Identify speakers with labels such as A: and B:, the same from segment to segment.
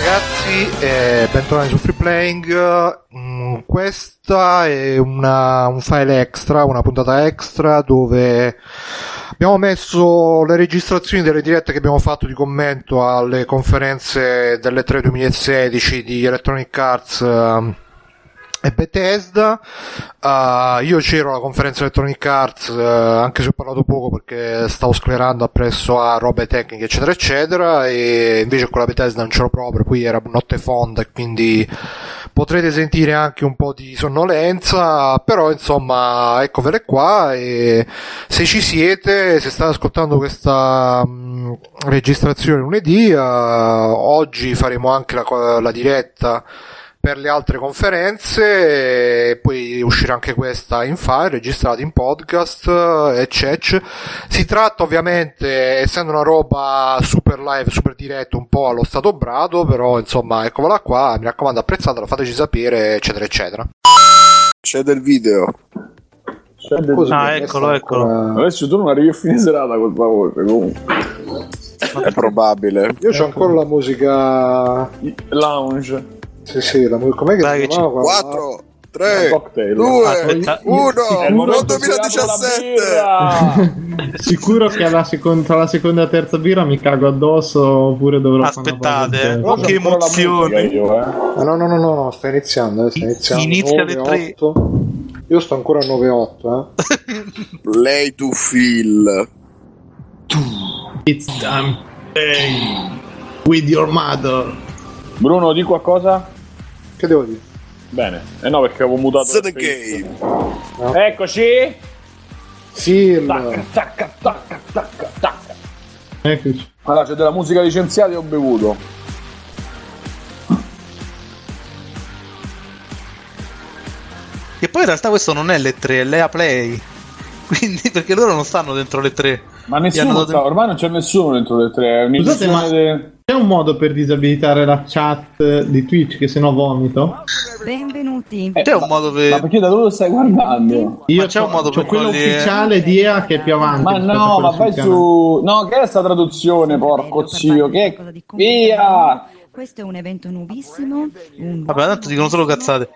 A: tutti e eh, bentornati su Free Playing. Mm, Questa è una- un file extra, una puntata extra dove abbiamo messo le registrazioni delle dirette che abbiamo fatto di commento alle conferenze delle 3 2016 di Electronic Arts ehm, e Bethesda. Ah, io c'ero alla conferenza Electronic Arts, eh, anche se ho parlato poco perché stavo sclerando appresso a robe tecniche, eccetera, eccetera, e invece con la Bethesda non c'ero proprio, qui era notte fonda e quindi potrete sentire anche un po' di sonnolenza, però insomma, eccovele qua e se ci siete, se state ascoltando questa mh, registrazione lunedì, eh, oggi faremo anche la co- la diretta per le altre conferenze e poi uscirà anche questa in file registrata in podcast eh, e cec si tratta ovviamente essendo una roba super live super diretta un po' allo stato brado però insomma eccola qua mi raccomando apprezzatela fateci sapere eccetera eccetera
B: C'è del video.
C: Così,
D: Ah, eccolo,
A: ecco.
D: eccolo.
C: Adesso tu non arrivi a fine serata col favore. Comunque.
B: È probabile.
A: io ho ancora la musica
C: Lounge.
A: sì sì la musica com'è
C: Eh,
D: Dai si che ci- chiamava?
B: 4,
C: Un
B: 3,
C: cocktail.
B: 2,
D: Aspetta.
B: 1.
C: È il
B: Buon
C: momento in cui si
B: 2017.
C: apre la birra!
E: Sicuro che alla secon- tra la seconda e la terza birra mi cago addosso oppure dovrò fare una cosa del
D: Aspettate,
E: genere.
D: oh, che
C: C'è ancora la musica
D: emozione.
C: io, eh.
A: no no no no no sta iniziando eh, sta iniziando
D: Inizia alle
A: 9,
D: tre.
A: 8. io sto ancora a 9-8 eh
B: Lei to feel.
E: It's time playing with your mother.
C: Bruno, di qualcosa?
A: che devo dire
C: Bene. Eh no, perché avevo mutato.
B: It's the
C: il face.
B: game.
C: Eccoci!
A: sì il-
C: Tacca, tacca, tacca, tacca, tacca.
E: Eccoci.
C: Allora, c'è della musica licenziata e ho bevuto.
D: Che poi in realtà questo non è le 3, è l'EA Play. Quindi, perché loro non stanno dentro le 3.
C: Ma nessuno
D: Gli hanno dato-
C: sta- ormai non c'è nessuno dentro le tre. eh. è un'illusione
E: ma-
C: de-
E: C'è un modo per disabilitare la chat di Twitch che se no vomito?
F: Benvenuti.
C: Eh,
D: C'è un
C: ma-
D: modo per.
C: Ma perché da dove lo stai guardando?
D: Ma c'è
E: c'ho-
D: un modo
E: c'ho
D: per eh.
E: quello
D: togliere-
E: ufficiale di EA che è più avanti.
C: Ma
E: rispetto a
C: no,
E: quello
C: ma vai
E: sul canale.
C: su. No, che è sta traduzione, porco zio? Che. Via!
F: Questo è un evento nuovissimo. Un
D: Vabbè, tanto dicono solo cazzate.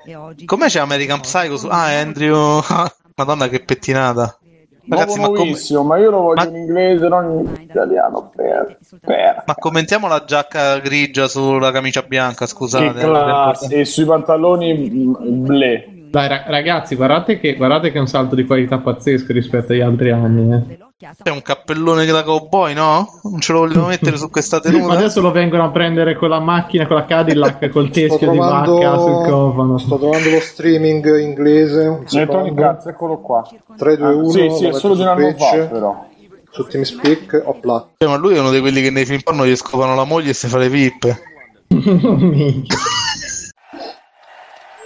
D: Com'è c'è American Psycho su... Ah, Andrew... Madonna che pettinata. Ragazzi, ma,
C: Nuovo
D: com-
C: nuovissimo, ma io lo voglio
D: ma-
C: in inglese, non in italiano. Per. per.
D: ma commentiamo la giacca grigia sulla camicia bianca,
C: Che
D: scusate. eh,
C: classe! E sui pantaloni mm, ble.
E: Dai, ra- ragazzi, guardate che, guardate che è un salto di qualità pazzesco rispetto agli altri anni. eh.
D: C'è un cappellone da cowboy, no? Non ce lo volevo mettere su
E: Ma
D: questa tenuta.
E: adesso lo vengono a prendere con la macchina, con la Cadillac, col
A: Sto
E: teschio
A: trovando,
E: di vacca sul cofano.
A: sto trovando lo streaming inglese. un
C: Elettronic
A: secondo.
C: Arts, eccolo qua.
A: 3, 2, 1.
C: Sì, sì, è solo di un anno fa, però.
A: Su TeamSpeak, opla.
D: Eh, Ma lui è uno di quelli che nei film porno gli scopano la moglie e si fa le pippe.
E: Minchia.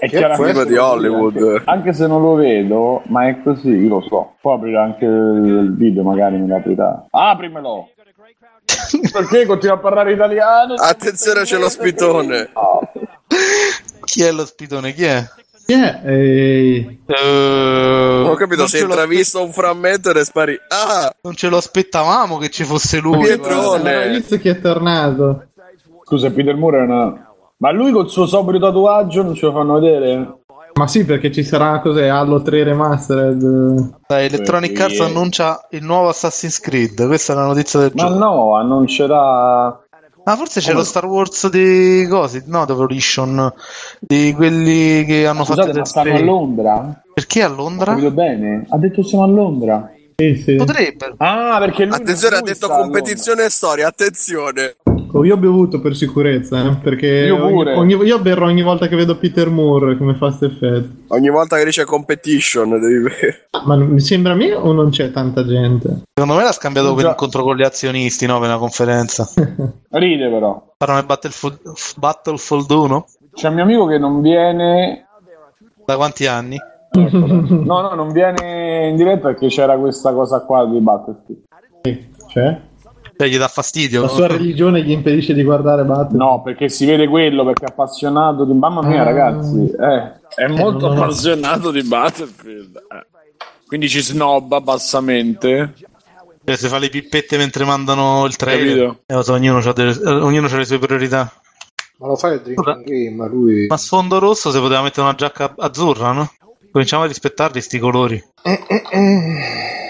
C: È
A: Che
C: chiaramente
B: film di Hollywood.
C: Anche, anche se non lo vedo, ma è così, io lo so. Poi aprirà anche il video, magari me lo aprirà. Aprimelo! Perché continua a parlare italiano? Ah,
B: Attenzione, c'è lo spitone.
D: Chi è lo spitone? Chi è?
E: Chi è? Ehi.
D: Eh,
B: Ho capito,
D: non
B: si è
D: ce lo-
B: intravisto un frammento e ne spari. Ah,
D: Non ce lo aspettavamo che ci fosse lui.
B: Pietro.
D: guarda.
B: Non è.
E: Hai visto chi è tornato?
C: Scusa, Peter Moore è una... Ma lui col suo sobrio tatuaggio non ce lo fanno vedere?
E: Ma sì, perché ci sarà cos'è? Halo 3 Remastered.
D: Dai, Electronic Arts
C: Perché-
D: annuncia il nuovo Assassin's Creed. Questa è la notizia del
C: Ma
D: giorno.
C: no, annuncerà...
D: Ah, forse c'è
C: Come-
D: lo Star Wars di cosi, no, The Evolution, di quelli che hanno
C: Scusate,
D: fatto
C: ma
D: Dead
C: stanno a
D: Space.
C: Londra?
D: Perché a
C: Ho
D: Londra?
C: capito bene? Ha detto siamo a Londra.
E: Sì, sì.
D: Potrebbero.
C: Ah, perché lui...
B: attenzione, ha
C: lui
B: detto
C: sta a
B: competizione e storia. Attenzione.
E: Oh, io ho bevuto per sicurezza, eh, perché
C: Io pure.
E: ogni- ogni- io berrò ogni volta che vedo Peter Moore come Fast Effect.
B: Ogni volta che dice competition, devi vedere.
E: Ma non- mi sembra a me o non c'è tanta gente?
D: Secondo me l'ha scambiato per
C: Già.
D: incontro con gli azionisti, no, per una conferenza.
C: Londra. Ride però.
D: Parlano di Battlefield, f- Battlefield 1?
C: C'è un mio amico che non viene
D: Da quanti anni? Eh,
C: ecco. No, no, non viene in diretta perché c'era questa cosa qua di Battlefield.
E: Cioè,
D: Cioè, gli dà fastidio.
E: la
D: no?
E: sua religione gli impedisce di guardare Batman.
C: No, perché si vede quello perché è appassionato di mamma mia,
E: Ah.
C: ragazzi. Eh, è molto
E: non lo-
C: appassionato di Battlefield. eh. Quindi ci snobba bassamente.
D: Cioè, se fa le pippette mentre mandano il trailer.
C: Capito.
D: Eh, lo so, ognuno ha le sue priorità.
G: Ma lo fai il drinking
D: Vabbè.
G: game, lui...
D: Ma sfondo rosso se poteva mettere una giacca azzurra, no? Cominciamo a rispettarli sti colori.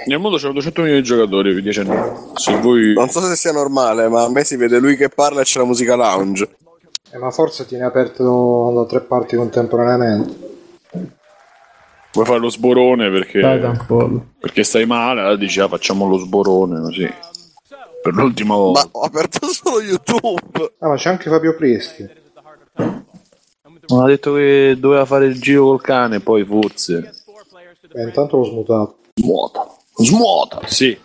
C: Nel mondo c'erano 200 milioni di giocatori di 10 anni. Se voi.
H: Non so se sia normale, ma a me si vede lui che parla e c'è la musica lounge.
G: Eh, ma forse tiene aperto da tre parti contemporaneamente.
C: Vuoi fare lo sborone perché,
E: Dai, dai, pollo.
C: perché stai male, allora dici ah, facciamo lo sborone così. Per l'ultima
H: Ma
C: volta.
H: ho aperto solo YouTube.
G: Ah, ma c'è anche Fabio Priesti.
C: Ma... Ha detto che doveva fare il giro col cane, poi forse.
G: Beh, Eh, intanto l'ho smutato.
C: Smuota. Smuota! Sì.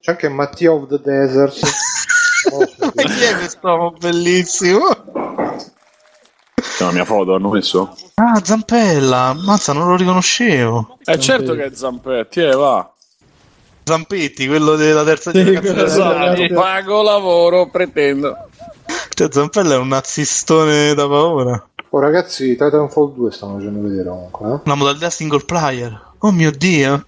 G: C'è anche Mattia of the Desert.
D: Ma chi è questo uomo bellissimo? Oh,
C: C'è la mia foto, hanno messo?
D: Ah, Zampella, mazza, non lo riconoscevo.
C: Eh certo che è Zampetti, eh va.
D: Zampetti, quello della terza
E: Sì,
D: generazione.
E: quello esatto.
C: Pago lavoro, pretendo.
D: Cioè, Zampella è un nazistone da paura.
G: oh, ragazzi, Titanfall 2 stanno facendo vedere comunque. eh.
D: Una modalità single player. Oh mio dio.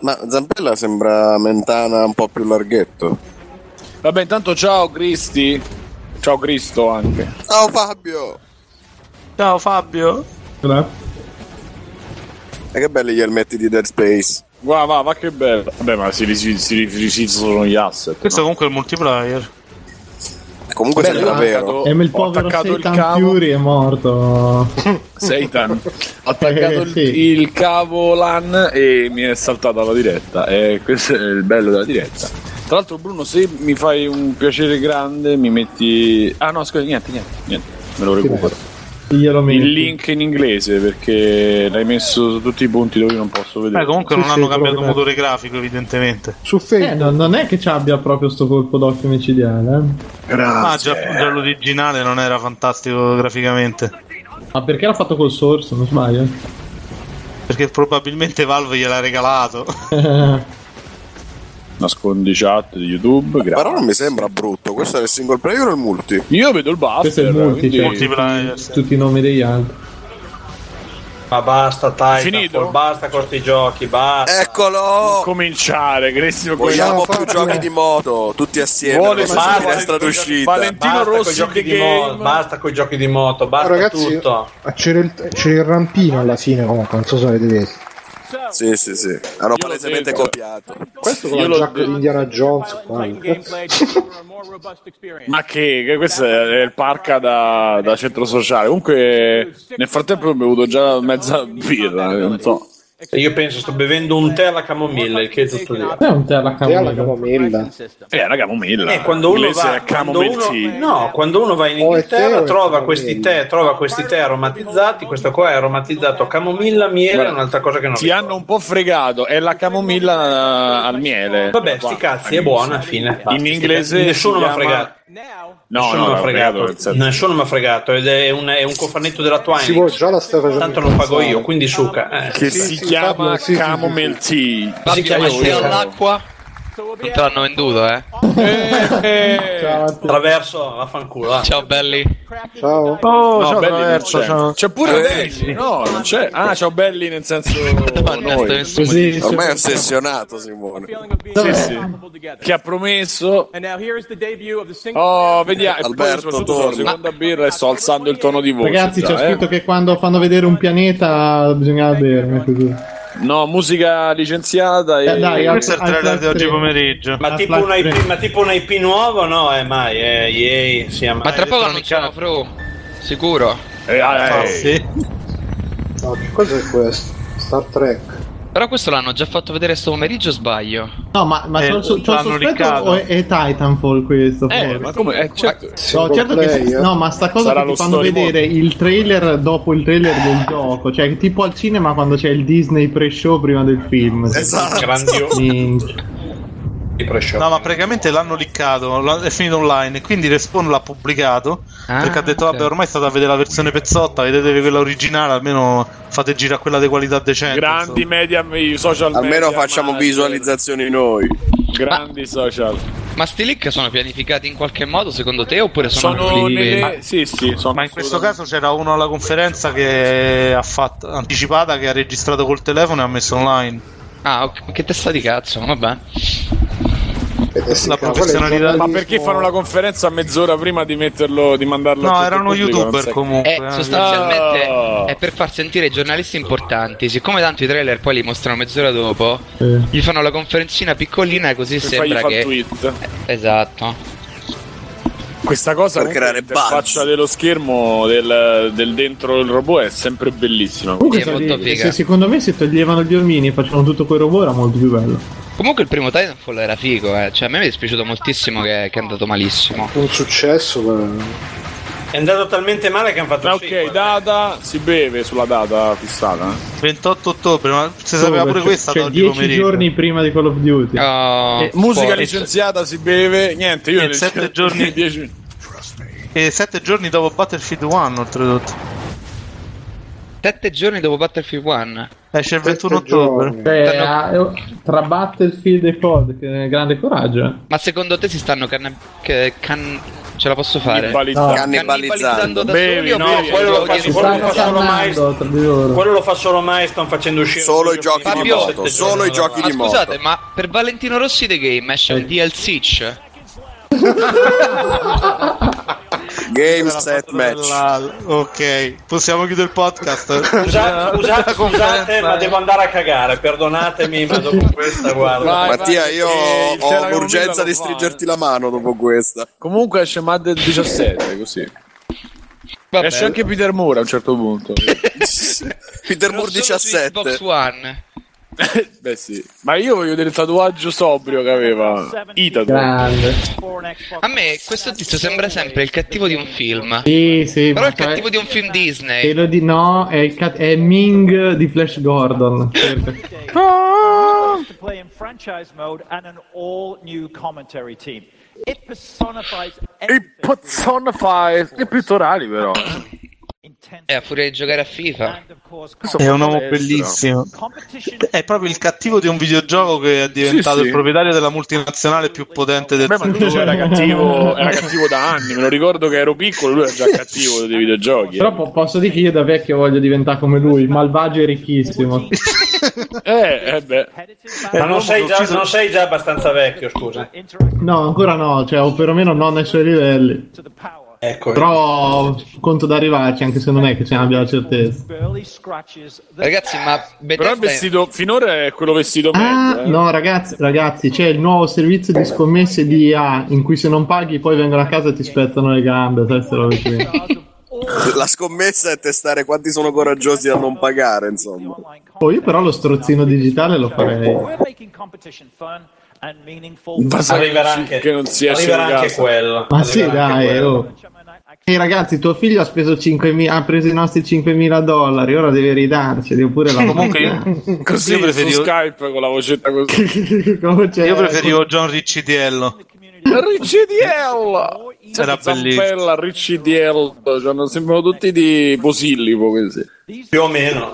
H: Ma Zampella sembra Mentana un po' più larghetto.
C: Vabbè, intanto ciao Cristi. Ciao Cristo anche.
H: Ciao Fabio!
D: Ciao Fabio.
E: Cioè,
H: E che belli gli elmetti di Dead Space.
C: Guarda, va, va che bello. Vabbè, ma si, risi- si rifisizzano gli asset.
D: Questo
C: no?
D: comunque è il multiplayer.
C: Eh,
H: Comunque
C: Bello,
H: sembra
C: ho
H: vero.
C: attaccato-
E: E il
C: ho
E: povero
C: attaccato il
E: Satan
C: cavo.
E: Fury è morto.
C: Seitan. Ho attaccato il,
E: sì.
C: il cavo LAN e mi è saltata la diretta. E questo è il bello della diretta. Tra l'altro, Bruno, se mi fai un piacere grande, mi metti. Ah, no, scusa, niente, niente, niente. Me lo recupero.
E: Glielo metti.
C: Il link in inglese perché l'hai messo su tutti i punti dove io non posso vedere.
D: Beh, comunque
E: Sì,
D: non
E: sì,
D: hanno
E: però
D: cambiato
E: vabbè.
D: motore grafico, evidentemente.
G: Su
E: Eh,
G: Facebook.
E: no, non è che ci abbia proprio sto colpo d'occhio micidiale. eh.
D: Ah, già, già l'originale non era fantastico graficamente.
E: Ma perché l'ha fatto col sorso, non sbaglio?
D: Perché probabilmente Valve gliel'ha regalato.
C: Nascondi chat di YouTube. Grazie.
H: Però non mi sembra brutto. Questo è il single player o il multi?
C: Io vedo il buffer.
E: Questo è il multi,
C: eh, quindi-
E: cioè.
D: multiplayer. sì.
E: Tutti i nomi degli altri.
I: Ma basta,
C: Finito?
I: Titanfall, basta con questi giochi, basta.
H: Eccolo!
C: Cominciare, Cressio
H: Vogliamo
G: Vogliamo
H: più
G: farne-
H: giochi di moto, tutti assieme.
C: Vuole
H: la
C: fare-
H: finestra d'uscita.
C: Valent- Valentino
I: Basta
C: Rossi
I: con i giochi
C: The
I: di moto,
C: Game.
I: basta con i giochi di moto,
G: Ah,
I: basta
G: ragazzi,
I: tutto.
G: Ah, c'era il, c'era il rampino alla fine comunque, non so se avete visto.
H: Sì, sì, sì. Hanno palesemente
C: vedo.
H: copiato.
G: Questo con
C: Io
G: la
C: l'ho
G: giacca
C: de-
G: di Indiana Jones. qua.
C: Ma che, che questo è il parca da, da centro sociale. Comunque, nel frattempo, ho bevuto già mezza birra. eh, Non so.
I: Io penso sto bevendo un tè alla camomilla, il che è tutto lì.
E: È un tè alla
G: E alla
E: camomilla.
G: camomilla.
C: Eh, raga, camomilla.
I: Eh, quando uno
C: Inglese
I: va,
C: è
I: quando
C: camomile
I: uno,
C: tea.
I: no, quando uno va in
G: O Oh, è tè
I: Inghilterra
G: o è
I: trova
G: camomilla?
I: questi tè, trova questi tè aromatizzati, questo qua è aromatizzato a camomilla, miele, è un'altra cosa che non
C: Ti hanno un po' fregato. È la camomilla eh, al miele.
I: Vabbè, sti cazzi, è buona, fine. basta, sti
C: inglese
I: cazzi.
C: si
I: nessuno mi ha
C: chiama-
I: fregato.
C: No,
I: nessuno mi
C: no,
I: ha
C: l'ha fregato.
I: fregato.
C: nel senso-
I: Nessuno mi ha fregato. Ed è un, è un cofanetto della
G: Si vuole
I: Twine.
G: già la stai facendo.
I: Tanto lo pago
G: pensare.
J: Esatto.
I: io, quindi suca. eh.
C: Che
G: Sì,
C: si
G: sì,
C: chiama
G: Fabio, sì, sì,
C: Camomile Tea.
I: Si chiama suca.
J: all'acqua non te l'hanno venduto, eh?
C: Eh,
I: Attraverso, vaffanculo. va.
J: Ciao belli.
G: Ciao.
D: Oh,
C: no,
D: ciao,
C: belli non
D: Traverso,
C: c'è.
D: ciao.
C: C'è pure Belli. No, non c'è. Ah, ciao Belli nel senso.
J: Ma non
C: noi.
J: resta nessuno.
E: Così,
H: Ormai è ossessionato Simone.
C: Sì, sì. Che ha promesso Oh, vediamo.
H: Alberto,
C: Alberto, soprattutto
H: torna.
C: la seconda birra e sto alzando il tono di voce.
E: Ragazzi,
C: già,
E: c'è
C: eh.
E: scritto che quando fanno vedere un pianeta bisogna ecco, vederlo. Così.
C: eh. No, musica licenziata e...
E: Eh, dai,
D: Questo è il
E: al- al-
D: trailer di oggi
E: tre.
D: pomeriggio.
I: Ma
E: La
I: tipo, un
E: Flat
I: IP,
E: tre.
I: ma tipo un IP nuovo? No, eh, mai. Eh, yay, sì, mai.
J: Ma tra poco annunciamo Fro. Sicuro.
C: Eh, eh,
D: Ah,
C: eh.
D: sì.
G: No, che cos'è questo? Star Trek.
J: Però questo l'hanno già fatto vedere sto pomeriggio, sbaglio.
E: No, ma, ma
D: Eh,
E: c'ho, c'ho il
D: l'hanno
E: sospetto
D: riccato.
E: o è, è Titanfall questo?
C: Eh,
E: forse?
C: ma come? Eh,
J: cioè,
C: certo.
E: No,
G: Single
E: certo che,
G: player.
E: no, ma sta cosa
C: Sarà
E: che
C: lo
E: ti fanno
C: story
E: vedere il trailer dopo il trailer del gioco, cioè tipo al cinema quando c'è il Disney pre-show prima del film.
C: Esatto.
I: Grandioso.
E: Minchia.
D: No, ma praticamente l'hanno liccato, l'ha- è finito online, quindi Respawn l'ha pubblicato
J: Ah,
D: perché ha detto
J: ok.
D: vabbè ormai state a vedere la versione pezzotta, vedetevi quella originale, almeno fate girare quella di qualità decente.
C: Grandi media, i social
H: Almeno
C: media,
H: facciamo
C: manager,
H: visualizzazioni noi.
C: Grandi social.
J: Ma sti leak sono pianificati in qualche modo secondo te oppure sono,
C: Sono
J: lì?
C: nelle... Ah, Sì, sì, sono
D: Ma in questo caso
C: assolutamente-
D: c'era uno alla conferenza che ha fatto anticipata, che ha registrato col telefono e ha messo online.
J: Ah, ok, che testa di cazzo, vabbè.
A: Eh, sì,
D: La
A: cavolo,
D: professionalità-
A: il
C: Ma perché fanno la conferenza mezz'ora prima di metterlo, di mandarlo?
D: No,
C: a tutto
D: erano
C: il pubblico?
D: youtuber
C: Non Oh, sai-
D: comunque.
J: Eh, sostanzialmente è per far sentire i giornalisti importanti. Siccome tanto i trailer poi li mostrano mezz'ora dopo, gli fanno la conferenzina piccolina e così
C: Per
J: sembra
C: fargli
J: che.
C: far tweet.
J: Esatto.
C: Questa cosa
H: Per creare
C: la faccia
H: buzz.
C: dello schermo del, del dentro il robot è sempre bellissima.
E: Comunque,
J: Sì, è
E: se-
J: molto figa.
E: se secondo me se toglievano gli ormini e facevano tutto quel robot era molto più bello.
J: Comunque il primo Titanfall era figo, eh. Cioè, a me mi è dispiaciuto moltissimo che, che è andato malissimo.
A: Un successo, ma-
I: È andato talmente male che hanno fatto
C: Ah,
I: il
C: ok,
I: sequel.
C: data si beve sulla data fissata. eh.
D: 28 ottobre, ma se
E: Solo
D: sapeva pure
E: perché-
D: questa da
E: cioè,
D: oggi
E: 10
D: pomeriggio.
E: giorni prima di Call of Duty.
J: Oh,
C: Eh, Musica
J: fuori.
C: licenziata si beve, niente, io
J: Eh,
D: In
C: nel-
D: sette giorni-
C: dieci-
D: E 7 giorni dopo Battlefield 1, oltretutto.
J: Sette giorni dopo Battlefield 1.
D: Esce il 21
A: Sette
D: ottobre.
A: giorni.
E: Cioè,
J: Stanno-
E: ah, eh, tra Battlefield e COD, che grande coraggio. eh.
J: Ma secondo te si stanno canna- che- can- ce la posso fare?
C: Balizzata.
H: Cannibalizzando.
J: da
C: Bevi,
J: soli o
C: no,
J: bevi?
I: quello lo faccio-
E: Si
I: quello
E: stanno
I: lo faccio-
J: Fabio,
I: solo
E: scannando tra di loro.
I: Quello lo fa solo mai, stanno facendo uscire
H: Solo i
I: un
H: giochi
I: video
J: di
I: fino a
J: moto,
I: sette
H: solo
I: giorni
H: i giochi
I: alla-
H: di
J: ma
H: moto.
J: scusate, ma per Valentino Rossi The Game esce un DLC? c?
H: Game
D: Era
H: set
D: fatto della-
H: match.
D: Ok, possiamo chiudere il podcast.
I: Scusa- Scusate,
D: La conferenza,
I: scusate, ma
D: eh.
I: devo andare a cagare, perdonatemi, ma dopo questa guarda.
C: Vai.
H: Mattia,
C: vai,
H: io
C: che
E: Eh,
C: il
H: ho
C: Terra
H: l'urgenza
C: Gormilla
H: di
C: lo fa,
H: stringerti la mano dopo questa.
C: Comunque esce Mad 17, così.
J: Vabbè,
C: Esce anche Peter Moore a un certo punto.
H: Peter
J: non
H: Moore
J: solo su
H: 17.
J: Xbox One.
C: Beh sì, ma io voglio vedere il tatuaggio sobrio che aveva Itato.
E: Grande.
J: A me questo tizio sembra sempre il cattivo di un film.
E: Sì, sì,
J: Però
E: ma
J: è il cattivo di un film
E: se
J: Disney.
E: lo di no, è, il cat- è Ming di Flash Gordon.
K: play in franchise mode and an all new commentary team. It personifies
C: I personifies, i pittorali però. eh.
K: intense
J: Eh, a furia di giocare a FIFA.
K: and of course
D: È un uomo
C: Destro.
D: bellissimo.
K: competition.
D: È proprio il cattivo di un videogioco che è diventato
C: Sì, sì.
D: il proprietario della multinazionale più potente del
C: Beh, ma lui era cattivo, era cattivo da anni, me lo ricordo che ero piccolo, lui era già cattivo dei videogiochi.
E: Però po- posso dire che io da vecchio voglio diventare come lui, malvagio e ricchissimo.
C: Eh, eh beh.
I: Ma non sei, già,
D: Eh, ucciso-
I: non sei già abbastanza vecchio, scusa.
E: No, ancora no, cioè, o perlomeno non ai suoi livelli.
I: Ecco.
E: Però conto da arrivarci, anche se non è che ce ne abbia la certezza.
J: Ragazzi, ma
C: Però il
J: Bethesda è-
C: vestito finora è quello vestito meglio.
E: Ah,
C: eh.
E: no, ragazzi, ragazzi, c'è il nuovo servizio di scommesse di IA in cui se non paghi poi vengono a casa e ti spezzano le gambe, queste robe qui.
H: La scommessa è testare quanti sono coraggiosi a non pagare, insomma.
E: Oh, io però lo strozzino digitale lo farei.
K: We're making competition fun and meaningful.
C: Basta che
I: Arriverà
C: non si-
I: anche,
C: che non si esce
I: arriverà
C: di
I: anche
C: casa.
I: quello.
E: Ma sì,
I: Arriverà anche
E: dai,
I: quello.
E: oh. Ehi ragazzi, tuo figlio ha speso 5.000, ha preso i nostri 5.000 dollari, ora deve ridarceli oppure la
D: Comunque io,
C: Così
D: io preferivo,
C: su Skype con la vocetta così.
E: Come c'è?
D: io preferivo John Riccidiello.
C: Ricci DL!
D: Era bellissimo.
C: Zampella, Ricci DL, cioè, non sembrano tutti di Posillipo così.
I: Più o meno.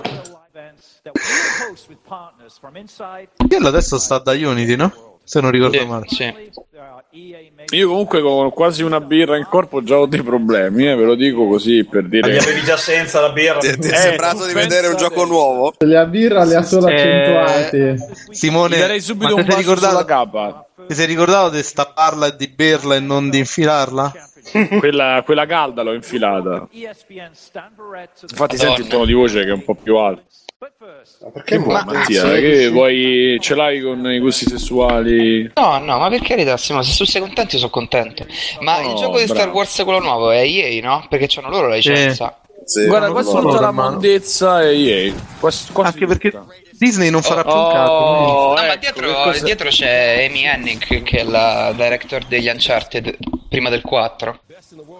D: Riccidiello adesso sta da Unity, no? Se non ricordo male.
J: Sì, sì.
C: Io comunque con quasi una birra in corpo già ho dei problemi, eh, ve lo dico così per
I: Ma Li
C: dire...
I: avevi già senza la birra.
H: Ti, ti è
C: Eh,
H: sembrato di
C: pensa
H: vedere un
C: te.
H: gioco nuovo?
E: Le ha birra le ha solo accentuate.
D: Simone,
C: Ti darei subito
D: ma
C: un
D: te sei
C: passo sulla
D: ricordato,
C: cappa.
D: ti sei ricordato di stapparla e di berla e non di infilarla?
C: Quella, quella calda l'ho infilata.
K: ESPN Stan Barrett to the
C: Infatti senti il tono di voce che è un po' più alto.
K: But first,
A: Perché ma,
C: Mattia, che vuoi... ce l'hai con i gusti sessuali?
J: No, no, ma per carità, Simone, se tu sei contento, io sono contento. Ma
C: No,
J: il gioco di
C: bravo.
J: Star Wars, quello nuovo, è EA, no? Perché c'hanno loro la licenza.
D: Eh,
H: Sì.
C: Guarda,
A: non
C: qua
A: lo
C: sono tutta
A: so,
C: la
A: Romano.
C: mondezza e ieri. Quasi, quasi
D: Anche perché
C: tutta.
D: Disney non farà più un
C: Oh,
D: cazzo.
J: No, ma
C: ecco, che
J: dietro,
C: cosa-
J: dietro c'è Amy Hennig, che è la director degli Uncharted prima del 4.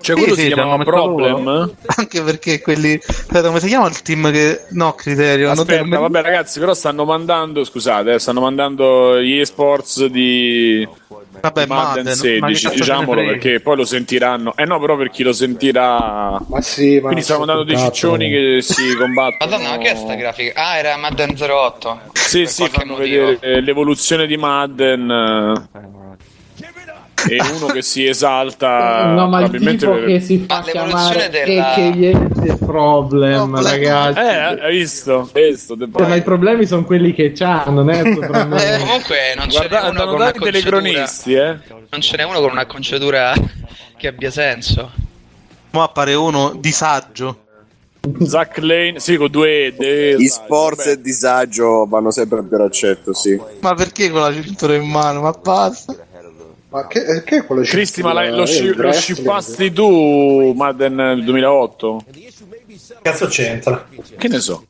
C: Cioè, quello
D: Sì,
C: si
D: sì,
C: chiama
D: c'hanno messo
C: Problem.
D: Anche perché quelli. Aspetta, come si chiama il team che. No, Criterio. non
C: Aspetta,
D: me-
C: vabbè, ragazzi, però stanno mandando. Scusate, eh, stanno mandando gli esports di
D: vabbè,
C: Madden
D: Madden,
C: 16.
D: ma che cazzo se
C: Diciamolo
D: ne frega?
C: perché poi lo sentiranno. Eh no, però per chi lo sentirà.
A: ma sì, ma
C: Quindi stiamo mandando dei
A: cazzo,
C: ciccioni che si combattono.
J: Madonna, ma che è sta grafica? Ah, era Madden 08.
C: Sì,
J: Per
C: sì,
J: qualche
C: fanno
J: motivo.
C: vedere eh, l'evoluzione di Madden. eh, E uno che si esalta.
E: No, ma il
C: ah, probabilmente
E: tipo
C: per-
E: che si fa
J: Ma l'evoluzione
E: chiamare
J: della-
E: e che gli, The problem, ragazzi.
C: Eh, hai visto? Hai visto? The
E: Eh, Ma i problemi sono quelli che c'ha, non è il problema.
J: Eh, Comunque non ce n'è
C: Guarda-
J: uno
C: andano
J: con una
C: dati i telecronisti, eh.
J: acconciatura. Non ce n'è uno con un'acconciatura che abbia senso.
D: Mo appare uno disagio.
C: Zach Lane, sì, con due.
H: Gli sport e disagio vanno sempre più accetto, sì.
D: Ma perché con la cintura in mano? Ma basta.
A: Ma che, che è quello
C: Cristi, ma la-
A: Eh,
C: lo, sci-
A: il
C: lo
A: wrestling.
C: scippasti tu, Madden 2008?
I: Cazzo c'entra?
C: Che ne so?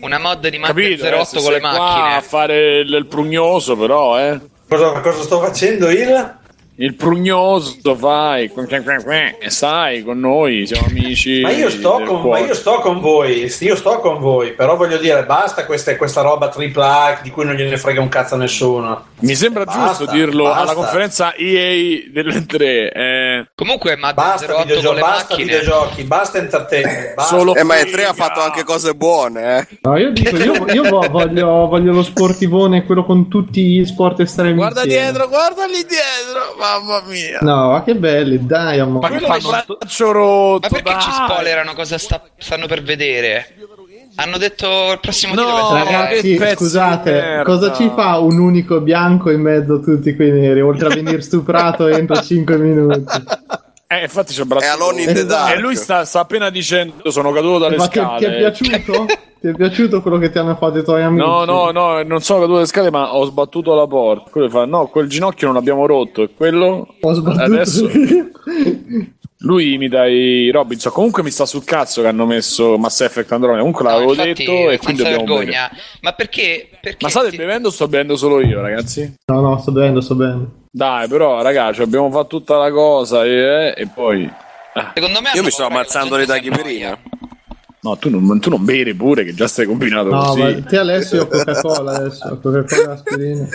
J: Una mod di Madden
C: Capito?
J: 08
C: adesso
J: con le
C: sei qua
J: macchine.
C: a fare il, il prugnoso, però, eh.
I: Cosa, sto facendo il?
C: Il prugnoso fai, quen, quen, quen, quen, e sai, con noi siamo amici.
I: Ma io, sto
C: del
I: con, ma
C: cuore.
I: io sto con voi, sì, io sto con voi, però voglio dire, basta questa, questa roba tripla A di cui non gliene frega un cazzo a nessuno.
C: Mi sembra
I: Basta,
C: giusto dirlo
I: basta.
C: alla conferenza EA delle tre. Eh.
J: Comunque, ma
I: Basta, videogio- basta videogiochi, basta entertainment. Basta.
C: Solo
H: Eh, ma E3 ha fatto anche cose buone, eh.
E: No, io dico, io, io vo- voglio, voglio lo sportivone, quello con tutti gli sport estremi.
H: Guarda
E: insieme.
H: dietro, guarda lì dietro, mamma mia.
E: No, ma che belli, dai, amore.
C: braccio rotto.
J: Ma perché ci spoilerano cosa sta- stanno per vedere? Hanno detto il prossimo titolo è Star
E: Ragazzi,
J: Wars.
E: scusate, cosa ci fa un unico bianco in mezzo a tutti quei neri? Oltre a venire stuprato entro 5 minuti.
C: Eh, infatti c'è braccio
H: È Alone in the
C: rotto.
H: Dark.
C: E lui sta, sta appena dicendo: Sono caduto dalle
E: Ma ti,
C: scale.
E: ti è piaciuto? ti è piaciuto quello che ti hanno fatto i tuoi amici?
C: No, no, no, non sono caduto dalle scale, ma ho sbattuto la porta. Quello fa: No, quel ginocchio non l'abbiamo rotto. E quello.
E: Ho sbattuto.
C: Adesso. Lui imita i Robinson. Comunque mi sta sul cazzo che hanno messo Mass Effect Andromeda. Comunque l'avevo
J: Infatti,
C: detto e quindi
J: senza
C: dobbiamo
J: vergogna.
C: bere.
J: Ma perché? perché
C: Ma state bevendo o sto bevendo solo io, ragazzi?
E: No, no, sto bene, sto bene.
C: Dai, però, ragazzi, abbiamo fatto tutta la cosa eh, e poi. ah.
J: Secondo me
H: Io mi sto ammazzando le tachipirina.
C: No, tu non, tu non bere pure, che già stai combinato
E: No,
C: così.
E: ma te Alessio Coca-Cola adesso, Coca-Cola aspirina.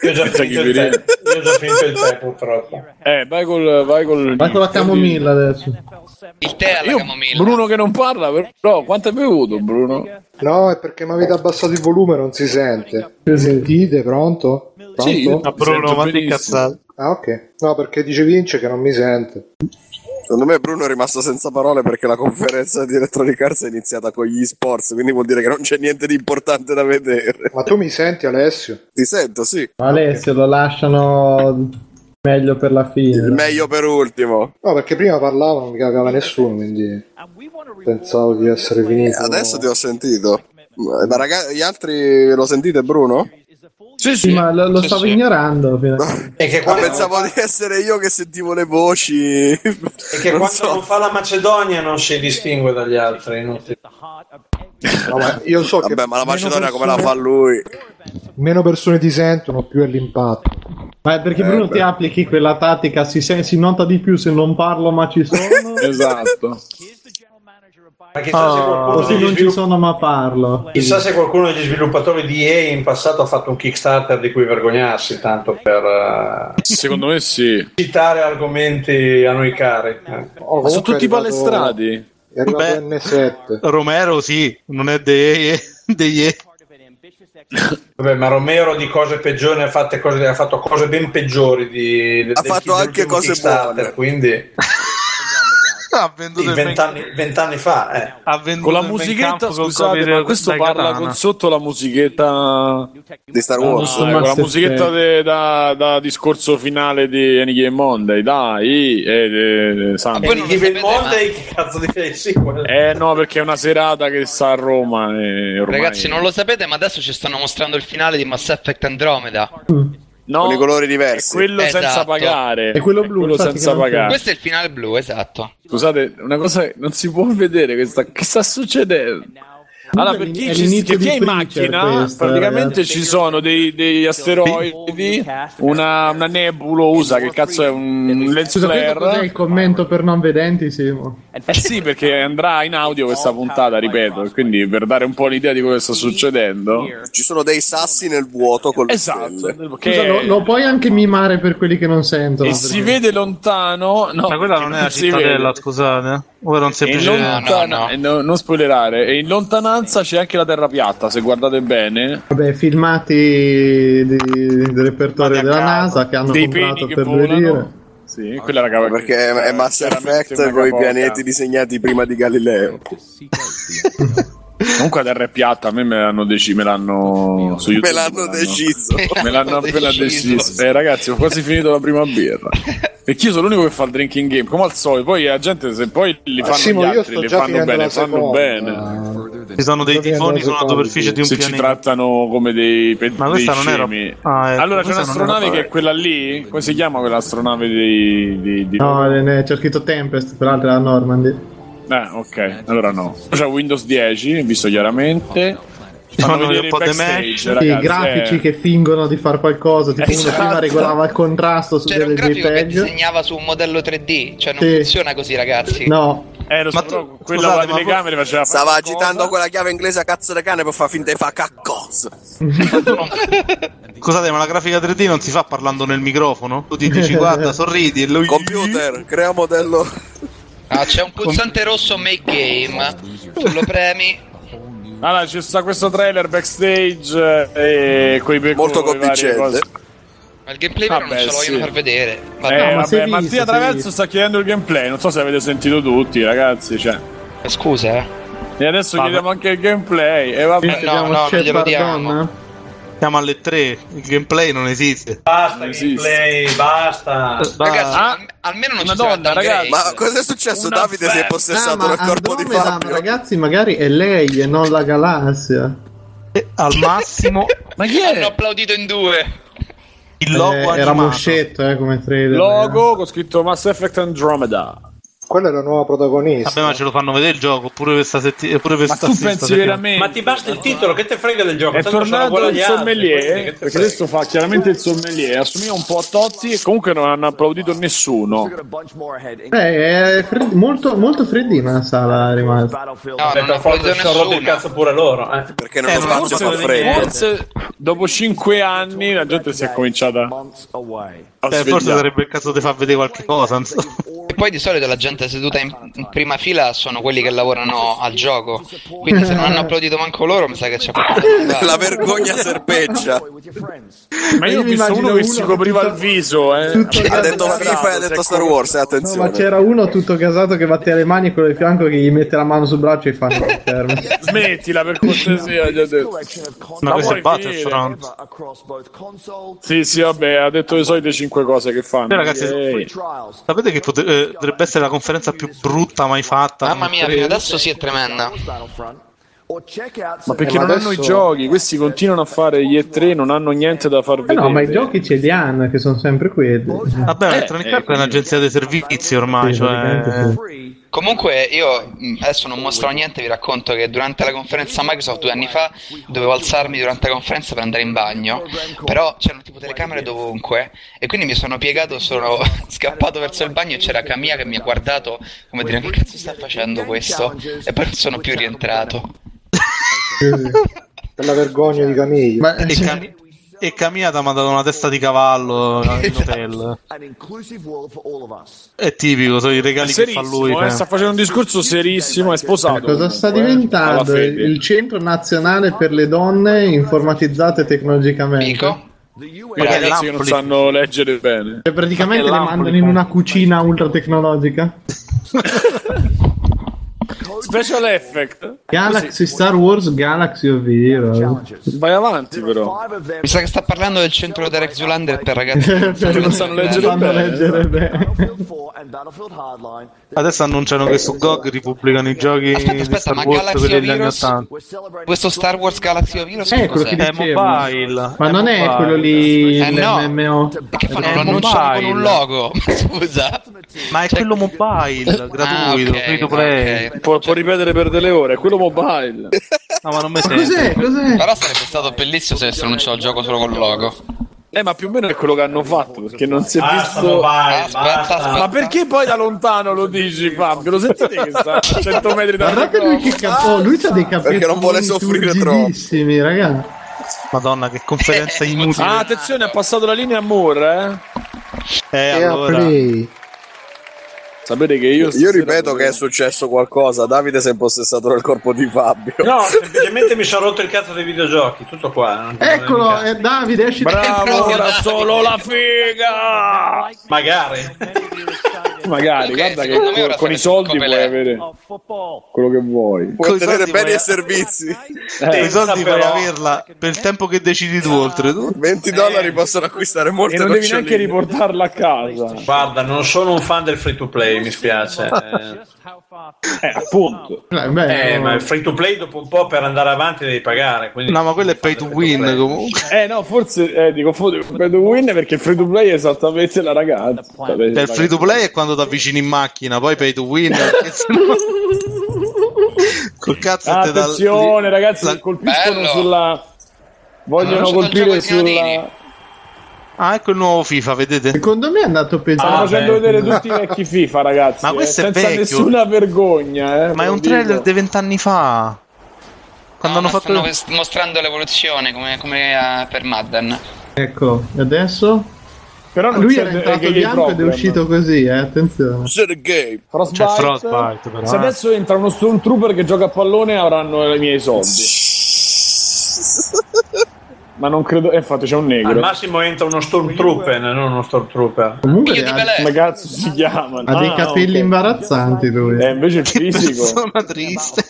I: Io ho già finito il
C: Tachipirina.
I: tè, io ho già finito il tè purtroppo.
C: Eh, vai col. Vai, col,
E: Vai con la camomilla adesso.
J: Il tè alla
C: Io-
J: camomilla.
C: Bruno che non parla, però quanto hai bevuto, Bruno?
A: No, è perché mi avete abbassato il volume, non si sente. Sentite, pronto? Pronto?
D: A Bruno, ma di cazzate.
A: Ah, ok. No, perché dice Vince che non mi sente.
H: Secondo me Bruno è rimasto senza parole perché la conferenza di Electronic Arts è iniziata con gli sports, quindi vuol dire che non c'è niente di importante da vedere.
A: Ma tu mi senti, Alessio?
H: Ti sento, sì. Eh,
E: Ma Alessio lo lasciano meglio per la fine.
H: Il meglio per ultimo.
A: No, perché prima parlavo, non mi cagava nessuno, quindi pensavo di essere finito.
H: Adesso ti ho sentito. Ma raga- gli altri lo sentite, Bruno?
C: Sì,
E: Sì, ma lo, lo stavo ignorando. fino a-
I: E che
H: Ma
I: quando,
H: pensavo di essere io che sentivo le voci.
I: e che
H: non
I: quando
H: so.
I: non fa la Macedonia non si distingue dagli altri. inutile.
A: No, ma io so che
H: Vabbè, ma la
A: meno
H: Macedonia come la
A: persone-
H: fa lui?
A: Meno persone ti sentono, più è l'impatto.
E: Ma è perché Bruno ti applichi quella tattica, si, sen- si nota di più se non parlo ma ci sono,
C: Esatto.
I: Ma
C: Ah.
I: chissà se
E: o
I: qualcuno
E: se
I: degli
E: non ci
I: svilupp-
E: sono ma parlo.
I: Chissà se qualcuno degli sviluppatori di EA in passato ha fatto un Kickstarter di cui vergognarsi, tanto per eh,
C: Secondo me sì.
I: citare argomenti a noi cari. eh.
A: Oh,
C: Ma
A: comunque è
C: sono tutti
A: arrivato-
C: palestrati.
A: È arrivato
D: Beh.
A: N7.
D: Romero sì, non è dei... degli...
I: Vabbè, ma Romero di cose peggiori ha, fatte cose- ha fatto cose ben peggiori di,
H: Ha fatto anche
I: dell'ultimo
H: cose
I: Kickstarter,
H: buone.
I: quindi
D: Ha venduto
I: sì,
D: il
I: vent'anni, vent'anni fa. eh.
D: ha venduto
C: Con la
D: il
C: musichetta,
D: Bandcamp con
C: scusate,
D: copie
C: ma
D: del-
C: questo
D: dai
C: parla
D: Katana.
C: con sotto la musichetta.
H: Di Star
C: Ah,
H: Wars.
C: con la
E: Mass
C: musichetta
E: Effect.
C: de- da, da discorso finale di Any Game Monday. Dai, eh, eh, Sandro.
J: Voi
I: E
J: non
I: di
J: lo sapete,
I: Evil Monday, che cazzo di eh, sì, quello.
C: Eh no, perché è una serata che sta a Roma. eh, ormai-
J: Ragazzi, non lo sapete, ma adesso ci stanno mostrando il finale di Mass Effect Andromeda.
C: No,
H: Con i colori
C: è
H: diversi.
C: quello senza
J: Esatto.
C: pagare.
E: Mm. È quello blu, infatti,
C: senza
E: che non c'è.
C: pagare.
J: Questo è il finale blu, esatto.
C: Scusate, una cosa che Cioè, non si può vedere questa. Che sta succedendo? Allora, per
E: È
C: chi, ci,
E: l'inizio
C: che
E: di
C: chi è in
E: Preacher
C: macchina,
E: questo,
C: praticamente
E: ragazzi.
C: ci sono dei, degli asteroidi, una, una nebulosa, che cazzo è un lens
E: Scusa, questo cos'è il
C: flare.
E: commento per non vedenti, Simo?
C: Eh sì, perché andrà in audio questa puntata, ripeto, e quindi per dare un po' l'idea di cosa sta succedendo.
H: Ci sono dei sassi nel vuoto con le stelle.
C: Esatto,
E: Scusa,
C: che-
E: lo, lo puoi anche mimare per quelli che non sentono.
C: e
E: perché-
C: si vede lontano. No,
D: Ma quella non è la
C: si vede.
D: cittadella, scusate. O era un
C: E in
D: semplice...
C: lontan-
J: no, no.
C: eh, no, non spoilerare, e in lontananza c'è anche la terra piatta, se guardate bene.
E: Vabbè, filmati di- del repertorio
D: Filmati a
E: della
D: caso.
E: NASA che hanno
C: Dei
E: comprato
C: peni che
E: per due
C: volano.
E: lire.
C: Sì, Ah, quella eh, era cavolo.
H: Perché è Mass Effect con i pianeti disegnati prima di Galileo.
C: Comunque ad R è piatta, a me me l'hanno deciso, me l'hanno su YouTube.
H: Me l'hanno deciso.
C: Me l'hanno appena deciso. Eh ragazzi, ho quasi finito la prima birra. Perché io sono l'unico che fa il drinking game, come al solito. Poi la gente, se poi li
A: Ah,
C: fanno
A: Simo,
C: gli
A: io
C: altri,
A: sto
C: li
A: già
C: fanno
A: finendo
C: bene,
A: la
C: fanno
A: seconda.
C: bene.
D: Ci sono dei tifoni con la superficie di un
C: Se
D: pianeta.
C: ci trattano come dei, pe-
D: Ma
C: dei
D: questa non era-
C: scemi.
D: Ah, ecco,
C: allora c'è
D: questa
C: un'astronave
D: non era-
C: che è quella lì. Come si chiama quell'astronave di. di, di-
E: No, ne- ne- c'è scritto Tempest, peraltro la Normandy.
C: Ah, ok, allora no. C'è Windows 10, visto chiaramente. Ci
D: Fanno
C: vedere
D: un
C: i
D: po' di
C: backstage,
D: match.
E: I
C: ragazzi,
E: grafici
C: eh.
E: che fingono di far qualcosa, tipo uno
C: Esatto.
E: prima regolava il contrasto su
J: C'era un
E: delle
J: grafico che
E: JPEG.
J: disegnava su un modello 3D, cioè non
E: Sì.
J: funziona così, ragazzi.
E: No.
C: Eh, lo so, però quella con la telecamera faceva
H: Stava agitando quella chiave inglese a cazzo di cane per far finta di fa caccos.
D: Scusate, ma la grafica 3D non si fa parlando nel microfono? Tu ti dici guarda, sorridi e lui...
H: Computer, crea modello.
J: Ah, c'è un pulsante rosso make game. Tu lo premi.
C: Allora, ci sta questo trailer backstage eh, e coi
H: Molto convincente.
J: Ma il gameplay però non
C: Vabbè,
J: ce lo vogliono
C: sì.
J: far vedere.
C: Eh,
J: ma
C: vabbè, Mattia Traverso sta chiedendo il gameplay. Non so se avete sentito tutti, ragazzi. Cioè.
J: Scusa, eh.
C: E adesso
D: Vabbè.
C: chiediamo anche il gameplay. E vabbè,
D: Eh, no, no, non glielo diamo. Siamo alle 3, il gameplay non esiste.
I: Basta gameplay, basta.
J: Ragazzi,
C: Ah,
J: al- almeno non ci sarà
E: Ah,
J: downgrade. Una fe-
E: ma Andromeda, Ragazzi, magari è lei e non la galassia.
D: al massimo.
C: ma chi
J: Hanno applaudito in due.
D: Il
E: Eh, era Moscetto, eh, come trailer.
C: Logo con scritto Mass Effect Andromeda.
A: Quella è la nuova protagonista.
D: Vabbè, ma ce lo fanno vedere il gioco pure questa settimana. Ma
I: Ma ti basta il titolo, che te frega del gioco?
C: È
I: Tanto ce la
C: tornato
I: vuole
C: il
I: gli altri, quindi
C: sommelier. eh?
I: che te
C: Perché
I: frega.
C: adesso fa chiaramente il sommelier. Assomiglia un po' a Totti. E comunque non hanno applaudito nessuno.
E: Eh, è fred- molto, molto freddina la sala è rimasta.
J: No,
I: Beh, per forza si sono rotti il cazzo pure loro. Eh.
H: Perché
C: Eh, ma forse- Forse dopo 5 anni la gente si è cominciata.
D: Eh,
C: a
D: forse
C: svegliare.
D: sarebbe il caso di far vedere qualche cosa. non so.
J: E poi di solito la gente seduta in, in prima fila sono quelli che lavorano al gioco. Quindi se non hanno applaudito manco loro, mi sa che c'è qualcosa.
H: La vergogna serpeggia.
C: Ma io ho
E: mi
C: visto
E: immagino
C: uno che
E: uno
C: si copriva il viso. Eh.
H: Ha detto FIFA e ha detto Star Wars, eh,
E: cioè, No, ma
H: attenzione.
E: c'era uno tutto casato che batte le mani e quello di fianco che gli mette la mano sul braccio e fa no, fermo.
C: Smettila per cortesia, gli ho detto.
D: Ma
C: La
D: questo è
C: vuoi
D: Battlefront.
C: finire? Sì, sì, vabbè, ha detto le solite 5 cose che fanno.
D: Beh, ragazzi,
C: Yay.
D: sapete che pote- eh, potrebbe essere la conferenza più brutta mai fatta?
J: Mamma mia, fino adesso sì è tremenda.
C: Ma perché
E: Eh, ma
C: non hanno
E: adesso-
C: i giochi? Questi continuano a fare gli E3, non hanno niente da far
E: Eh
C: vedere.
E: no, ma i giochi ce li hanno, che sono sempre quelli.
D: Vabbè, Electronic Arts è un'agenzia dei servizi ormai,
E: Sì,
D: cioè...
E: praticamente
J: Comunque io mh, adesso non mostrerò niente, vi racconto che durante la conferenza Microsoft due anni fa dovevo alzarmi durante la conferenza per andare in bagno, però c'erano tipo telecamere dovunque e quindi mi sono piegato, sono scappato verso il bagno e c'era Camilla che mi ha guardato come dire che cazzo sta facendo questo e poi non sono più rientrato.
A: Per la vergogna di Camille.
D: E, Cami- eh, e Camilla mi ha dato una testa di cavallo in hotel. È tipico, sono i regali che fa lui.
C: Serissimo, eh,
D: cioè.
C: sta facendo un discorso serissimo, è sposato.
E: Cosa sta
C: comunque, eh, alla
E: diventando
C: fede.
E: il centro nazionale per le donne informatizzate tecnologicamente?
C: I ragazzi che non sanno leggere bene.
E: Cioè, praticamente le mandano in una cucina ultra tecnologica.
C: Special effect.
E: Galaxy Star Wars Galaxy ovvero.
C: Vai avanti, però.
J: Mi sa che sta parlando del centro Derek Zulander per ragazzi
E: Perché non sanno leggere Sanno bene. leggere
D: Adesso annunciano che su GOG ripubblicano i giochi
J: Aspetta,
D: di
J: aspetta,
D: Star
J: ma
D: Wars
J: Galaxy
D: quelli degli anni
J: Virus?
D: 80.
J: Questo Star Wars Galaxy of Heroes
E: Eh, quello
J: cos'è?
E: che dicevo.
D: mobile.
E: Ma non è quello lì Eh,
J: Eh, no.
E: l'MMO.
J: Che fanno? Lo annunciano con un logo. Ma scusa.
D: Ma è quello mobile, gratuito,
J: Ah, ok,
D: free to play.
C: Può, può ripetere per delle ore, è quello mobile.
D: No, ma non mi sento.
E: Cos'è? Cos'è?
J: Però sarebbe stato bellissimo se avessero annunciato il gioco solo col logo.
C: Eh, ma più o meno è quello che hanno fatto, perché non si è
I: Basta,
C: visto...
I: mobile, basta.
C: Ma perché poi da lontano lo dici, Fabio? Lo sentite che sta a 100 metri da
E: Guardate lui che capo, lui ha dei capelli
C: Perché non vuole soffrire troppo.
E: turgidissimi, raga.
D: Madonna, che conferenza inutile.
C: Ah, attenzione, ha passato la linea Moore, eh?
D: Eh,
A: E a
D: allora.
A: play.
C: Sapete che io.
H: Io ripeto che è successo qualcosa. Davide si è impossessato del corpo di Fabio.
I: No, semplicemente mi sono rotto il cazzo dei videogiochi, tutto qua. non-
C: eh.
E: Eccolo, è eh, Davide, esci
C: Bravo, era solo la
K: figa!
I: Magari.
C: Magari, guarda che
J: secondo me
C: con,
J: ora
C: con i
J: sarà
C: soldi puoi avere quello che vuoi.
H: Puoi
D: Coi
H: ottenere
D: soldi
H: beni
D: puoi-
H: e
C: Eh,
H: servizi.
D: Con i soldi puoi
H: però-
D: averla per il tempo che Eh, decidi tu, oltretutto.
H: 20 dollari possono acquistare molte
C: E non devi
H: noccioline.
C: neanche riportarla a casa.
I: Guarda, non sono un fan del free to play, mi spiace. Eh,
C: Eh, appunto.
I: eh, ma il free to play dopo un po' per andare avanti devi pagare. Quindi
D: No, ma quello è pay to win comunque.
C: Eh no, forse eh, dico free to win perché free to play è esattamente la ragazza.
D: Per free to play è quando ti avvicini in macchina, poi pay to win. perché sennò- Col cazzo te dà-
C: Attenzione, ragazzi, colpiscono
J: Bello.
C: sulla. Vogliono
J: Allora,
C: colpire
J: gioco di
C: sulla.
D: Ah, ecco il nuovo FIFA, vedete?
E: Secondo me è andato peggio.
C: Stanno
I: Ah,
C: facendo
I: beh.
C: vedere tutti i vecchi FIFA, ragazzi.
D: Ma
C: eh,
D: questo è
C: senza
D: vecchio.
C: nessuna vergogna. eh,
D: Ma è
C: ve
D: un
C: lo dico.
D: trailer di vent'anni fa. Quando hanno
J: ma
D: fatto.
J: stanno pes- mostrando l'evoluzione come, come eh, per Madden.
E: Eccolo, Ecco, e adesso?
C: Però non
E: Lui
C: c'è
E: era
C: de-
E: entrato
C: gay
E: bianco ed è
C: problem.
E: uscito così, eh, attenzione.
H: Essere gay.
C: Frostbite.
D: C'è Frostbite, però,
C: Se
D: eh.
C: adesso entra uno Stormtrooper che gioca a pallone avranno i miei soldi. Ma non credo. Eh, infatti, c'è un
I: Al
C: negro.
I: massimo entra uno stormtrooper, non uno stormtrooper.
E: Comunque
J: Figlio di
E: ha,
J: Pelé.
C: Come cazzo si chiama?
E: ha dei
C: Ah,
E: capelli
C: ok.
E: imbarazzanti lui.
C: Eh, invece il fisico.
D: Persona triste.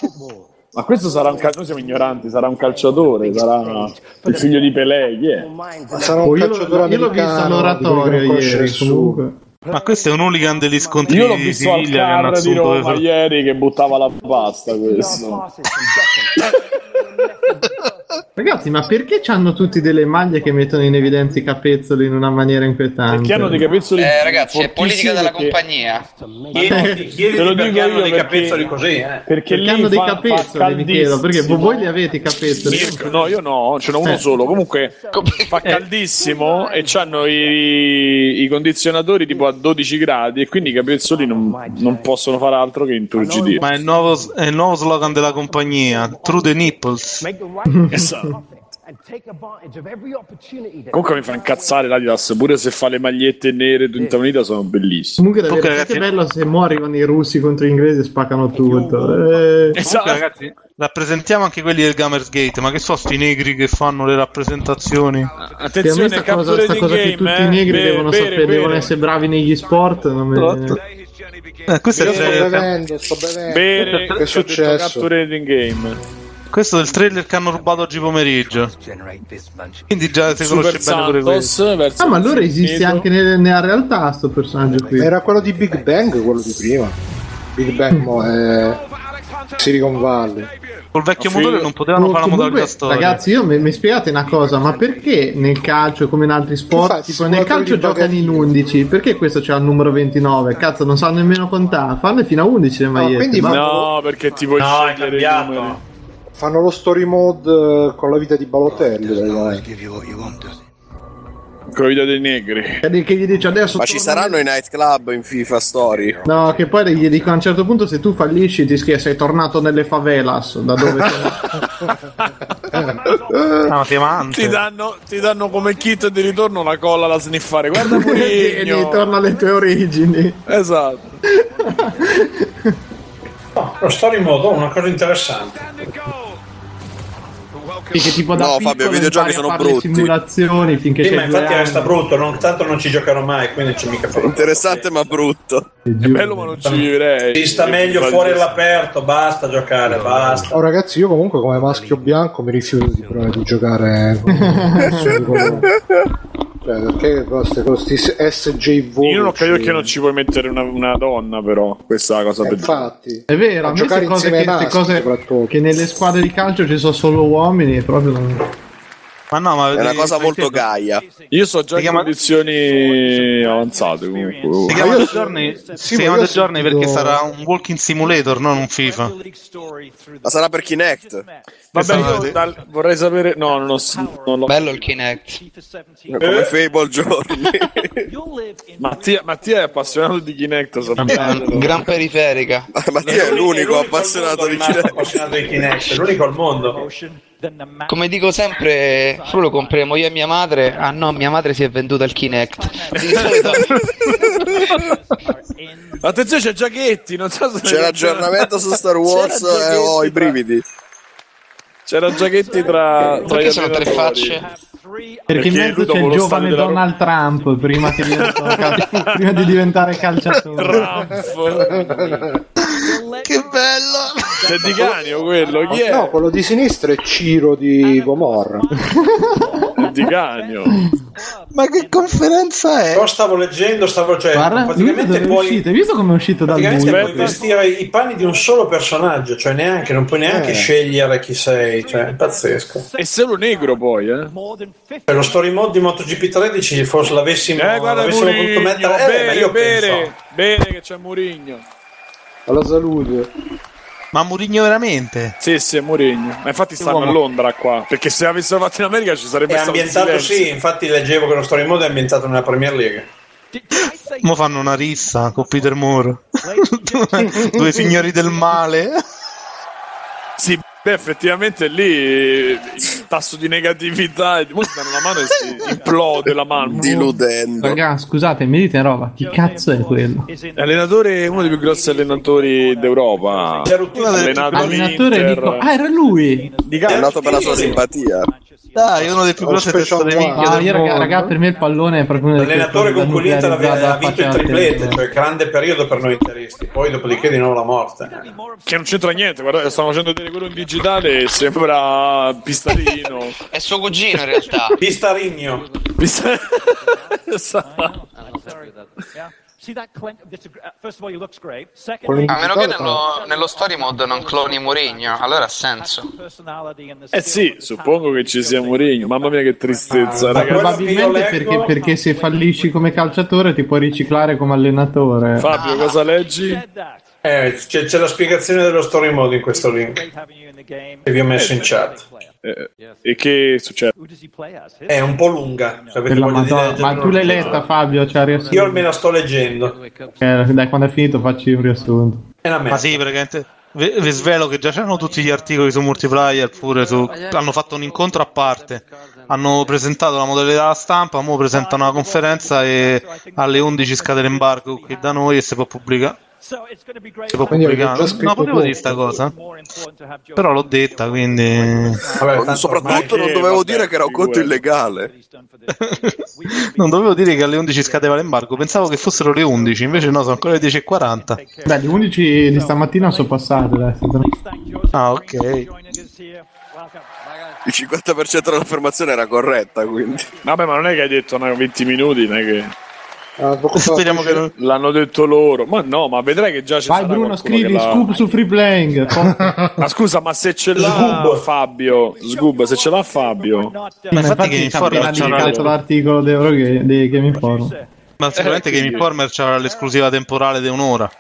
C: Ma questo sarà un calciatore. Noi siamo ignoranti. Sarà un calciatore. Sarà il figlio di Pelé. Chi è?
A: Sarà un
E: Oh, io, l'ho, io
A: calciatore
E: l'ho visto
A: americano, di quelli che
E: all'oratorio
A: non conosce
E: ieri,
A: nessuno.
E: comunque.
D: Ma questo è un hooligan degli scontri
C: Io l'ho
D: di
C: visto al
D: Siviglia che hanno
C: car di
D: assunto. per
C: Roma
D: far-
C: ieri che buttava la pasta. Questo.
E: Ragazzi, ma perché hanno tutti delle maglie che mettono in evidenza i capezzoli in una maniera inquietante?
C: Perché hanno dei capezzoli.
J: Eh, ragazzi, è politica
C: fortissimi
J: della
C: perché-
J: compagnia.
E: Eh.
I: Chiediti, chiediti
C: Te lo
I: perché
C: dico
I: hanno
C: io
I: dei
C: perché-
I: capezzoli così, eh.
C: Perché,
E: Perché
C: lì
E: hanno dei
C: fa- fa
E: capezzoli, mi chiedo, perché
C: caldissimo.
E: voi- voi li avete i capezzoli?
C: Io- Cioè, No, io no, ce n'ho uno
E: Eh.
C: solo. Comunque fa caldissimo e c'hanno i, i condizionatori tipo a 12 gradi e quindi i capezzoli non, non possono fare altro che inturgidire.
D: Ma è il, nuovo, è il nuovo slogan della compagnia, True the Nipples.
C: Esatto. Comunque mi fa incazzare l'Adidas, pure se fa le magliette nere tutta unita sono bellissime.
E: Comunque, davvero,
D: Comunque,
E: sai che
D: ragazzi-
E: bello se muori con i russi contro gli inglesi e spaccano tutto. Eh,
C: Esatto.
D: ragazzi, rappresentiamo anche quelli del Gamers Gate, ma che so sti negri che fanno le rappresentazioni.
E: che a me
C: Attenzione,
E: sta cosa,
C: catture
E: sta
C: di
E: cosa
C: game,
E: che tutti
C: eh.
E: i negri
C: Bere,
E: devono
C: bere,
E: sapere, devono
C: bere.
E: essere bravi negli sport. Non
D: Esatto.
E: me...
D: Eh, questo, è
A: Io
D: il
A: sto
D: trailer,
A: bevendo, sto bevendo. che
C: Bere,
A: è
C: ho detto
A: successo?
C: catture di game.
D: questo è il trailer che hanno rubato oggi pomeriggio. Quindi già si conosce
C: Super
D: bene pure questo.
C: Santos verso
E: Ah, ma allora esiste
C: Infinito.
E: anche nel- nella realtà sto personaggio qui.
A: Era quello di Big Bang, quello di prima. Big Bang mo, è Silicon Valley.
D: Col vecchio
C: Figo.
D: motore non potevano
E: Oh,
D: fare una modalità
E: comunque,
D: storia.
E: ragazzi, io mi, mi spiegate una cosa, ma perché nel calcio, come in altri sport,
A: Infatti,
E: tipo nel
A: guarda
E: calcio
A: lì,
E: giocano in
A: bagarino.
E: 11? Perché questo c'ha il numero 29? Cazzo, non sanno nemmeno contare, farne fino a 11 le magliette.
A: quindi
E: ma-
C: No, perché ti puoi
I: No, è
C: scegliere i numeri.
I: cambiato.
A: Fanno lo story mode eh, con la vita di Balotelli. praticamente.
C: Con i video dei negri.
E: che che gli dici adesso
H: Ma ci
E: torna-
H: saranno i nightclub in FIFA Story?
E: No, che poi gli dico a un certo punto se tu fallisci ti scrive sei tornato nelle favelas da dove
D: Ah, ma ti amanti.
C: Ti danno, ti danno come kit di ritorno la colla da sniffare. Guarda
E: vieni,
C: Murigno.
E: torna alle tue origini.
C: Esatto.
I: Lo story mode, oh, una cosa interessante.
E: Sì, che tipo da
H: No,
E: piccolo
H: Fabio, i videogiochi
E: impari a
H: sono
E: fare le
H: brutti.
E: simulazioni finché
I: Sì,
E: c'è
I: ma
E: due
I: infatti
E: anni.
I: resta brutto, non, tanto non ci giocherò mai, quindi non c'è mica problema.
H: Interessante ma brutto.
C: È bello, ma non ci vivrei.
I: Si sta meglio fuori all'aperto, basta giocare,
C: Ah,
I: basta.
A: Oh, ragazzi, io comunque come maschio bianco mi rifiuto di, provare di giocare con con- cioè, perché queste questi SJV
C: Io non ho capito
A: cioè-
C: che non ci puoi mettere una, una donna, però. Questa è la cosa
A: Eh,
C: peggiore.
A: infatti
E: È vero,
A: A
E: a me
A: giocare
E: queste cose,
A: insieme
E: che,
A: ai
E: ste
A: maschi,
E: cose
A: soprattutto.
E: che nelle squadre di calcio ci sono solo uomini, è proprio non...
D: Ma no, ma
H: È una cosa molto gaia.
C: Io so già
D: Si
C: in
D: chiama-
C: condizioni avanzate comunque.
D: Si
C: Oh.
D: chiama
A: io
D: The
A: so-
D: Journey,
A: sì,
D: si
A: ma
D: chiama
A: io
D: The
A: ho
D: Journey
A: sentito-
D: perché sarà un walking simulator, non un FIFA.
H: Ma sarà per Kinect?
C: Vabbè, io
D: Esatto.
C: dal- vorrei sapere. No, non, ho, non l'ho
J: Bello il Kinect.
H: Eh? Come Fable Journey.
C: Mattia, Mattia è appassionato di Kinect, sappiatelo.
J: Gran periferica.
H: Mattia è l'unico appassionato di
I: Kinect.
H: Kinect.
I: appassionato di Kinect, è l'unico al mondo.
J: Come dico sempre, Fru lo compreremo io e mia madre. Ah no, mia madre si è venduta al Kinect. Di solito-
C: Attenzione, c'è Giachetti. Non so se
H: C'è l'aggiornamento su Star Wars
C: C'era
H: e ho
C: Giachetti
H: i brividi.
C: C'era Giachetti tra, tra
J: Perché
C: gli
J: sono tre
C: ammiratori.
E: Perché in
C: Perché
E: mezzo
C: lui
E: c'è
C: dopo
E: il
C: lo
E: giovane
C: stadio della
E: Donald Trump prima, che diventa- prima di diventare calciatore.
D: che bello!
C: C'è Di Canio oh, quello, chi è?
A: No, quello di sinistra è Ciro di Gomorra.
C: Di Canio.
D: Ma che conferenza è?
I: Però stavo leggendo, stavo cioè,
E: Guarda, lui
I: praticamente
E: dove è
I: puoi,
E: uscito? Hai visto come è uscito dal
I: praticamente
E: buio?
I: puoi vestire i panni di un solo personaggio, cioè neanche, non puoi neanche
C: Eh.
I: scegliere chi sei, cioè è pazzesco.
C: È solo negro poi, eh.
I: Per lo story mode di MotoGP 13 forse l'avessimo,
C: Eh, guarda
I: l'avessimo potuto
C: Murigno,
I: mettere, eh, ma
C: bene,
I: io
C: bene,
I: penso.
C: bene che c'è Murigno.
A: Alla salute.
D: Ma Murigno veramente?
C: Sì, sì, è Murigno. Ma infatti stanno
D: uomo.
C: a Londra qua, perché se avessero fatto in America ci sarebbe
I: È
C: stato
I: ambientato,
C: silenzio.
I: sì, infatti leggevo che lo story mode è ambientato nella Premier League.
D: Mo fanno una rissa con Peter Moore. Due- Due signori del male.
C: Sì, beh, effettivamente lì eh, il tasso di negatività mo si danno la mano e si implode la mano.
H: Diludendo.
E: Raga, scusate, mi dite roba, chi cazzo è quello?
C: Allenatore, uno dei più grossi allenatori d'Europa. Allenato
E: Allenatore
C: all'Inter.
E: dico, ah era lui!
H: È noto per la sua simpatia.
D: Dai, Ah, uno dei più grossi testa di minchia
E: Ah,
D: del
E: io raga,
D: mondo.
E: raga, per me il pallone è proprio una di quelle
I: L'allenatore
E: cose
I: con
E: da
I: cui l'Inter
E: nuclearizzare
I: aveva- ha
E: dalla
I: vinto il
E: faccia alla
I: triplete,
E: testa.
I: cioè grande periodo per noi interisti, poi dopodiché di nuovo la morte.
C: Che non c'entra niente, guarda, stanno facendo vedere quello in digitale e sembra Pistarino.
J: È suo cugino in realtà.
I: Pistarigno.
C: Pista- Esatto.
K: A
J: A meno che nello, nello story mode non cloni Murigno, allora ha senso.
C: Eh sì, suppongo che ci sia Mourinho. Mamma mia che tristezza,
E: Ma
C: ragazzi.
E: probabilmente perché, perché se fallisci come calciatore ti puoi riciclare come allenatore.
C: Fabio, cosa leggi?
I: Eh, c'è, c'è la spiegazione dello story mode in questo link che vi ho messo in chat.
C: Eh, e che succede?
I: È un po' lunga. se avete
E: Per la
I: voglia di
E: Madonna.
I: leggerla,
E: Ma tu l'hai letta Fabio? Cioè, riassunto.
I: Io almeno sto leggendo.
E: Eh, dai, quando è finito facci un riassunto.
I: È una
D: Ma
I: merda.
D: sì, praticamente vi, vi svelo che già c'erano tutti gli articoli su multiplayer, pure su hanno fatto un incontro a parte. Hanno presentato la modalità alla stampa, ora presentano una conferenza e alle 11 scade l'embargo qui da noi e si può pubblicare. Si può
A: Quindi avete
D: pubblicare.
A: già scritto
D: No, potevo dire sta
A: tutto.
D: cosa. Però l'ho detta, quindi
H: Soprattutto
C: Eh,
H: non dovevo dire che era un conto illegale.
D: non dovevo dire che alle 11 scadeva l'embargo, pensavo che fossero le 11, invece no, sono ancora le 10:40.
E: Dai, le 11 di stamattina sono passate. Dai, senza-
D: Ah, ok.
H: Il 50% dell'affermazione era corretta, quindi.
C: Vabbè, ma non è che hai detto no, 20 minuti, non è che
A: Ah, dopo cosa-
D: Speriamo che non
C: l'hanno detto loro. Ma no, ma vedrai che già c'è
E: Vai Bruno, scrivi scoop su free playing.
C: Ma scusa, ma se ce l'ha
I: Sgub.
C: Fabio, Sgub, se ce l'ha Fabio,
D: Ma infatti che
E: sta appena
D: Informer c'ha
E: dedicato
D: una-
E: l'articolo di Eurogame di Game Informer.
C: Eh,
D: ma sicuramente Game Informer c'era l'esclusiva temporale di un'ora.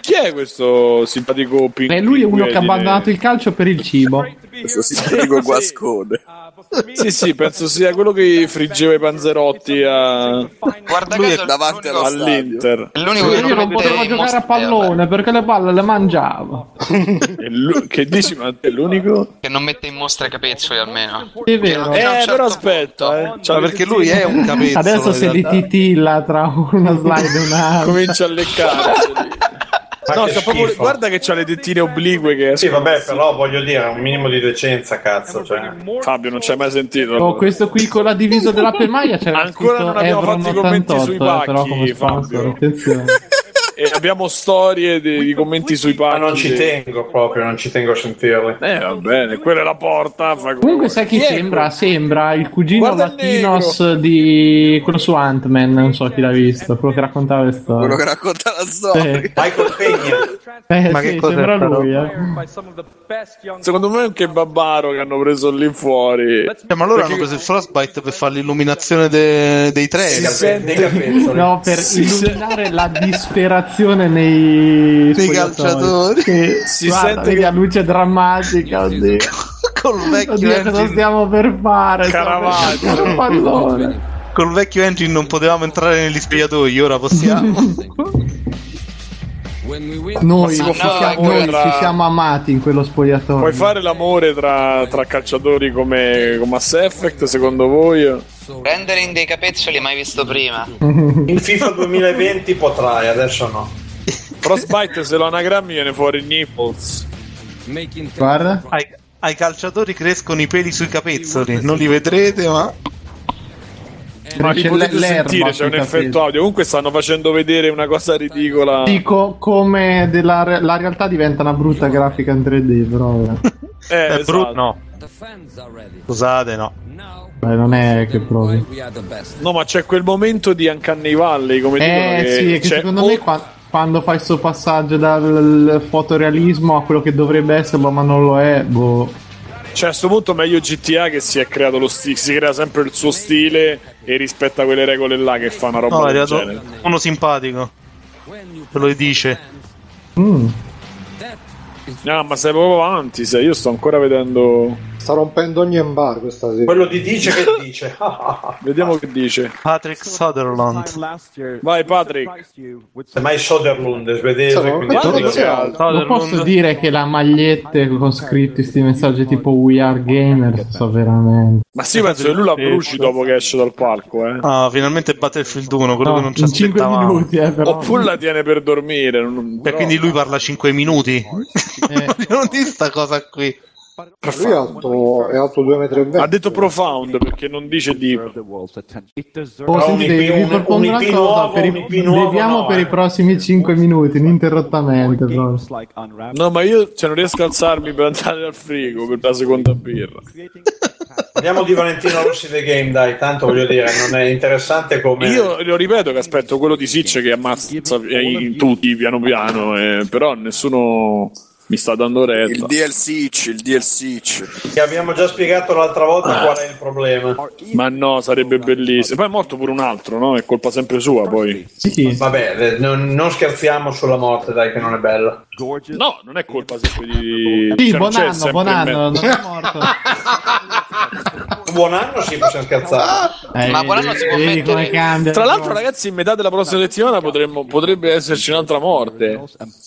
C: chi è questo simpatico ping?
E: E lui è uno che ha abbandonato il calcio per il cibo.
H: Questo simpatico guascone.
C: Sì, sì, penso sia quello che friggeva i panzerotti a-
J: Guarda
D: Lui è
J: caso,
H: davanti
J: l'unico,
H: alla-
C: all'Inter.
J: è l'unico che
E: Io non
J: mette
E: potevo
J: i
E: giocare a
J: mostri,
E: pallone perché le palle le mangiavo.
C: E lui- Che dici, ma è l'unico?
J: Che non mette in mostra i capezzoli almeno.
E: È vero.
C: Eh,
J: Fino a un certo
C: però aspetta, eh.
D: Ma perché lui è un capezzolo.
E: Adesso
D: in
E: se li
D: realtà.
E: titilla tra una slide e un'altra.
C: comincia a leccarsi. No, c'ha proprio- guarda che c'ha le dettine oblique che
I: Sì,
C: escono.
I: vabbè, però voglio dire, un minimo di decenza, cazzo. Cioè.
C: Fabio non ci hai mai sentito.
E: Oh,
C: allora.
E: questo qui con la divisa della Pemaia c'era
C: Ancora
E: scritto
C: non abbiamo
E: Evron
C: fatto i commenti
E: 88,
C: sui
E: eh, però
C: pacchi,
E: come sponsor,
C: Fabio.
E: attenzione.
C: E abbiamo storie di, di commenti sui
I: Ma
C: pacchi.
I: non ci tengo proprio, non ci tengo a sentirli.
C: Eh, va bene, quella è la porta. fa come
E: Comunque
C: vuoi.
E: sai chi
C: è
E: sembra? Sembra il cugino
C: Guarda il
E: latinos di quello su Ant-Man, non so chi l'ha visto, quello che raccontava le storie.
H: Quello che racconta la storia.
E: Eh,
I: Michael Pegna.
E: eh,
D: Ma che
E: sì,
D: cos'è
E: sembra
D: sta
E: lui, eh.
C: quello- Secondo me è un kebabaro che hanno preso lì fuori.
D: Cioè, ma loro hanno preso il Frostbite per fare l'illuminazione de- dei
I: Dei
D: trailer.
I: cape- dei capezzoli.
E: No, per illuminare la disperazione nei
D: Dei
E: spogliatoi.
D: calciatori.
E: Che,
C: Si
E: guarda,
C: sente
E: vedi
C: che-
E: la luce drammatica, oddio.
D: Col vecchio,
E: Oddio, cosa
D: engine,
E: stiamo per fare?
C: Caravaggio.
E: Stiamo per giocare al pallone.
D: col vecchio engine non potevamo entrare negli spogliatoi, ora possiamo.
E: Noi,
C: Ma si
E: ci
C: può fare
E: siamo,
C: amore
E: noi
C: tra-
E: ci siamo amati in quello spogliatoio.
C: Puoi fare l'amore tra, tra calciatori come, come Mass Effect, secondo voi?
J: Rendering dei capezzoli mai visto prima.
I: In FIFA 2020 potrai, adesso no.
C: Frostbite se lo anagrammi viene fuori nipples.
E: Guarda.
D: Ai, ai calciatori crescono i peli sui capezzoli, non li vedrete, ma.
C: Ma li
E: c'è
C: potete
E: l'erba
C: sentire, c'è
E: sui
C: un effetto
E: capelli.
C: audio. Comunque stanno facendo vedere una cosa ridicola.
E: Dico come della re- la realtà diventa una brutta grafica in 3D, però vabbè.
C: Eh,
D: è brutto, no. Scusate, no.
E: Beh, non è che proprio.
C: No, ma c'è quel momento di Uncanny Valley, come
E: Eh
C: dicono
E: sì, è che
C: c'è
E: secondo
C: un-
E: me qua- quando fai questo passaggio dal fotorealismo a quello che dovrebbe esserlo ma non lo è, boh.
C: Cioè, a sto punto meglio GTA che si è creato lo stile, si crea sempre il suo stile e rispetta quelle regole là che fa una roba
D: No, è
C: del
D: arrivato
C: genere.
D: uno simpatico. Te lo dice.
C: No, ma sei proprio avanti, sei. io sto ancora vedendo.
A: Sta rompendo ogni embargo questa sera.
I: Quello di dice che dice. "Ah,
C: Vediamo che dice.
D: Patrick Sutherland.
C: Vai Patrick.
I: Mai Soderlund, è svedese.
E: Sono-
I: quindi-
E: Guarda che Non posso dire che la magliette con scritti sti messaggi tipo We Are Gamers, so veramente.
C: Ma sì, penso che lui la bruci dopo che esce dal palco, eh.
D: Ah, finalmente Battlefield 1, quello
E: No,
D: che non ci
E: in cinque
D: aspettavamo.
E: minuti, eh, però.
C: Oppure la tiene per dormire. non-
D: E
C: però-
D: quindi lui parla 5 minuti. non di sta cosa qui.
A: Lui è alto, è alto 2,20 m.
C: Ha detto profound perché non dice deep.
E: Oh, senti,
I: Ah, un IP-
E: vi
I: un-
E: propongo
I: un
E: una
I: IP
E: cosa,
I: nuovo,
E: per i-
I: un IP nuovo
E: beviamo
I: no,
E: per
I: eh.
E: i prossimi 5 minuti, ininterrottamente proprio.
C: No, ma io cioè, non riesco a alzarmi per andare al frigo per la seconda birra.
I: Parliamo di Valentino Rossi The Game, dai, tanto voglio dire, non è interessante come...
C: Io lo ripeto che aspetto quello di Sitch che ammazza i- tutti piano piano, eh, però nessuno mi sta dando
H: Il
C: retta.
H: DLC, il DLC.
I: Ti abbiamo già spiegato l'altra
E: Ah.
I: volta qual è il problema.
C: Ma no, sarebbe bellissimo. Poi è morto pure un altro, no? È colpa sempre sua poi.
I: Vabbè, eh, non, non scherziamo sulla morte, dai, che non è bella.
C: No, non è colpa sempre di...
E: Sì,
C: cioè, non
E: buon
C: c'è
E: anno,
C: sempre
E: buon
C: in
E: anno,
C: mezzo.
E: Ah, non è morto.
I: Buon anno, sì, possiamo scherzare.
E: Eh,
J: Ma buon anno si può
E: vedi come
J: mettere-
E: cambia.
C: Tra l'altro, ragazzi, in metà della prossima settimana potremmo- potrebbe esserci un'altra morte.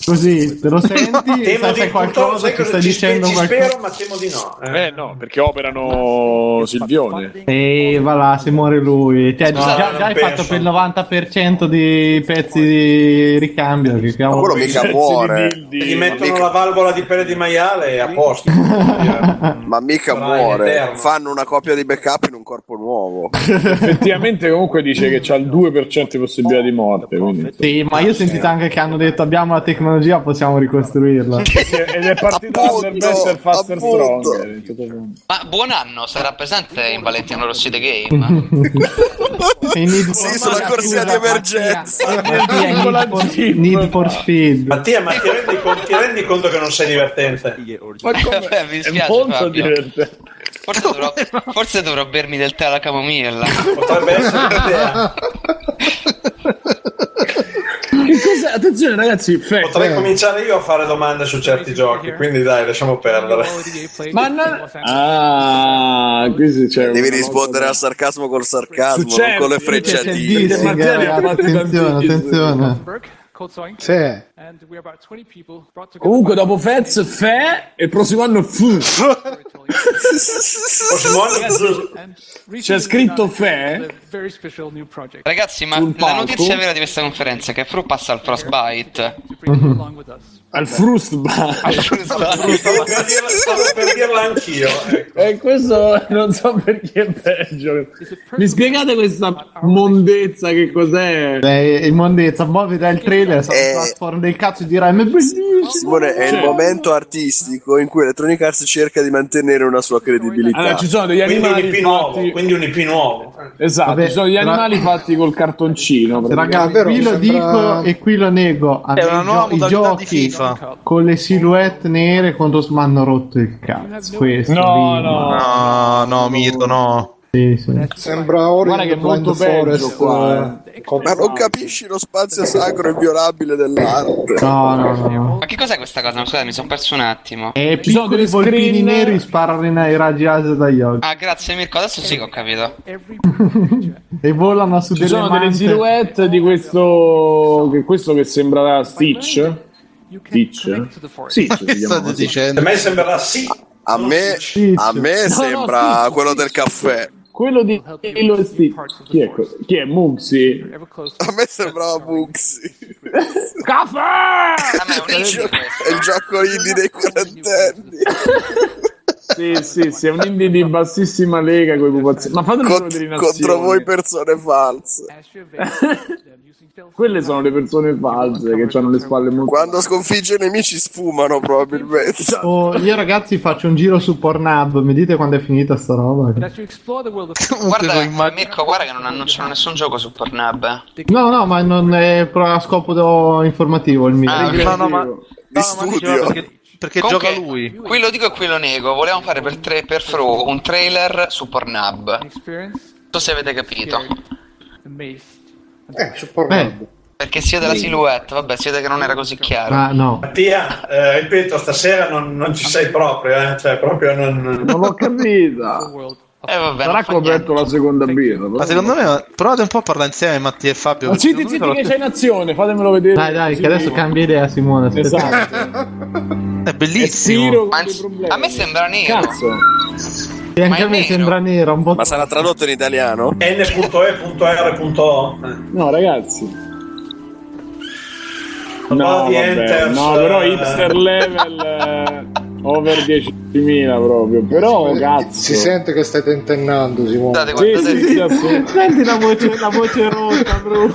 E: Così, te lo senti? e
I: Temo
E: sai, c'è
I: di purtroppo,
E: qualcosa
I: sai
E: che
I: cosa
E: stai
I: ci, spe-
E: dicendo
I: ci
E: qualcosa.
I: spero, ma temo di no. eh.
C: Eh no, perché operano Silvione.
E: E va là, se muore lui. Cioè,
I: No,
E: già,
C: Esatto,
E: già
I: non
E: hai
I: penso.
E: fatto per il 90% dei pezzi di ricambio. Che
H: Ma
E: cavolo
H: quello
E: vuoi?
H: mica muore.
I: Gli
C: Dildi.
I: mettono la valvola di pelle di maiale e a posto. Voglio
H: Ma mica
I: Sarà
H: muore.
I: eterno.
H: Fanno una copia di backup in un corpo nuovo.
C: Effettivamente, comunque, dice che c'ha il 2% di possibilità di morte. Quindi.
E: Sì, ma io ho sentito anche che hanno detto abbiamo la tecnologia, possiamo ricostruirla.
C: Ed è partito
H: Appunto,
C: Under Better Faster
H: appunto.
J: eh.
C: Stronger.
J: Ma buon anno, sarà presente in Valentino Rossi The Game?
E: E Need
H: Sì,
E: for-
H: sulla corsia di emergenza.
E: Mattia, Need for, Need for Speed.
I: Mattia, ma ti rendi, con- ti rendi conto che non sei divertente?
C: Ma
J: Beh, mi
C: È
J: dispiace
C: molto
J: Fabio.
C: divertente.
J: Forse dovrò, forse dovrò bermi del tè alla camomilla.
I: Potrebbe essere un'idea.
C: Che cosa- Attenzione, ragazzi. eh. Fact.
I: Potrei cominciare io a fare domande su certi giochi, quindi dai, lasciamo perdere.
C: Ma no- Ah, qui sì, c'è
H: Devi
C: una
H: rispondere al
C: volta-
H: sarcasmo col sarcasmo,
C: Succede,
H: non con le
E: C'è il
H: frecciatine.
E: dissing,
C: Mattia,
E: eh,
C: li ha
E: ragazzi,
C: fatti
E: attenzione,
C: tantissimi.
E: attenzione.
A: Sì.
C: Comunque, dopo Fez, Fe e il prossimo anno Fu.
I: Prossimo anno-
C: C'è scritto Fe.
J: Ragazzi, ma
C: Sul
J: la
C: palco?
J: notizia vera di questa conferenza è che Fru passa al Frostbite.
C: Al Frustbar.
I: Stavo per dirla, stavo per dirla anch'io. ecco.
C: E questo non so perché è peggio. Mi spiegate questa mondezza che cos'è?
E: Eh, immondezza, poi vedrai il trailer, sarà
H: Eh.
E: un platform del cazzo e dirai ma è bellissimo.
H: Simone, è
C: Cioè.
H: il momento artistico in cui Electronic Arts cerca di mantenere una sua
C: Allora,
H: credibilità.
C: ci sono degli
I: Quindi un
C: animali
I: IP
C: fatti...
I: nuovo. Quindi un IP nuovo.
C: Esatto,
E: Vabbè,
C: ci sono degli
E: ra-
C: animali fatti col cartoncino.
E: Ragazzi,
A: Davvero,
E: qui
A: mi
E: lo
A: sembra-
E: dico e qui lo nego. A
D: È
E: me
D: una
E: i
D: nuova
E: gio- i
D: modalità di
E: giochi
D: FIFA.
E: con le silhouette nere contro mi hanno rotto il cazzo. Questo
C: No, Eh.
E: lì.
C: no.
D: No, no, Mirko, no.
E: Sì, sì.
A: Sembra Ori
C: Guarda che è molto peggio
A: Forest.
C: qua. eh.
H: Ma non capisci lo spazio sacro inviolabile dell'arte.
E: No, no, no.
J: Ma che cos'è questa cosa? Scusate, mi sono perso un attimo.
E: E
C: Ci sono
E: Eh, piccoli
C: delle
E: volpini
C: screen-
E: neri sparano in- i raggi laser dagli occhi
J: Ah, grazie Mirko, adesso sì che ho capito.
E: e volano su
C: Ci
E: delle
C: sono delle
E: mante.
C: silhouette di questo che, questo che sembrerà Stitch.
B: Dice?
H: Sì,
B: si chiama così.
I: A me sembrerà sì.
H: A me, a me
B: No, no,
H: sembra
B: Tizio,
H: quello del caffè.
B: Quello di Lilo e Stitch. Chi è, que- chi è Muxi?
H: A me sembrava Buxi.
B: Caffè!
H: È il gio- è il gioco indie dei quarantenni.
B: Sì, sì, sì, è un indie di bassissima lega con i pupazzi. Ma fatelo
H: Cont-
B: vedere in azione.
H: contro voi persone false.
D: Eh,
B: Quelle sono le persone false che hanno le spalle molto...
H: Quando sconfigge i nemici sfumano probabilmente.
E: Oh, io ragazzi faccio un giro su Pornhub, mi dite quando è finita sta roba?
J: Guarda, Mirko, guarda che non annunciano nessun gioco su Pornhub. eh.
E: No, no, ma non è pro- a scopo informativo il mio.
J: Ah, no, no, ma-
H: Di
J: diceva
H: studio.
D: Perché
J: Comunque,
D: gioca lui.
J: Qui lo dico e qui lo nego. Volevamo fare per, tre, per Fro un trailer su Pornhub. Non so se avete capito.
A: Eh, su Pornhub.
J: Perché sia della
I: Sì.
J: silhouette, vabbè, siete che non era così chiaro.
E: Ah, no.
I: Mattia, eh, ripeto, stasera non, non ci sei proprio, eh? cioè proprio non...
B: Non l'ho capita.
J: Eh, vabbè,
B: Sarà coperto la seconda birra.
D: Ma secondo me provate un po' a parlare insieme Mattia e Fabio.
B: Ma
E: Oh,
D: perché
B: zitti,
D: secondo me
B: zitti che
D: sono-
B: c'è in azione, fatemelo vedere.
E: Dai, dai, che adesso cambia idea Simone. aspetta.
D: È bellissimo.
J: Ma anzi- a me sembra nero.
E: E anche a me sembra nero, un po'
H: Ma sarà tradotto in italiano?
I: N.E.R.O.
B: No, ragazzi.
E: Oh,
B: No,
I: di
B: Oh, vabbè,
I: Enters,
B: no, però
I: eh.
B: hipster level eh, over 10.000 proprio. Però, cazzo.
A: Si sente che stai tentennando, Simone.
J: Guardate,
B: Sì,
J: guardate.
B: sì, sì, assolutamente.
E: Senti la voce, la voce rotta, bro.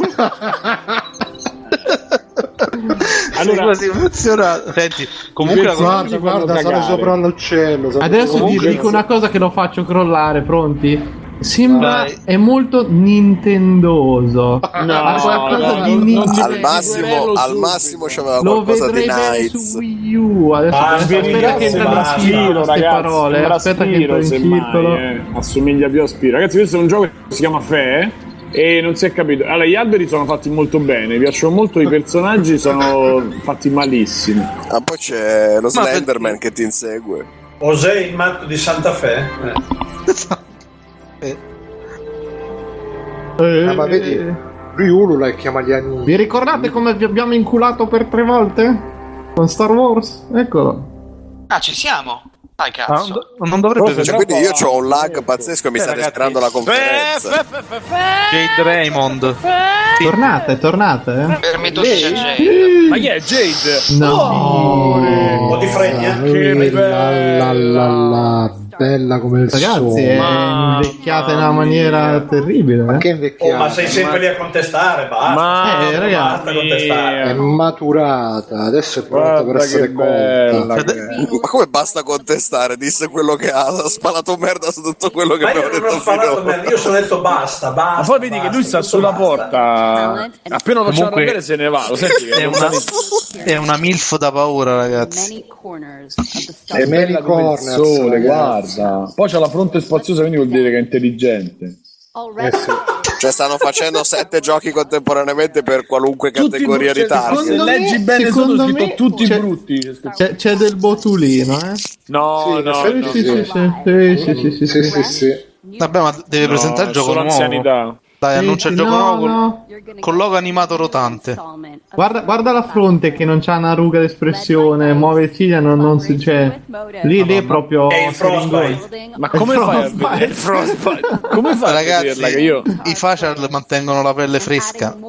D: Allora, quasi emozionato. Senti, comunque la cosa
A: guarda, guarda, sarà sopra l'uccello. sarà
E: Adesso
A: sopra
E: vi
A: l'uccello.
E: dico una cosa che lo faccio crollare, pronti? Sembra
D: Vai.
E: è molto nintendoso.
B: No,
E: ha qualcosa
B: no,
E: di
B: non- non si
E: Nintendo.
H: Al massimo, al massimo c'aveva
E: Lo
H: qualcosa di
E: vedrei bene
H: Nights.
E: su Wii U. Adesso
I: Ah,
E: aspetta
I: svieni
E: aspetta che
I: grazie,
E: entra in
I: basta.
E: circolo
B: Spiro,
E: queste
B: ragazzi,
E: parole.
B: sembra
E: Aspetta che
B: Spiro,
E: entra in
B: semmai,
E: circolo.
B: eh. Assomiglia più a Spiro. Ragazzi, questo è un gioco che si chiama Fe eh, e non si è capito. Allora, gli alberi sono fatti molto bene, mi piacciono molto, i personaggi sono fatti malissimo.
H: Ah, poi c'è lo Slenderman che ti insegue.
I: Osè il matto di Santa Fe? Eh.
E: Eh,
A: Ah, ma vedi, lui ulula e chiama gli anni.
E: Vi ricordate come vi abbiamo inculato per tre volte? Con Star Wars? Eccolo.
J: Ah, ci siamo. Dai,
D: Ah, non,
J: cazzo.
D: do- non dovrebbe
B: Forse
H: Cioè,
D: vedere
H: quindi io ho un lag pazzesco e mi state
D: ragazzi.
H: sperando la conferenza.
D: Jade Raymond. Sì.
E: Tornate, tornate.
J: Per me tu c'è Jay.
E: eh.
C: Ma chi è Jade?
E: No.
I: Un po' di fregna.
A: Che Eh, la, la, la, la, bella come il
E: Ragazzi,
A: sole.
E: è invecchiata in una maniera terribile.
A: Ma che
E: eh.
I: Oh,
A: invecchiata.
I: ma sei sempre lì a contestare, basta.
C: Ma-
E: Eh, ragazzi.
I: Basta contestare.
A: È maturata, adesso è pronta
B: Guarda
A: per essere
B: che bella.
A: colta.
B: che
D: Cioè,
B: è.
H: Ma come basta contestare? Disse quello che ha, ha sparato merda su tutto quello che
I: Ma
H: abbiamo
I: io non ho
H: detto
I: sparato
H: finora.
I: merda, io sono detto basta, basta.
C: Ma poi vedi che
I: basta,
C: lui sta
I: tutto
C: sulla
I: basta.
C: porta. Ah, Appena lo facciamo
D: Comunque-
C: arrabbiare se ne va, lo senti che
D: È una, è una milf da paura, ragazzi.
A: È Mary Corners,
C: sole,
A: ragazzi.
C: guarda. Poi c'ha la fronte spaziosa, quindi vuol dire che è intelligente.
A: Eh sì.
H: Cioè, stanno facendo sette giochi contemporaneamente per qualunque categoria di target.
C: Se
E: certo secondo
C: leggi
E: me-
C: bene
E: secondo
C: sotto ho scritto
E: me-
C: tutti
E: cioè-
C: brutti.
E: C'è, c'è del botulino, eh?
C: No,
A: Sì,
C: no,
A: sì, sì,
C: no.
A: sì,
E: Sì, sì, sì, sì,
A: Sì,
E: sì.
A: sì, sì.
D: Vabbè, ma deve presentare il gioco
C: solo
D: nuovo.
C: anzianità.
D: Dai, annuncia il gioco
E: no,
D: nuovo. col-
E: no.
D: Con logo animato rotante.
E: Guarda, guarda la fronte che non c'ha una ruga d'espressione, muove le ciglia, non, non si c'è. Lì, lì è proprio...
I: È il frostbite.
C: Ma come fai a
E: Frostbite.
C: vedere il Frostbite? Come fai a
D: Ragazzi,
C: vederla che io...
D: i facial mantengono la pelle fresca.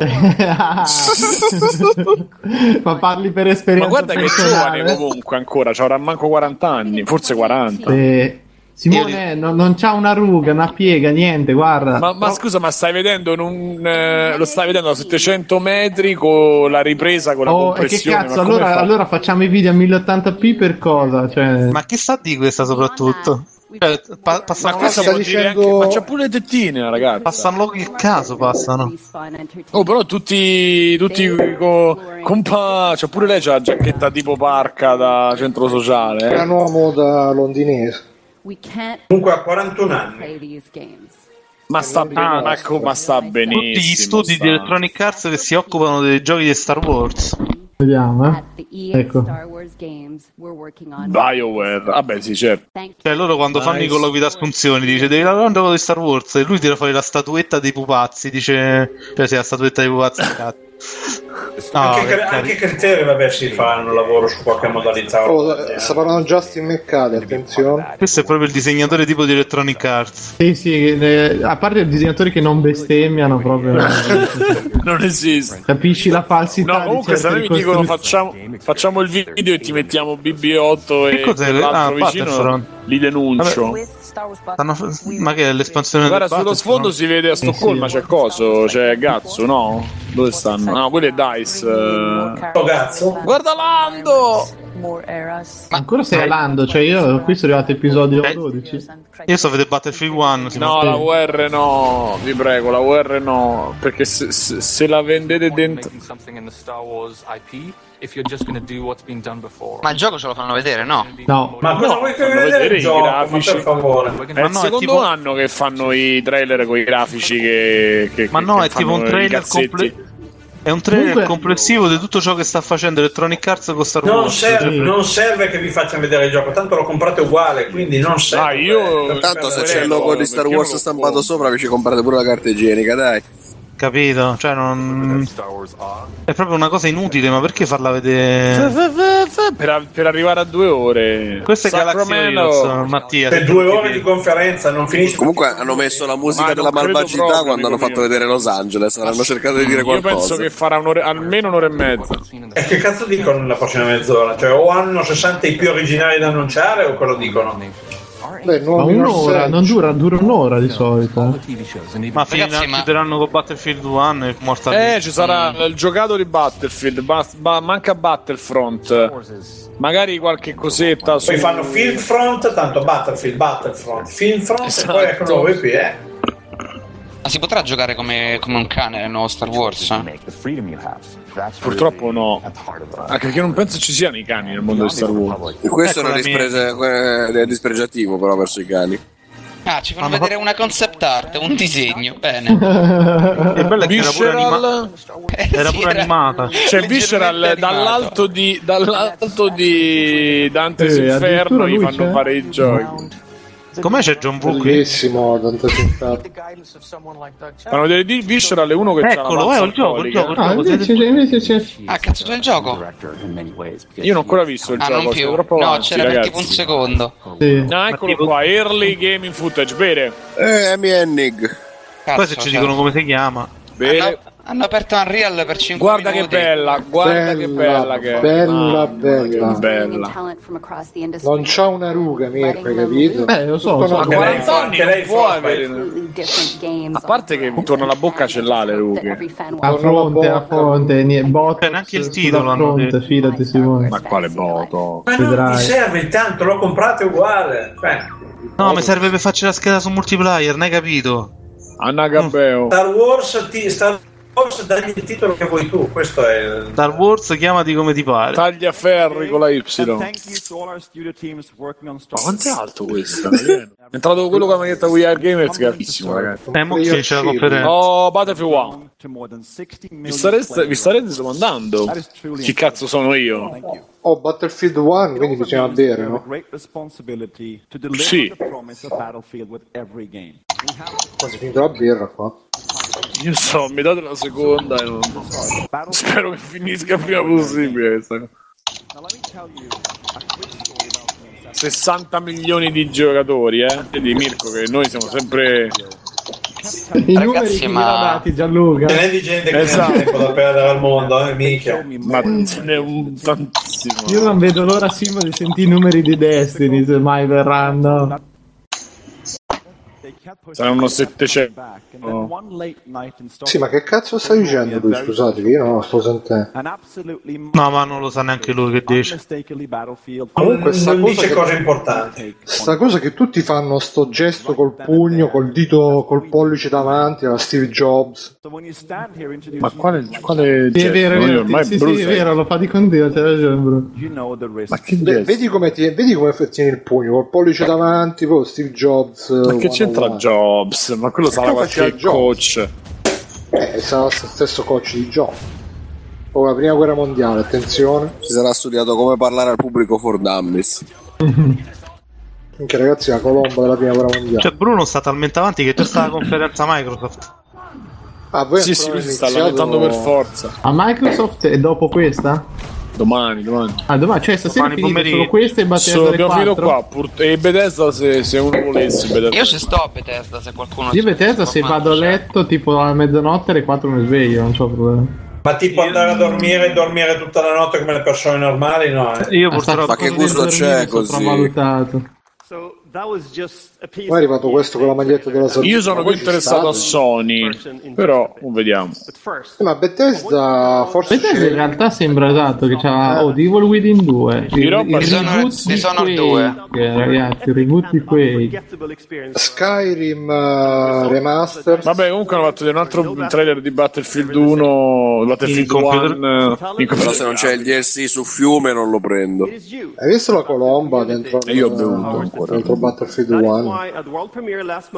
E: Ma parli per esperienza
C: Ma guarda che è
E: personale.
C: giovane comunque ancora, cioè, avrà manco 40 anni, forse 40.
E: Sì. Simone, non, non c'ha una ruga, una piega, niente, guarda.
C: Ma, ma scusa, ma stai vedendo in un, eh, lo stai vedendo a 700 metri con la ripresa, con la
E: Oh, e che
C: compressione?
E: cazzo,
C: ma come
E: allora,
C: fa?
E: allora facciamo i video a 1080p per cosa? Cioè...
D: Ma che sa di questa soprattutto? Cioè, pa-
C: Ma
D: passano,
C: cosa
A: sta
C: vuol dire
A: dicendo-
C: anche- Ma c'ha pure le tettine, ragazzi.
D: passano loro che caso passano.
C: Oh, però tutti, tutti co- compa... Cioè, pure lei c'ha la giacchetta tipo parca da centro sociale.
A: È
C: eh.
A: un uomo da londinese.
I: Comunque a 41 anni.
C: Ma sta, bene, Ah, ma, co- ma sta benissimo.
D: Tutti gli studi
C: sta-
D: di Electronic Arts che si occupano dei giochi di Star Wars.
E: Vediamo, eh. Ecco.
C: BioWare. Vabbè, sì, certo.
D: Cioè, loro quando fanno i colloqui da assunzioni dice devi lavorare un gioco di Star Wars e lui tira fuori la statuetta dei pupazzi. Dice, cioè, sì, la statuetta dei pupazzi. cazzo.
I: anche, cre- anche i criteri, vabbè, si fanno lavoro su qualche modalità.
A: Oh, sta parlando Justin McCarthy, attenzione.
D: Questo è proprio il disegnatore tipo di Electronic Arts.
E: Sì, sì, le- a parte i disegnatori che non bestemmiano proprio.
C: non esiste.
E: Capisci la falsità?
C: No,
D: Ah,
C: comunque
E: di
C: se a
E: certe
C: me mi dicono
E: ricostruzioni.
C: facciamo, facciamo il video e ti mettiamo BB8
D: Che
C: e
D: cos'è? Ah,
C: l'altro vicino,
D: Battlefront.
C: li denuncio.
D: Stanno fa- ma che è l'espansione
C: Guarda,
D: del
C: sullo
D: Battlefront?
C: sfondo si vede a Stoccolma c'è coso, c'è Gazzo, no? Dove stanno? Ah, No, quello è Dice. eh. Guarda Lando!
E: Ancora stai alando, cioè io qui sono arrivato episodio 12.
D: Io sto a vedere Battlefield 1. si
C: No,
D: può-
C: la UR no, vi prego, la UR no, perché se, se- se la vendete dentro...
J: Ma il gioco ce lo fanno vedere, no?
E: No.
J: Ma cosa vuoi
C: fanno
J: vedere il
C: i
J: gioco? Ma
C: grafici.
J: per favore.
C: È
J: Ma
C: il
J: no, è
C: secondo
J: tipo-
C: anno che fanno i trailer con i grafici che... che
D: Ma no,
C: che
D: è tipo
C: fanno
D: un
C: i
D: trailer
C: cazzetti.
D: completo. È un trailer
C: Comunque-
D: complessivo di tutto ciò che sta facendo Electronic Arts con Star Wars. Cioè,
I: Non serve, non serve che vi faccia vedere il gioco, tanto lo comprate uguale, quindi non
D: Ah,
B: Ah,
I: serve. io
H: Tanto Eh,
B: Eh,
H: se c'è il logo di Star Wars stampato sopra, vi ci comprate pure la carta igienica, dai.
D: Capito? Cioè, non. È proprio una cosa inutile, ma perché farla
C: Fa-
D: vedere?
C: fa- fa- fa- Eh. Per, per arrivare a due ore.
D: Questo è Galaxy
C: Sacramento.
D: Heroes, Mattia.
I: Per due ore di conferenza non finisce.
H: Comunque hanno messo la musica
C: Ma
H: della
C: non credo
H: malvagità
C: proprio,
H: quando hanno
C: amico
H: fatto
C: mio.
H: vedere Los Angeles. Hanno cercato di dire
C: Io penso
H: qualcosa.
C: che farà un'ora- almeno un'ora e mezza.
I: E che cazzo dicono nella prossima mezz'ora? Cioè, o hanno 60 i più originali da annunciare, o cosa dicono?
A: Beh,
E: Ma
A: nuovo Mirror's
E: un'ora,
A: Edge.
E: non dura, dura un'ora di solito.
D: Ma finiranno, chiuderanno con Battlefield 1 e morta lì.
C: Eh, ci sarà il giocato di Battlefield, ba- ba- manca Battlefront. Magari qualche cosetta su...
I: Poi fanno Field Front, tanto Battlefield, Battlefront, Field Front, e poi ecco nuovo EP, eh.
J: Ma si potrà giocare come, come un cane nel nuovo Star Wars? eh?
C: Purtroppo no. Anche perché non penso ci siano i cani nel mondo di Star Wars.
D: Ecco
H: E questo è, una disprese- eh, è dispregiativo però verso i cani.
J: Ah, ci fanno vedere una concept art, un disegno, bene. Eh,
D: E bella che era pure
C: Visceral...
D: Era pure animata.
C: Cioè, Visceral dall'alto di, dall'alto di Dante's
D: Eh,
C: Inferno
D: addirittura
C: gli
D: lui
C: fanno
D: c'è?
C: fare i giochi.
D: Com'è c'è John Woo qui?
A: Bellissimo, tanta città.
C: Fanno vedere di Visceral è uno che c'ha la
D: Eccolo,
C: mazza
D: eh, il gioco, il
C: alcolica.
D: gioco, il
E: Ah,
D: gioco.
E: invece, c'è- invece c'è.
J: Ah, cazzo c'è il gioco?
C: Io non ho ancora visto il
J: Ah, non
C: gioco, sono
J: più.
C: troppo
J: No,
C: avanti,
J: c'era per
C: ragazzi.
J: tipo un secondo.
E: Sì.
C: Ah, eccolo qua, early gaming footage, bene.
H: Eh, Amy Hennig.
D: Poi se ci dicono come si chiama.
C: Bene.
J: Hanno aperto Unreal per 5
C: Guarda che
J: minuti.
C: bella, guarda che bella che è.
A: bella,
C: Ah,
A: bella.
C: che bella.
A: Non c'ha una ruga, Mirko, hai capito?
C: Eh,
E: Beh, lo so,
A: Tutto
E: so.
A: una-
I: Anche
C: A
I: lei
C: 40 anni
I: anche
C: non
I: lei
C: può
I: forte.
C: avere... A parte che intorno alla bocca ce l'ha le rughe.
E: A fronte, a fronte, niente, botte.
D: Cioè, neanche il titolo
E: A
D: hanno
E: fronte, fidati Simone.
C: Ma quale boto?
I: Ma non
E: Vedrai.
I: ti serve tanto, lo comprate uguale. Cioè,
D: No, mi serve per farci la scheda su multiplayer, n'hai capito?
C: Anna Gabbeo.
I: Star Wars, ti, Star Wars dagli il titolo che vuoi tu, questo è il...
D: Star Wars chiamati come ti pare.
C: Tagliaferri con la Y. Ma quanto è alto questo? È entrato quello con la maglietta We Are Gamers, che è altissimo, ragazzi.
D: Eh, mo finisce la conferenza.
C: Oh, Battlefield 1. Vi stareste, vi starete domandando uh, chi cazzo sono io?
A: Oh, Battlefield 1, quindi bisogna vedere, no?
C: Sì.
A: Quasi finito la birra qua.
C: Io sto a metà della seconda e non... Spero che finisca prima possibile questa cosa. 60 milioni di giocatori, eh? Vedi Mirko che noi siamo sempre...
E: I numeri
J: Ragazzi,
E: che
J: ma-
E: mi ha dati Gianluca.
I: Ce n'è di gente che
C: Esatto.
I: non ha tempo da perdere al mondo, Ecco eh, minchia.
C: Ma ce n'è un
E: Io
C: tantissimo.
E: non vedo l'ora Simo di sentire i numeri di Destiny se mai verranno.
C: Saranno 700.
A: Sì, ma che cazzo sta dicendo lui? Scusate, che io non lo sto sentendo.
D: No, ma non lo sa neanche lui che dice.
A: Comunque, sta
I: non
A: cosa
I: dice
A: che-
I: cose importanti.
A: Sta cosa che tutti fanno sto gesto col pugno, col dito, col pollice davanti, alla Steve Jobs.
C: Ma quale... quale
E: Sì, è vero, è
C: Io
E: vero,
C: cioè, ormai
E: sì, sì,
C: Bruce-
E: è vero, lo fa di continuo, c'è ragione, Bruno.
C: Ma che
A: Beh,
C: gesto?
A: vedi come ti- vedi come tieni il pugno, col pollice davanti, poi Steve Jobs.
C: Ma che c'entra Jobs? Ma quello sarà
A: Come faceva
C: qualche
A: Jobs?
C: coach.
A: Eh, sarà lo stesso coach di Jobs. Oh, la prima guerra mondiale, attenzione.
H: Si sarà studiato come parlare al pubblico for dummies.
D: Cioè,
A: Anche ragazzi, la colomba della prima guerra mondiale.
D: Cioè, Bruno sta talmente avanti che c'è sta la conferenza Microsoft.
A: Ah, voi
C: Sì, sì,
A: ancora
C: lui si sta
A: iniziato-
C: lamentando per forza.
E: A Microsoft e dopo questa?
C: Domani, domani.
E: Ah, domani, cioè stasera
C: Domani
E: finite solo
C: pomeriggio.
E: queste e Bethesda
C: Solo
E: alle
C: abbiamo finito
E: 4?
C: qua. pur- E Bethesda, se, se uno volesse, Bethesda.
J: Io ci sto a Bethesda se qualcuno.
E: Io Bethesda se vado a letto tipo a mezzanotte alle 4 mi sveglio, non c'ho problema.
I: Ma tipo andare a dormire e dormire tutta la notte come le persone normali, no? eh.
D: Io
A: purtroppo- Ma che gusto c'è così? Poi è arrivato questo con la maglietta della sorpresa.
C: Io sono più interessato a Sony. Però, non vediamo.
A: Ma Bethesda forse
E: Bethesda in realtà sembra esatto che
C: Eh.
E: c'ha oh, The Evil Within 2. Il, il reboot di Quake, ragazzi, il reboot di Quake.
A: Skyrim eh, Remaster.
C: Vabbè, comunque hanno fatto vedere un altro trailer di Battlefield 1. Battlefield
H: In
C: 1.
H: computer.
C: in computer.
H: Però se non c'è il DLC su fiume non lo prendo.
A: Hai visto la colomba dentro,
C: Eh,
H: io ho bevuto
A: dentro Battlefield 1?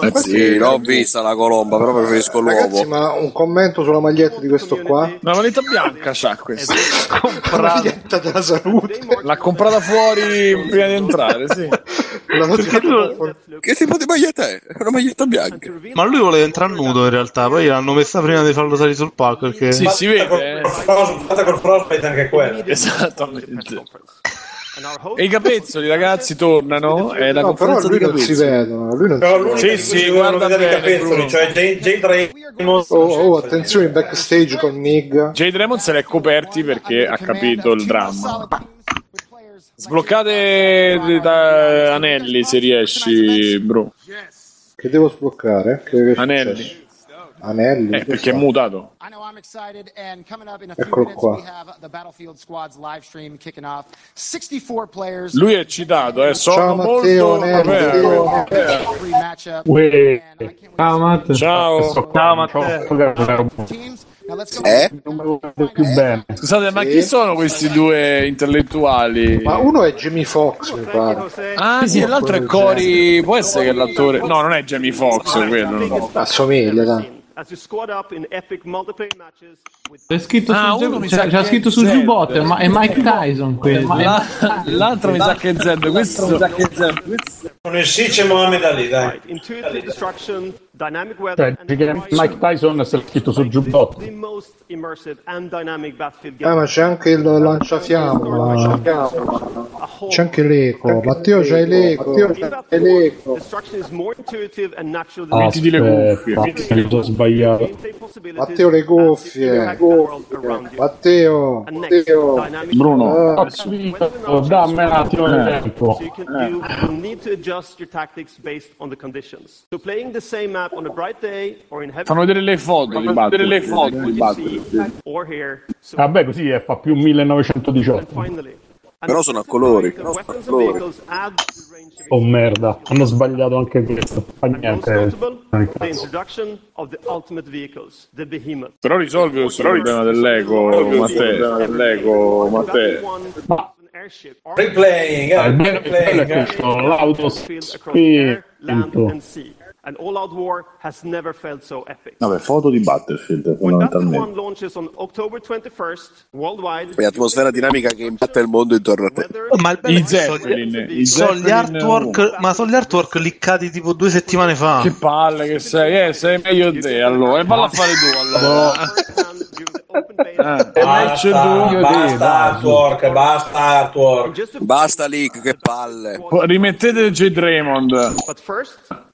H: Eh sì, l'ho vista la colomba, però preferisco l'uovo.
A: Ragazzi, ma un commento sulla maglietta di questo qua?
C: Una manetta bianca c'ha questa.
A: Esatto. La maglietta della salute.
C: L'ha comprata fuori prima di entrare, sì.
H: Che tipo di maglietta è? È una maglietta bianca.
D: Ma lui voleva entrare nudo in realtà, poi l'hanno messa prima di farlo salire sul palco perché...
I: Fatta col- col Frost- Fatta col Frostbite anche quella.
C: Esatto. Esattamente. E i capezzoli, ragazzi, tornano. È la
A: No, però
C: conferenza
A: lui
C: dei
A: non si
C: capezzoli.
A: vedono. Lui non
I: Però
A: si
I: l'unica
A: vede.
I: di cui si devono vedere i capezzoli, cioè Jay, Jay Draymond.
A: Oh, oh, attenzione in backstage con Nig.
C: Jay Draymond se l'è coperti perché ha capito il dramma. Sbloccate da Anelli se riesci, bro.
A: Che devo sbloccare? Che- che
C: Anelli.
A: Anelli.
C: Eh, perché è mutato.
A: Eccolo qua.
C: Lui è citato, eh. Sono
A: Ciao, Matteo,
C: molto.
A: Anelli.
C: vabbè, vabbè.
E: Uè. Ciao Matt.
C: Ciao.
L: Ciao Matteo.
H: Eh?
L: più bene.
C: Scusate, ma chi sono questi due intellettuali?
A: Ma uno è Jimmy Fox, mi pare.
C: Ah, sì, e l'altro è Cory. Può essere che è l'attore. Ah, No, non è Jamie Fox quello. no.
A: Assomiglia, dai.
E: C'è scritto
C: Ah,
E: sul,
C: uno mi sa
E: c'è, c'è
C: che
E: scritto
C: è
E: sul
C: Zed.
E: giubbotto, ma è Mike Tyson quello. eh.
C: La- l'altro mi sa che è Zed. Questo mi sa che è Zed.
I: Sono il Sice Mohamed Ali, dai.
L: Cioè, Mike Tyson si è scritto sul giubbotto.
A: Ah, ma c'è anche il lanciafiamma. C'è anche l'eco. Matteo, c'hai l'eco. Matteo, c'hai l'eco.
C: Ah,
L: Mettiti le cuffie. Eh, Mi sono sbagliato.
A: Matteo, le cuffie. Matteo. Matteo.
L: Bruno,
A: Ah.
L: cazzo, dico, dammi un attimo di
C: Eh.
L: tempo.
C: Fanno vedere le foto di
L: Fanno vedere
C: Battlefield.
L: le foto di Battlefield. Vabbè, così è, fa più 1918.
H: Però sono a colori.
C: Ah,
L: Oh merda, hanno sbagliato anche questo. Fa niente. non è cazzo.
C: Però risolvi questo problema dell'ego, Matteo. Dell'ego, Matteo.
I: Replaying,
L: Ah,
I: eh,
L: il bello- il bello è
I: replaying.
L: questo, l'auto spinto.
C: Vabbè, foto di Battlefield fondamentalmente.
H: È atmosfera dinamica che impatta il mondo intorno a te.
D: Ma il bello
C: I
D: è che so-
C: Zeppelin, i
D: so gli
C: Zeppelin
D: artwork, ma sono gli artwork liccati tipo due settimane fa.
C: Che palle che sei, eh, sei meglio te allora. E valla a fare tu allora. Eh, e invece
I: Basta,
C: tu-
I: basta artwork, basta artwork.
H: Basta leak, che palle.
C: Poi Rimettete J. Draymond.
D: Eh,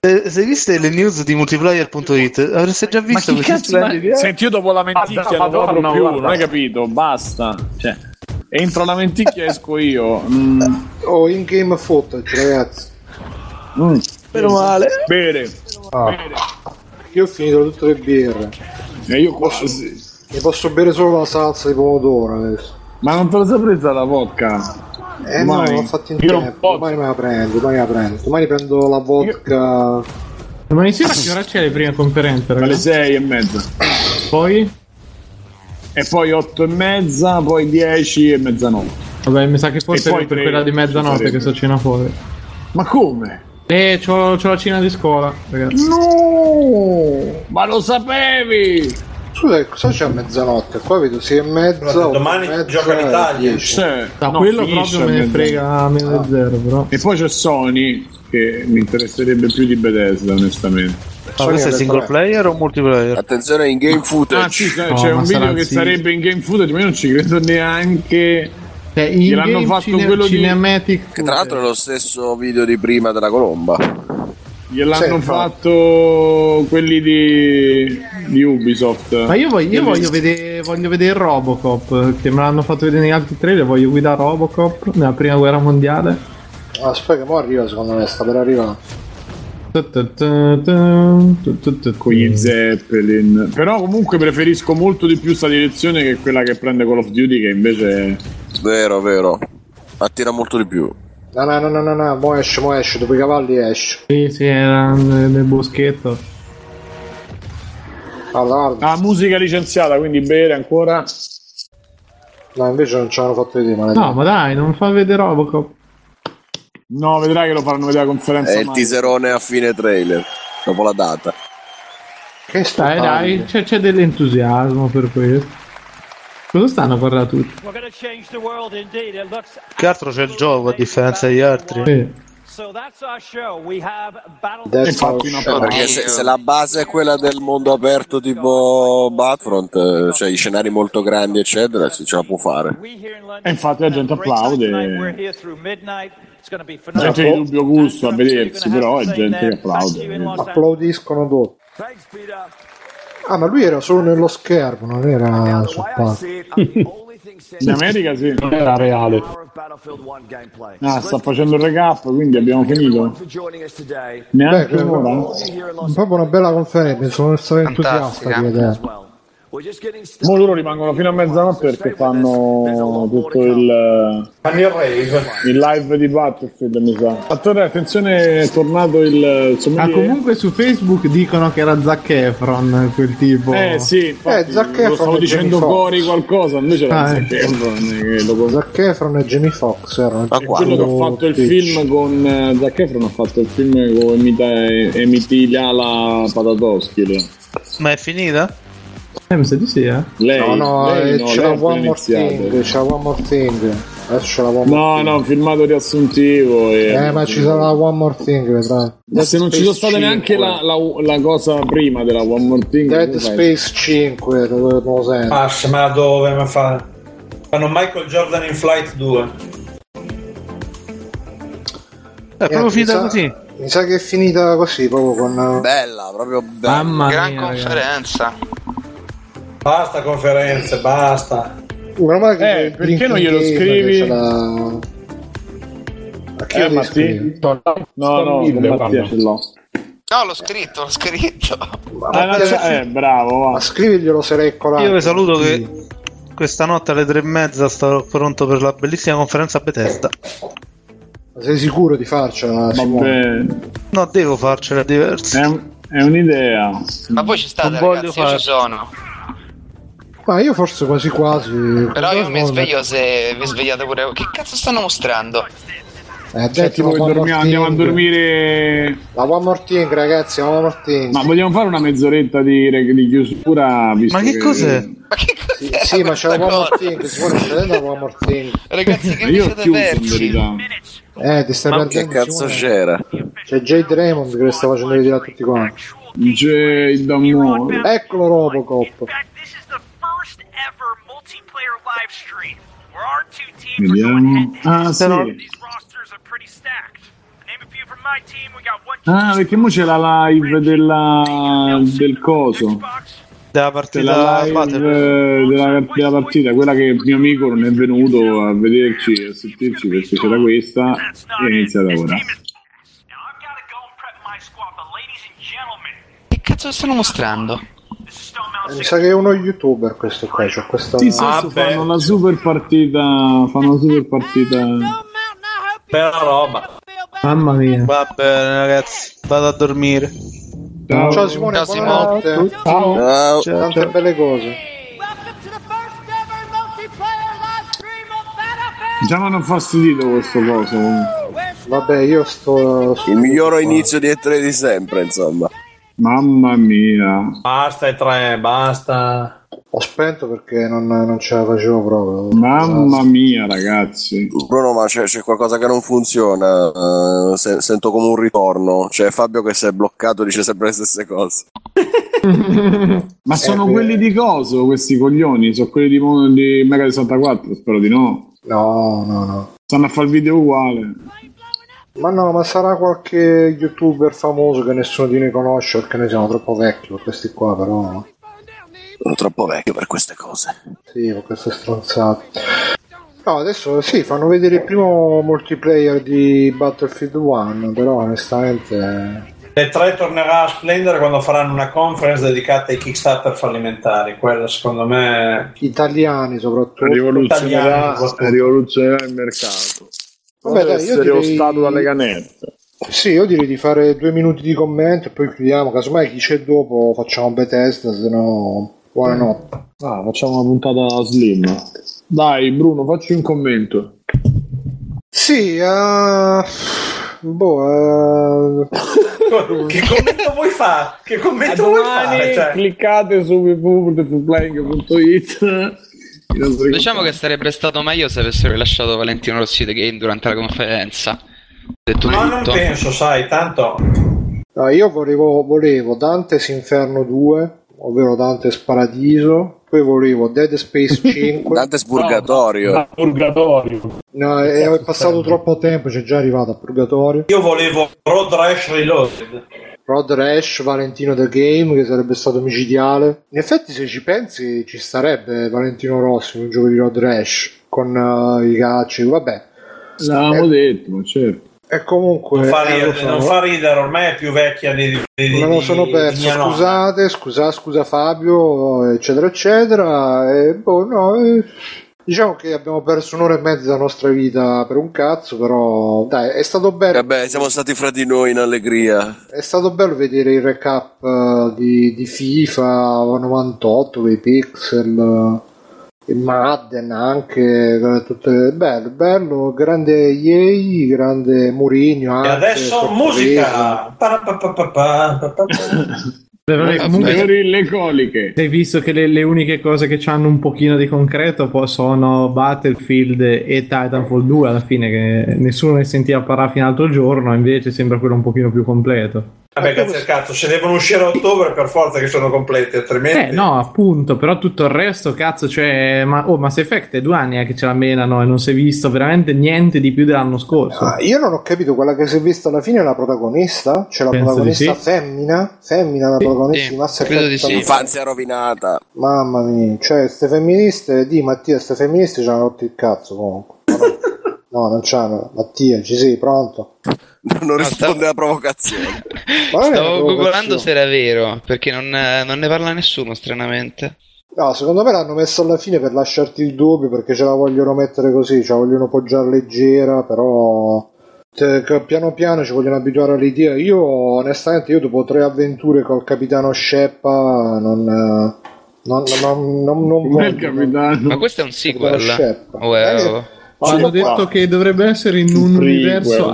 D: Se, se viste le news di multiplayer.it avreste già visto eh?
C: Ma chi
D: queste
C: cazzo-
D: splendide
C: ma- Senti, io dopo la menticchia
L: Madonna,
C: non parlo
L: Madonna,
C: più,
L: guarda.
C: non hai capito? Basta. Cioè, entro la menticchia e esco io. Mm,
A: Oh, in game footage, ragazzi.
C: mm.
D: Meno male.
C: Bene.
A: Ah. Io ho finito tutte le birre.
C: E Eh, io quasi.
A: Ne posso bere solo la salsa di pomodoro adesso.
C: Ma non te la sei presa la vodka?
A: Eh no,
C: Domani.
A: l'ho fatto in
C: Io non
A: tempo. Domani me la prendo, domani la prendo. Domani prendo la vodka.
E: Ma insieme a che ora c'è la prima conferenza,
C: Alle
E: ragazzi?
C: sei e mezza.
E: Poi?
C: E poi otto e mezza, poi dieci e mezzanotte.
E: Vabbè, mi sa che forse
C: E
E: è
C: poi
E: per
C: tre,
E: quella di mezzanotte
C: sarebbe.
E: che sto cena fuori.
C: Ma come?
E: Eh, c'ho, c'ho la cena di scuola, ragazzi.
C: No! Ma lo sapevi!
A: Scusa, cosa c'è a mezzanotte? Qua vedo 6 e mezza. eh,
I: Domani
D: eh,
I: gioca l'Italia.
C: Cioè,
E: Da
C: no,
E: quello
C: finisce
E: proprio me
C: a
E: ne
C: mezzanotte.
E: frega meno di zero, però.
C: E poi c'è Sony, che mi interesserebbe più di Bethesda, onestamente.
D: Ma questo è single player o multiplayer?
H: Attenzione in game footage.
C: Ah, sì, c'è c'è un video che sarebbe in game footage, ma io non ci credo neanche. Gliel'hanno
E: Cioè, game
C: fatto
E: cine-
C: quello
E: cinematic
H: Che tra l'altro è lo stesso video di prima della colomba.
C: di. Gliel'hanno
H: Sì,
C: fatto quelli di, di Ubisoft.
E: Ma io, voglio, io
C: Quelli-
E: voglio, vedere, voglio vedere Robocop, che me l'hanno fatto vedere negli altri trailer, voglio guidare Robocop nella prima guerra mondiale.
A: Ah, Aspetta, che mo' arriva secondo me, sta per arrivare.
E: Con
C: gli Zeppelin. Però comunque preferisco molto di più sta direzione che quella che prende Call of Duty, che invece.
H: Vero, vero. Attira molto di più.
A: No, no, no, no, no, no, mo esce, mo esce, dopo i cavalli esce.
E: Sì, sì, era nel nel boschetto.
C: Ah, musica licenziata, quindi bere ancora.
A: No, invece non ci hanno fatto vedere, ma
E: No, ma dai, non fa vedere Robocop.
C: No, vedrai che lo faranno vedere a conferenza.
H: È il
C: Microsoft.
H: teaserone a fine trailer, dopo la data.
E: Che stai, dai, c'è, c'è dell'entusiasmo per questo. Cosa stanno a parlare tutti?
D: Che altro c'è il gioco a differenza degli altri?
H: Infatti, no, perché se, se la base è quella del mondo aperto tipo Battlefront, eh, cioè i scenari molto grandi eccetera, si ce la può fare.
C: E Eh, infatti la gente applaude. Gente
A: Bravo.
C: di dubbio gusto a vedersi, però è gente che applaude.
A: Applaudiscono dopo. Ah, ma lui era solo nello schermo, non era sul palco.
C: In America sì.
L: Non era reale.
C: Ah, sta facendo il recap, quindi abbiamo finito. Neanche
A: Beh,
C: un'ora.
A: Proprio una bella conferenza, sono stato entusiasta eh. di vedere.
C: eh. Mo loro rimangono fino a mezzanotte perché fanno tutto il, il live di Battlefield, mi sa. Attore, attenzione, è tornato il
E: Ah,
C: sommelier.
E: comunque su Facebook dicono che era Zac Efron quel tipo.
C: Eh sì, infatti, lo stavo dicendo Cori qualcosa, invece era
E: Ah,
C: Zac
E: eh.
C: Efron, che lo-
A: Zac Efron e Jamie Foxx erano
C: È quello che ho fatto il film con eh, Zac Efron, ho fatto il film con Emita, Emitilia Patatoschi. lì.
D: Ma è finita?
E: Eh, mi sa di sì, eh.
C: Lei,
A: No, no,
C: lei
A: eh,
C: no,
A: c'era
C: lei
A: One
C: ha
A: More
C: iniziato.
A: Thing, c'era One More Thing. Adesso c'era One More
C: No, no, un filmato riassuntivo. E...
A: Eh, ma ci sarà One More Thing, vedrai.
C: Ma se non ci sono state
A: Space eh,
C: neanche la, la- la cosa prima della One More Thing,
A: Dead
C: come fai?
A: Space 5, dove non lo sento.
I: Ma, ma dove ma fa? Fanno Michael Jordan in Flight 2.
D: È proprio finita
A: mi sa-
D: così.
A: Mi sa che è finita così, proprio con... eh,
H: Bella, proprio bella.
A: Mamma
J: Gran
A: mia,
J: conferenza.
I: Basta conferenze, basta.
A: Meno male che
I: Eh,
A: c'è il
I: perché
A: Drinking
I: non glielo
A: Game,
I: scrivi?
A: che c'è la- A chi
C: Eh,
A: lo devi
C: Matti?
A: scrivere?
C: No, no,
A: Mille,
C: Mattia
A: parla.
C: ce l'ho.
J: No, l'ho scritto, l'ho scritto.
C: Ah, no, c'è- eh, bravo, va.
A: Ma scriviglielo se lei è colato.
D: Io vi saluto che questa notte alle tre e mezza sarò pronto per la bellissima conferenza a Bethesda.
A: Sei sicuro di farcela? Simone?
D: No, devo farcela diversa.
C: È, un'idea.
J: Ma voi ci state,
D: Non voglio
J: ragazzi, io
D: fare-
J: ci sono.
A: Ma io forse quasi quasi...
J: Però io mi sveglio se vi svegliate pure. Che cazzo stanno mostrando?
A: Eh,
C: Cioè, tipo che dormiamo- andiamo a dormire.
A: La One More Thing, ragazzi, la One More Thing.
C: Ma vogliamo fare una mezz'oretta di, re- di chiusura? visto
A: Ma che cos'è?
J: Sì,
A: sì, ma c'è la One More Thing, Simone, c'è dentro la One More Thing.
J: Ragazzi,
C: che vi Io ho siete chiuso, in persi? verità.
A: Eh, ti stai
H: Ma che
A: perdendo,
H: cazzo
A: Simone.
H: c'era?
A: C'è Jade Raymond che le sta facendo vedere a tutti quanti.
C: Jade Raymond.
A: Eccolo Robocop.
C: Vediamo. Ah, sì. Ah, perché mo c'è la live della, del coso.
D: Della
C: partita, della, della partita, quella che il mio amico non è venuto a vederci, a sentirci perché c'era questa e è iniziata ora.
J: Che cazzo stanno mostrando?
A: Mi sa che è uno youtuber questo qua, c'è questa... Ah,
C: Sì, sì, adesso fanno una super partita, fanno una super partita.
I: Bella roba.
E: Mamma mia.
D: Va bene, ragazzi, vado a dormire.
A: Ciao, Simone, buonanotte.
D: Ciao. Ciao.
A: Tante
D: Ciao.
A: belle cose.
C: Già mi hanno fastidito questo coso.
A: Vabbè, io sto...
H: Il miglior inizio di E3 di sempre, insomma.
C: Mamma mia.
I: Basta e tre, basta.
A: Ho spento perché non, non ce la facevo proprio.
H: Mamma mia, ragazzi. Bruno, ma c'è, c'è qualcosa che non funziona. eh, se- sento come un ritorno. C'è Fabio che si è bloccato, dice sempre le stesse cose.
B: Eh,
C: Ma sono quelli di coso questi coglioni? Sono quelli di, Mo- di Mega 64? Spero di no.
A: No, no, no.
C: Stanno a fare il video uguale.
A: Ma no, ma sarà qualche youtuber famoso che nessuno di noi conosce perché noi siamo troppo vecchi per questi qua, però.
H: Sono troppo vecchio per queste cose.
A: Sì, con queste stronzate. No, adesso sì, fanno vedere il primo multiplayer di Battlefield 1, però onestamente...
I: Le tre tornerà a splendere quando faranno una conference dedicata ai Kickstarter fallimentari. Quella, secondo me,
A: eh, Italiani soprattutto.
I: Italiani,
C: Rivoluzionerà,
I: soprattutto.
C: rivoluzionerà il mercato.
A: Vabbè,
C: Vabbè,
A: dai, io
C: essere
A: direi-
C: ostato dalle canette.
A: Sì, io direi di fare due minuti di commento e poi chiudiamo, casomai chi c'è dopo facciamo Bethesda, se no... Buonanotte.
C: Ah, facciamo una puntata slim. Dai, Bruno, facci un commento.
A: Sì, eh, boh... eh,
I: che commento vuoi fare? Che commento vuoi fare?
C: Domani
I: Cioè,
C: cliccate su www.playing.it.
J: Diciamo che sarebbe stato meglio se avessero rilasciato Valentino Rossi The Game durante la conferenza. Detto
I: ma non
J: tutto.
I: penso, sai, tanto
A: No, ah, io volevo, volevo Dante's Inferno 2, ovvero Dante's Paradiso, poi volevo Dead Space 5.
H: Dante's Purgatorio.
A: No,
L: Purgatorio.
A: no, è, è passato troppo tempo, c'è già arrivato a Purgatorio.
I: io volevo Road Rash Reloaded.
A: Rod Rash, Valentino The Game, che sarebbe stato micidiale. In effetti, se ci pensi, ci starebbe Valentino Rossi in un gioco di Rod Rash con eh, i cacci, vabbè. Eh,
C: L'avevamo detto, ma certo.
A: E comunque...
I: Non fa,
A: eh, lo
I: ridere,
A: so.
I: non fa ridere, ormai è più vecchia di, di, di
A: Me lo sono
I: di-
A: perso,
I: di mia nonna.
A: scusate, scusa, scusa Fabio, eccetera, eccetera. E boh, no, eh, diciamo che abbiamo perso un'ora e mezza della nostra vita per un cazzo, però dai, è stato bello.
H: Vabbè, siamo stati fra di noi in allegria.
A: È stato bello vedere il recap eh, di, di FIFA 98, quei pixel, eh, e Madden anche, eh, tutte, bello, bello, grande EA, grande Mourinho.
I: E
A: anche,
I: adesso
A: sorpreso.
I: musica. Ah. Pa, pa, pa, pa, pa, pa, pa.
C: Eh,
E: Però
A: Eh,
E: le- comunque
C: le coliche.
E: hai visto che le, le uniche cose che hanno un pochino di concreto poi sono Battlefield e Titanfall 2 alla fine che nessuno ne sentiva parlare fino all'altro giorno invece sembra quello un pochino più completo
I: Vabbè, cazzo, e cazzo, se devono uscire a ottobre per forza che sono completi, altrimenti
E: Eh no, appunto, però tutto il resto, cazzo, cioè, ma, oh, Mass Effect è due anni eh, che ce la menano e non si è visto veramente niente di più dell'anno scorso.
A: Ah, io non ho capito, quella che si è vista alla fine è la protagonista? C'è
E: Penso
A: la
E: di
A: protagonista
E: sì.
A: femmina? Femmina la protagonista di Mass Effect?
H: Infanzia rovinata.
A: Mamma mia, cioè ste femministe, di Mattia, ste femministe ci hanno rotto il cazzo comunque. No, non c'hanno. Mattia, ci sei, pronto?
H: Non risponde alla provocazione.
A: Ma non è una
J: Stavo
A: provocazione.
J: googlando se era vero, perché non, eh, non ne parla nessuno stranamente.
A: No, secondo me l'hanno messa alla fine per lasciarti il dubbio perché ce la vogliono mettere così, ce la vogliono poggiare leggera, però te- che piano piano ci vogliono abituare all'idea. Io onestamente, io dopo tre avventure col capitano Sheppa non... eh, Non, non, non, non voglio,
J: Ma questo è un sequel.
A: Sceppa.
J: O è-
A: Eh,
J: o-
E: Hanno detto che dovrebbe essere in un
C: Prequel.
E: universo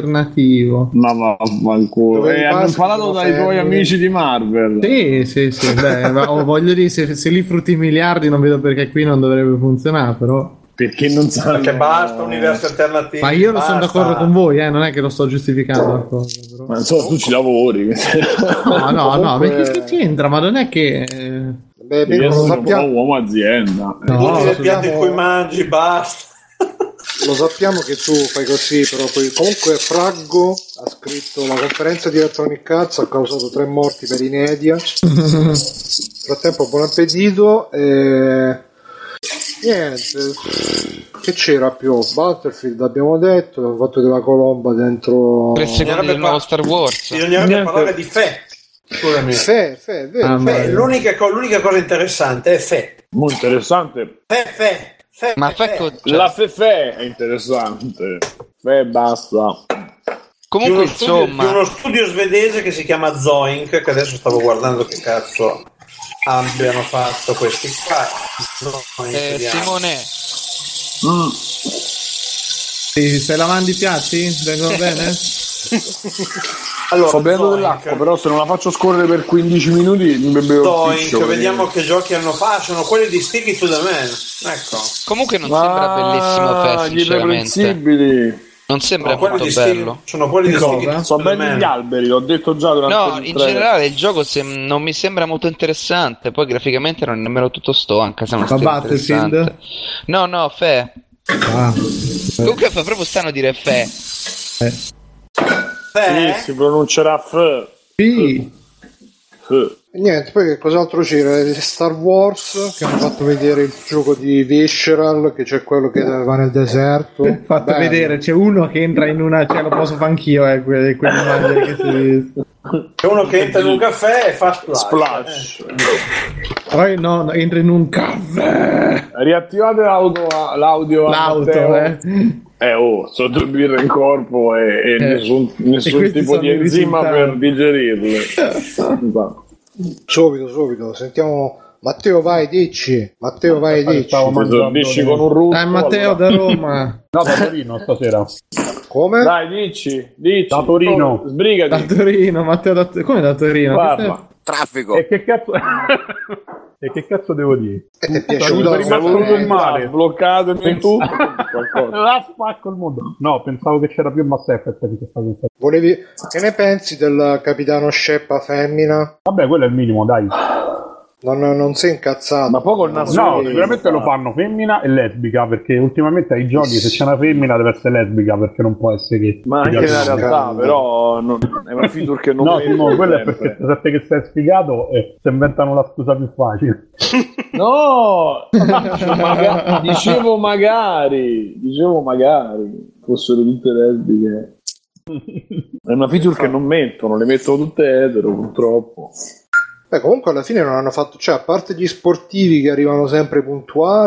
E: alternativo.
C: Ma vaffanculo.
E: Dove
C: Eh,
E: i
C: hanno
E: basket
C: parlato
E: sono
C: dai tuoi
E: fermi.
C: amici di Marvel.
E: Sì, sì, sì, beh, ma, oh, voglio dire, se, se lì frutti i miliardi non vedo perché qui non dovrebbe funzionare, però...
C: Perché non sanno...
I: perché basta universi alternativi.
E: Ma io non sono
I: basta.
E: d'accordo con voi, eh, non è che lo sto giustificando. ecco. la cosa.
C: Ma insomma, tu ci lavori.
E: No, no, no,
C: Comunque-
E: perché che c'entra? Ma non è che... eh,
A: Beh,
C: Io
E: lo
C: sono
E: sappiamo-
C: un uomo azienda.
E: No,
I: Butti
E: lo
I: le piante in
E: sappiamo-
I: cui mangi, basta.
A: Lo sappiamo che tu fai così, però poi comunque Fraggo ha scritto la conferenza di Electronic Arts ha causato tre morti per inedia. Nel frattempo buon appetito e niente. Che c'era più? Battlefield abbiamo detto, abbiamo fatto della colomba dentro
J: Tre secondi del nuovo Star Wars.
I: Bisognerebbe parlare di fe. Scusami.
A: Fe, fe, è vero.
J: Ah,
I: Fe,
A: Fe,
I: l'unica, co- l'unica cosa interessante è fe.
C: Molto interessante.
J: Ma fe co- cioè-
C: La Fefe è interessante. Fe basta.
I: Di uno studio- di uno studio svedese che si chiama Zoink, che adesso stavo guardando che cazzo abbiano fatto questi qua. Zoink,
J: Eh,
I: vediamo.
J: Simone,
C: Mm.
E: Sì, stai lavando i piatti? Vengono bene?
I: Allora,
B: Sto bevendo
I: Zoink.
B: dell'acqua, però se non la faccio scorrere per 15 minuti mi bevo il
I: Zoink,
B: ciccio, perché-
J: eh.
I: vediamo che giochi hanno fatto. Sono quelli di Sticky to the Man. Ecco.
J: Comunque non sembra bellissimo
B: Ah,
J: FF,
B: gli
J: sinceramente.
B: irreprensibili.
J: Non sembra
B: No, quelli
J: molto
B: di Steve-
J: bello.
I: sono quelli di Cosa? Steve-
B: Sono belli gli alberi, l'ho detto già durante
J: No,
B: il
J: in
B: trailer.
J: generale il gioco sem- non mi sembra molto interessante. Poi graficamente non è nemmeno tutto sto, anche se non
E: Ma
J: sia
E: Battlefield?
J: interessante. No, no, Fe.
E: Ah,
J: Comunque fa proprio strano dire Fe.
B: Sì, si pronuncerà F.
E: Sì.
A: E Niente, poi che cos'altro c'era? Il Star Wars che hanno fatto vedere il gioco di Visceral, che c'è quello che va nel deserto.
E: fatto
A: Bello.
E: vedere, c'è uno che entra in una, cioè lo posso fare anch'io, eh, que- quell'immagine che si è visto.
I: C'è uno che entra in un caffè e fa splash. Eh,
E: Però io no, no, entra in un caffè.
B: Riattivate l'audio, a- l'audio a
E: L'auto,
B: Matteo.
E: eh.
B: Eh oh, sono due birre in corpo e, e
E: Eh.
B: nessun,
E: E
B: nessun
E: questi
B: tipo
E: sono
B: di
E: i
B: enzima
E: risultati.
B: per digerirle. Esatto.
A: Subito, subito, sentiamo. Matteo, vai, dici. Matteo, vai, dici.
L: Esordisci con un
A: rutto.
L: rutto.
A: Dai, Eh, Matteo
L: allora.
A: da Roma.
L: No, da Torino stasera.
A: Come?
B: Dai, dici, dici.
L: Da Torino.
B: Oh, sbrigati.
E: Da Torino, Matteo da Come da Torino?
L: Parla.
H: Traffico.
L: E che cazzo... e che cazzo devo dire?
A: E ti è
B: cioè,
L: piaciuto?
A: piaciuta?
L: Mi ha
B: eh.
L: voluto il male.
B: Bloccatemi
L: tu.
B: Qualcosa.
L: La spacco ecco il mondo. No, pensavo che c'era più Mass Effect di questa cosa.
A: Volevi... Che ne pensi del capitano Sceppa femmina?
L: Vabbè, quello è il minimo, dai.
A: Non, non sei incazzato. Ma
B: poco
L: No, sicuramente lo fanno femmina e lesbica, perché ultimamente ai giochi se c'è una femmina deve essere lesbica, perché non può essere che...
B: Ma anche
L: che-
B: nella realtà, però, non- è una feature che non
L: No,
B: vede
L: Simone, quello è
B: sempre.
L: perché sapete che sei sfigato e si inventano la scusa più facile.
B: No, Maga- dicevo magari, dicevo Oh, magari fossero tutte lesbiche. È una feature che non mettono, le mettono tutte etero purtroppo.
A: Beh, comunque alla fine non hanno fatto, cioè a parte gli sportivi che arrivano sempre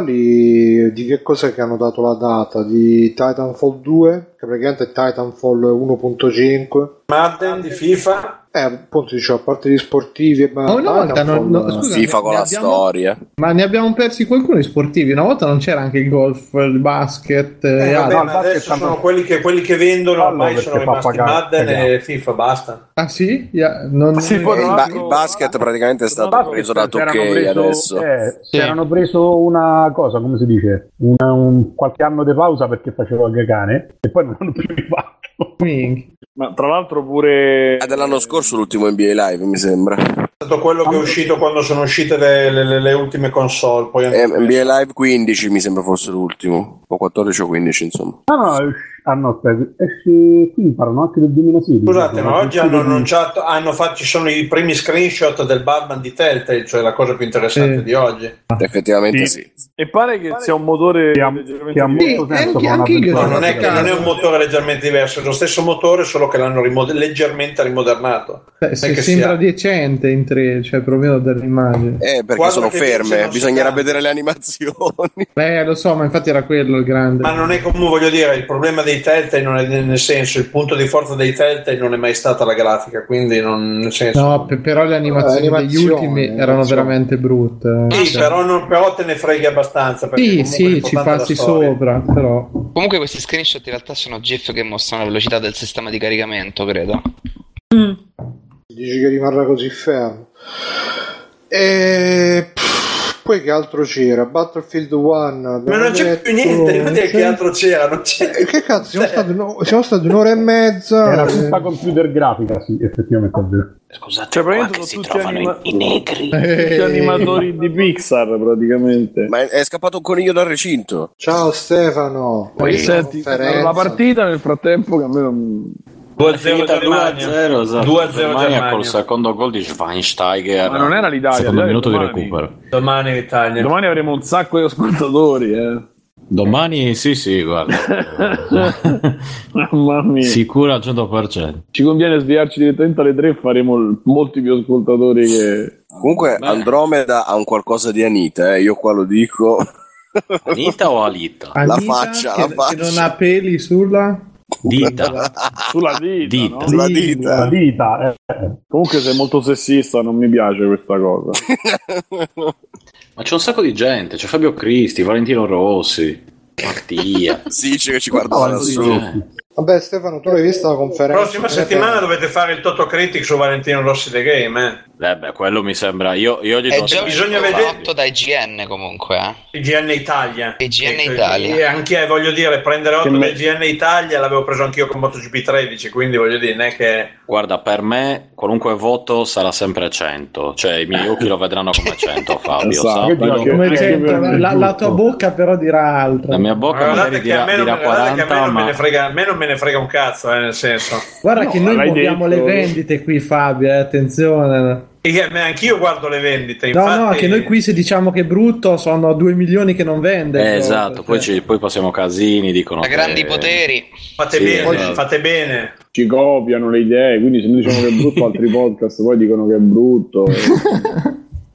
A: puntuali, di che cos'è che hanno dato la data? Di Titanfall 2, che praticamente è Titanfall 1.5.
I: Madden di FIFA.
A: Eh, appunto dicevo, a parte gli sportivi e
E: Ma una volta non- no, scusa,
H: FIFA con
E: ne
H: la
E: abbiamo-
H: storia.
E: Ma ne abbiamo persi qualcuno di sportivi. Una volta non c'era anche il golf, il basket.
I: Eh,
E: e
I: vabbè,
E: altro.
I: ma adesso sono quelli che, quelli che vendono,
E: Ah,
I: ormai
E: perché
I: sono
E: fa
I: rimasti
E: pagare,
I: Madden
E: pagare.
I: e FIFA, basta.
E: Ah sì? Ya- non-
H: Eh, il, ba- il basket praticamente è stato preso da
L: c'erano
H: 2K
L: preso-
H: adesso.
L: eh, si erano preso una cosa, come si dice, Una- un, qualche anno di pausa perché facevo anche cane e poi non hanno più rifatto.
B: Ma tra l'altro pure...
H: È Ah, dell'anno scorso l'ultimo NBA Live, mi sembra.
I: È stato quello che è uscito quando sono uscite le, le- le- le ultime console. Poi
H: Eh, NBA Live 15 mi sembra fosse l'ultimo. O 14 o 15, insomma.
L: No, no, es- ah no, aspetta, esce- qui parlano anche del 2016.
I: Scusate, ma oggi hanno
L: Sì,
I: annunciato, hanno fatto, ci sono i primi screenshot del Batman di Telltale, cioè la cosa più interessante
L: Sì.
I: di oggi.
H: Effettivamente sì.
B: E pare che sia un motore
L: che ha
B: diverso.
L: molto senso per una
I: No,
L: avventura.
I: non è, che- non è un motore leggermente diverso, è lo stesso motore, solo che l'hanno rimod- leggermente rimodernato.
E: Beh, Eh, se
I: Non è che
E: sembra
I: sia-
E: decente in tre, cioè perlomeno dall'immagine.
H: Eh, perché
I: Guarda
H: sono
I: che
H: ferme,
I: dicono
H: bisognerà vedere le animazioni.
E: Eh, lo so, ma infatti era quello il grande.
I: Ma non è come voglio dire, il problema dei Telltale non è nel senso, il punto di forza dei Telltale non è mai stata la grafica, quindi non nel senso.
E: No, pe- però le animazioni
I: Eh,
E: degli ultimi erano veramente brutte.
I: Sì,
E: Cioè,
I: però, non- però te ne freghi abbastanza. perché
E: sì,
I: comunque
E: sì, ci
I: l'importante è la
E: passi
I: storia.
E: sopra, però.
J: Comunque questi screenshot in realtà sono GIF che mostrano la velocità del sistema di caricamento, credo.
A: Dici che rimarrà così fermo. E pff, poi che altro c'era? Battlefield 1.
I: Ma non c'è più niente,
A: Eh,
I: non dire che altro c'era. Non c'è.
A: Che cazzo, siamo
I: Cioè,
A: stati, no- siamo stati un'ora e mezza.
L: Era
A: eh.
L: tutta computer grafica, sì, effettivamente è vero.
B: Scusate, cioè, praticamente sono tutti, anima- tutti
L: Eh.
B: animatori di Pixar praticamente.
H: Ma è, è scappato un coniglio dal recinto.
A: Ciao Stefano.
B: Poi senti,
A: Conferenza.
B: la partita nel frattempo che a me non...
M: 2-0
B: Germania.
M: 2-0, esatto.
B: 2-0
M: Germania
B: Germania.
M: col secondo gol di Schweinsteiger.
B: Ma non era l'Italia,
M: Secondo
B: l'Italia
M: minuto di
B: domani.
M: recupero.
I: Domani l'Italia.
B: Domani avremo un sacco di ascoltatori, eh.
M: Domani sì, sì, guarda.
B: Mamma mia.
M: Sicura al 100%.
B: Ci conviene svegliarci direttamente alle 3 e faremo l- molti più ascoltatori che...
H: Comunque Andromeda ha un qualcosa di Anita, eh, io qua lo dico.
M: Anita o Alita?
H: la
E: Anita,
H: faccia,
E: che,
H: la faccia.
E: che non ha peli sulla
M: Dita.
B: Sulla dita, no? eh.
L: Sulla dita. Sulla dita,
B: Comunque sei molto sessista, non mi piace questa cosa.
M: Ma c'è un sacco di gente, c'è Fabio Cristi, Valentino Rossi, Mattia.
H: sì, c'è che ci guarda da su.
A: Vabbè, Stefano, tu l'hai vista la conferenza?
I: prossima settimana dovete fare il Toto Critic su Valentino Rossi The Game.
M: Eh beh, quello mi sembra. Io, io gli
I: Eh,
M: do
I: già bisogna
M: Fabio.
I: vedere-
J: fatto da IGN comunque. Eh.
I: Eh. IGN Italia.
J: IGN
I: Ecco,
J: Italia.
I: E anche eh, voglio dire, prendere 8
M: Che me-
I: del GN Italia l'avevo preso anch'io con MotoGP 13, quindi voglio dire, non è che
M: Guarda, per me qualunque voto sarà sempre 100, cioè i miei occhi lo vedranno come 100 Fabio.
E: Esatto.
M: sappilo.
E: Come c'entra? la, la tua bocca però dirà altro.
M: La mia bocca magari
I: guardate che
M: dirà,
I: a me non,
M: dirà
I: me- guardate che a me
M: 40,
I: non me
M: ma
I: ne frega, a me non me ne frega un cazzo, eh, nel senso.
E: Guarda che noi
I: l'hai
E: muoviamo
I: detto.
E: le vendite qui Fabio, eh, attenzione.
I: E a me- eh, anch'io guardo le vendite,
E: No,
I: Eh, infatti.
E: no, che noi qui se diciamo che è brutto sono 2 milioni che non vende.
M: Eh, esatto, poi, ci- poi passiamo casini, dicono che-
I: Fate
M: Sì,
I: bene,
M: esatto.
I: fate bene.
C: Ci copiano le idee, quindi se noi diciamo che è brutto altri podcast poi dicono che è brutto.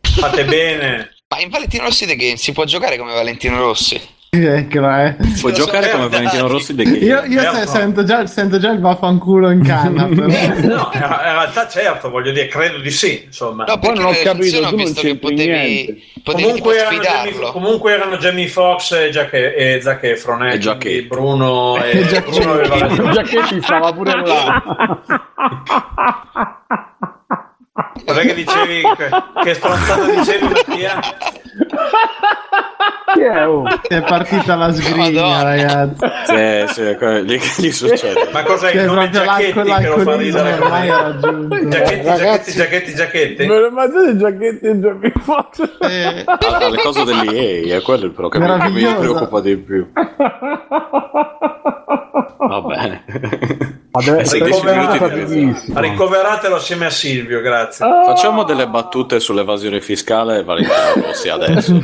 I: Fate bene.
J: Ma in Valentino Rossi The Game si può giocare come Valentino Rossi?
M: Puoi giocare come Valentino Rossi The Game.
E: eh. Io, io se- sento, già, sento già il vaffanculo in canna. però.
I: No, in realtà certo, voglio dire, credo di sì, insomma.
J: Eh, No, perché Poi non ho nelle capito, recensioni ho tu non visto che c'entri potevi- niente. potevi tipo
I: comunque, erano
J: sfidarlo.
I: Jamie, comunque erano Jamie Foxx e Zac, e Zac Efron, eh, quindi Bruno e
L: E Zac-
I: Bruno aveva ragione.
L: Giacchetti stava pure là.
I: Cos'è che dicevi che, che stronzata dicevi Mattia?
E: È partita la sgriglia, ragazzi.
M: esatto. Eh, Sì, sì, que- gli, gli succede.
I: Ma cos'è il
E: Cioè,
I: nome
E: proprio
I: Giacchetti
E: l'alcol-
I: che lo fa ridere
E: l'alcolismo ormai ha
I: così? Giacchetti, Giacchetti, Giacchetti, Giacchetti.
C: Me lo immaginate Giacchetti e Gianni Fox?
M: Ah, ah, le cose dell'EA, è quello però che mi, che mi
C: Meraviglioso.
M: preoccupa di più. Va bene. Eh sì, 10 minuti di
I: Ricoveratelo, ricoveratelo assieme a Silvio, grazie.
C: Oh.
M: Facciamo delle battute sull'evasione fiscale e Valentino Rossi adesso.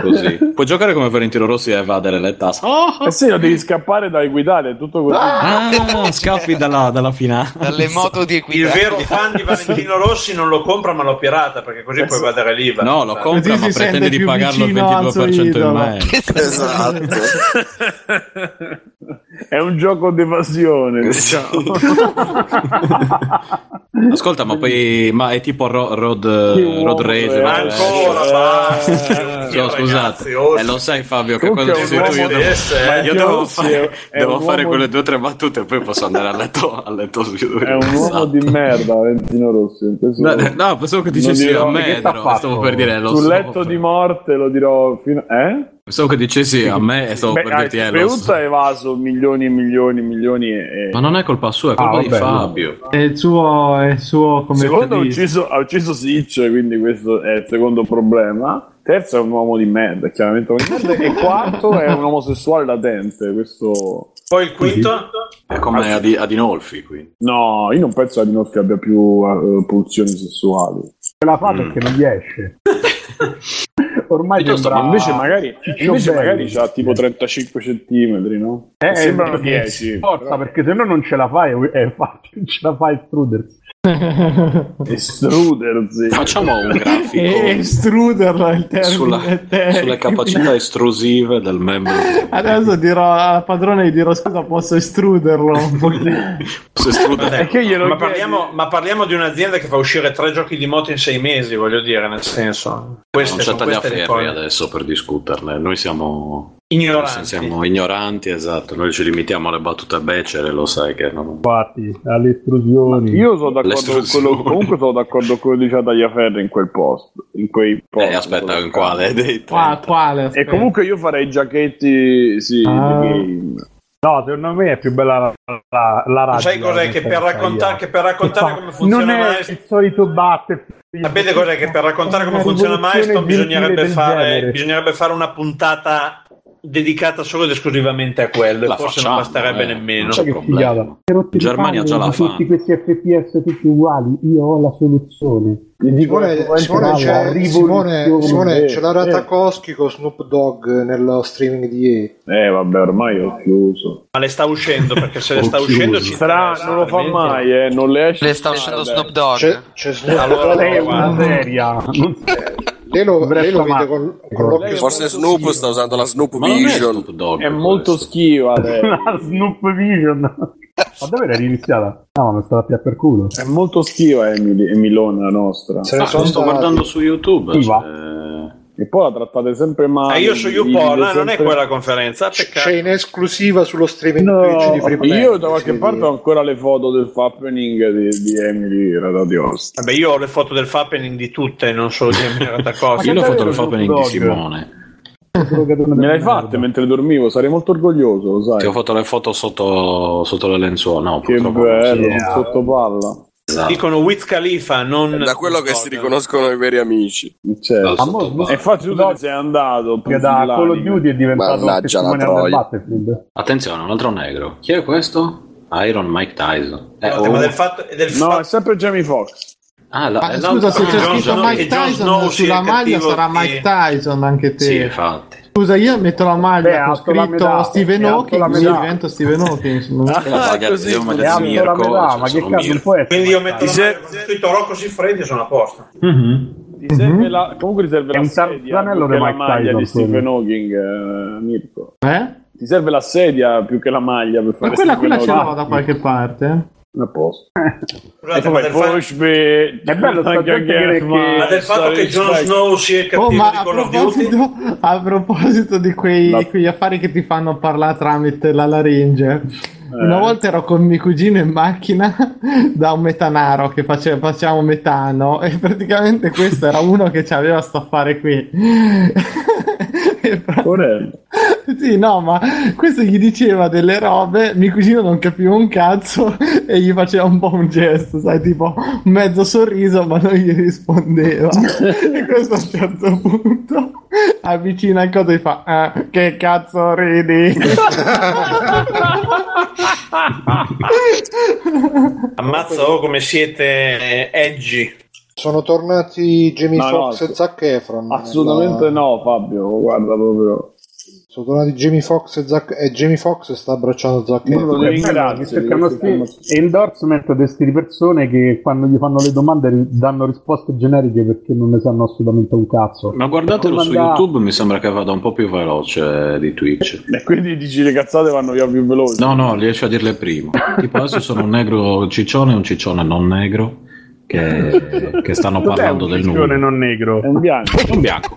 M: Così. Puoi giocare come Valentino Rossi e evadere le tasse.
C: Eh sì, lo devi scappare dai guidare, è tutto così.
M: Ah, scappi dalla, dalla finanza.
J: Dalle moto di
I: Il vero fan di Valentino Rossi non lo compra ma lo pirata perché così puoi badare l'IVA.
M: No, lo compra
I: Eh Così
M: ma
I: si
M: pretende
I: sente
M: di
I: più
M: pagarlo il
I: vicino al suo
M: 22% in
I: idolo.
M: meno.
H: Esatto.
C: È un gioco d'evasione, diciamo.
M: Ascolta, ma poi ma è tipo Ro- Road, road Race.
C: eh.
M: Road Rash.
C: Ancora,
J: Esatto.
M: No, scusate, e lo sai Fabio che
C: Comunque
M: quando
C: è
M: sei
C: un
M: tu io
C: uomo
M: devo,
C: di essere, eh.
M: io devo
C: Rossi
M: fare,
C: è- è
M: devo
C: un
M: fare
C: uomo-
M: quelle due o tre battute e poi posso andare a letto, a letto chiuso.
C: È un uomo di merda, Valentino Rossi. Questo-
M: esatto. No, no, no, pensavo che
C: non
M: dicessi
C: dirò-
M: a me,
C: Che t'ha
M: però,
C: fatto?
M: stavo per dire, lo
C: Sul
M: so,
C: letto di morte lo dirò fino Eh?
M: Pensavo che dicessi a me e stavo
C: Beh,
M: per dirti
C: ah,
M: eh, lo so.
C: Peuta ha evaso milioni e milioni e milioni e...
M: Ma non è colpa sua, è
C: Ah,
M: colpa di
C: vabbè, no.
M: Fabio.
E: È il suo, è il suo come
C: Secondo ha
E: felice.
C: ucciso, ha ucciso Sitch, quindi questo è il secondo problema. Terzo è un uomo di merda, chiaramente un uomo di merda. E quarto è un omosessuale latente, questo...
I: Poi il quinto?
M: È come Adi- Adinolfi, quindi.
C: No, io non penso che Adinolfi abbia più eh, pulsioni sessuali.
L: Ce la fa perché non gli esce. Ormai
C: Piuttosto,
L: sembra...
C: ma invece magari,
L: Ciccio
C: invece
L: Belli.
C: magari c'ha tipo 35 centimetri, no?
L: Eh,
C: sembrano
L: eh,
C: 10.
L: Forza, perché se no non ce la fai, eh, infatti, non ce la fai a estrudersi.
C: Estrudersi.
M: Facciamo un grafico.
E: E estruderlo è il termine
M: Sulla-
E: tecnico.
M: sulle capacità estrusive del membro.
E: Adesso dirò al padrone gli dirò scusa, posso estruderlo un pochino.
I: Eh,
J: Eh,
I: ma, parliamo, ma parliamo di un'azienda che fa uscire tre giochi di moto in sei mesi, voglio dire, nel senso. Queste
M: non c'è
I: sono queste le
M: tagliaferri
I: cose.
M: adesso per discuterne. Noi siamo
I: Ignoranti.
M: Siamo ignoranti, esatto. Noi ci limitiamo alle battute becere, lo sai che non.
L: Infatti, alle estrusioni.
C: Io sono d'accordo con
M: L'estrusione.
C: quello, comunque sono d'accordo con quello che diceva Tagliaferri in quel post, in quei post.
M: Eh, aspetta, in quale hai detto?
E: Qua- quale?
C: E
E: Aspetta.
C: comunque io farei giacchetti, sì,
L: Ah.
C: di game.
L: No, secondo me è più bella la, la, la radio.
I: Sai cos'è che per, raccontare, che per raccontare come
L: eh? Non
I: funziona
L: è
I: Milestone-
L: il solito batte.
I: Sapete cos'è? Che per raccontare come
L: Una
I: funziona
L: rivoluzione
I: Milestone bisognerebbe
L: virile del
I: fare,
L: genere.
I: bisognerebbe fare una puntata dedicata solo ed esclusivamente a quello.
M: La
I: e forse
M: facciamo,
I: non basterebbe
M: eh,
I: nemmeno.
M: non c'è
L: Figata. Che rotti di
M: Germania
L: palle
M: già la
L: di
M: fa.
L: Tutti questi FPS tutti uguali, io ho la eh, soluzione.
A: Simone, Simone, c'è, Simone, Simone c'è la
L: eh.
A: rata Koski con Snoop Dogg nello streaming di
C: Eh vabbè, ormai ho chiuso.
I: Ma le sta uscendo perché se le
C: Ho
I: sta uscendo
C: chiuso.
I: ci
C: Sarà-
I: interessa,
C: non lo fa
I: veramente.
C: mai, eh, non le esce.
I: Le sta
C: mai,
I: uscendo
C: vabbè.
I: Snoop Dogg. C'è- c'è Snoop
C: Cioè, Allora,
I: Dogg.
C: lei è
I: guarda.
C: una serie.
A: Lei lo, lei lo vede
C: ma-
A: con, con l'occhio
H: Forse Snoop sta usando la Snoop
C: Ma non è
H: Vision.
C: È molto schiva lei.
L: La Snoop Vision. Ma dove era riniziata? No, mi stava più per culo.
C: È
L: eh,
C: molto schiva Emily, Emilona la nostra.
H: Ah,
L: Se ne Ah, sono lo sto andati. guardando
M: su YouTube.
L: Sì, va.
M: eh,
C: E poi la trattate sempre male.
I: Eh, io su YouPorn
C: divide
I: non è
C: sempre-
I: quella conferenza, peccato.
G: C'è in esclusiva sullo streaming Twitch di Free
C: No,
G: Play.
C: io da qualche parte ho ancora le foto del happening di, di Emily Rada di Osta.
I: Vabbè, io ho le foto del Fappening di tutte, non solo di Emilio
C: Ma
I: Ratacosta.
C: che Io le foto del bello, Fappening di Dog. Simone. Me l'hai fatte mentre dormivo, sarei molto orgoglioso, lo sai.
M: Ti ho fatto le foto sotto, sotto le lenzuola. No,
C: Che
M: purtroppo non
C: bello,
M: si-
C: sotto palla.
M: Esatto.
I: Dicono Wiz Khalifa, non... Da quello che si riconoscono i veri amici. Certo.
C: Ah, mo- mo- E infatti tu te ne sei andato.
L: Che da Call of Duty è diventato un
M: Mannaggia la
L: testimonial del
M: troia.
L: Battlefield.
M: Attenzione, un altro negro. Chi è questo? Iron Mike Tyson. Eh, oh.
I: ma del fatto... Del
C: no, è sempre Jamie Fox.
M: Ah, la-
E: Ma
M: è
E: scusa,
M: l'altro-
E: se c'è
M: Jon
E: scritto
M: Snow-
E: Mike
M: che Jon
E: Tyson
M: Snow sia
E: sulla
M: il
E: maglia
M: cattivo
E: sarà
M: di-
E: Mike Tyson anche te.
M: Sì, infatti.
E: Scusa, io metto la
L: Beh,
E: maglia con
L: alto la
E: scritto
L: metà,
E: Steven
L: è alto
E: Hawking,
L: la Cioè,
E: così
L: metà.
E: divento Steven Hawking. Non so.
M: la maglia- così, Ah, io me la
L: è alto eh, la
M: smirco,
L: metà,
M: cioè,
L: ma che
M: sono
L: cazzo
M: Mirko.
L: non può essere?
I: Quindi io metto
L: Ti
I: la
L: se-
I: mano con scritto Rocco Siffredi e sono a posto.
L: Mhm.
C: Ti serve la- comunque ti serve la sedia
L: tarzanello
C: più che
L: di
C: la
L: Mike
C: maglia
L: Tyson,
C: di Stephen
L: quello.
C: Hawking, eh, Mirko.
E: Eh?
C: Ti serve la sedia più che la maglia per fare
E: Ma quella,
C: Stephen
E: quella ce l'ho
C: Hawking.
E: da qualche parte. eh.
C: A posto.
I: Scusate,
C: E poi
I: ma del fa-
C: Bush, beh,
E: È bello sta
C: anche
E: gente
C: Gertman,
E: che- che-
I: Ma del fatto che Jon
C: Sarah
I: Snow sia il cattivo
E: Oh, ma
I: di
E: a
I: Call of Duty...
E: proposito, a proposito di quei,
C: No.
E: quegli affari che ti fanno parlare tramite la laringe, una volta ero con mio cugino in macchina da un metanaro che face- facciamo metano e praticamente questo era uno che ci aveva sto affare qui. E pra- sì, no, ma questo gli diceva delle robe, mio cugino non capiva un cazzo e gli faceva un po' un gesto, sai, tipo un mezzo sorriso, ma non gli rispondeva. e questo a un certo punto avvicina il coso e fa "Ah, che cazzo ridi?
I: Ammazza oh, come siete eh, edgy.
A: Sono tornati Jamie
C: No, no,
A: Foxx e Zac Efron.
C: Assolutamente
A: nella-
C: no, Fabio, guarda proprio.
A: Sono tornati Jamie Fox e Zac e Jamie Fox sta abbracciando Zac
C: Ma lo
A: Efron.
C: devi-
A: Eh,
C: Grazie,
L: Grazie, cercano
C: grazie,
L: sti endorsement di sti persone che quando gli fanno le domande ri- danno risposte generiche perché non ne sanno assolutamente un cazzo.
M: Ma guardatelo
L: Non
M: su
L: andà-
M: YouTube, mi sembra che vada un po' più veloce di Twitch.
C: E quindi dici le cazzate vanno via più veloci.
M: No, no, riesce a dirle prima. Tipo adesso sono un negro ciccione e un ciccione non negro Eh, che, che stanno
L: Cos'è
M: parlando
L: un
M: del
L: ciccione
M: nulla.
L: non negro.
C: È un bianco.
M: Un bianco.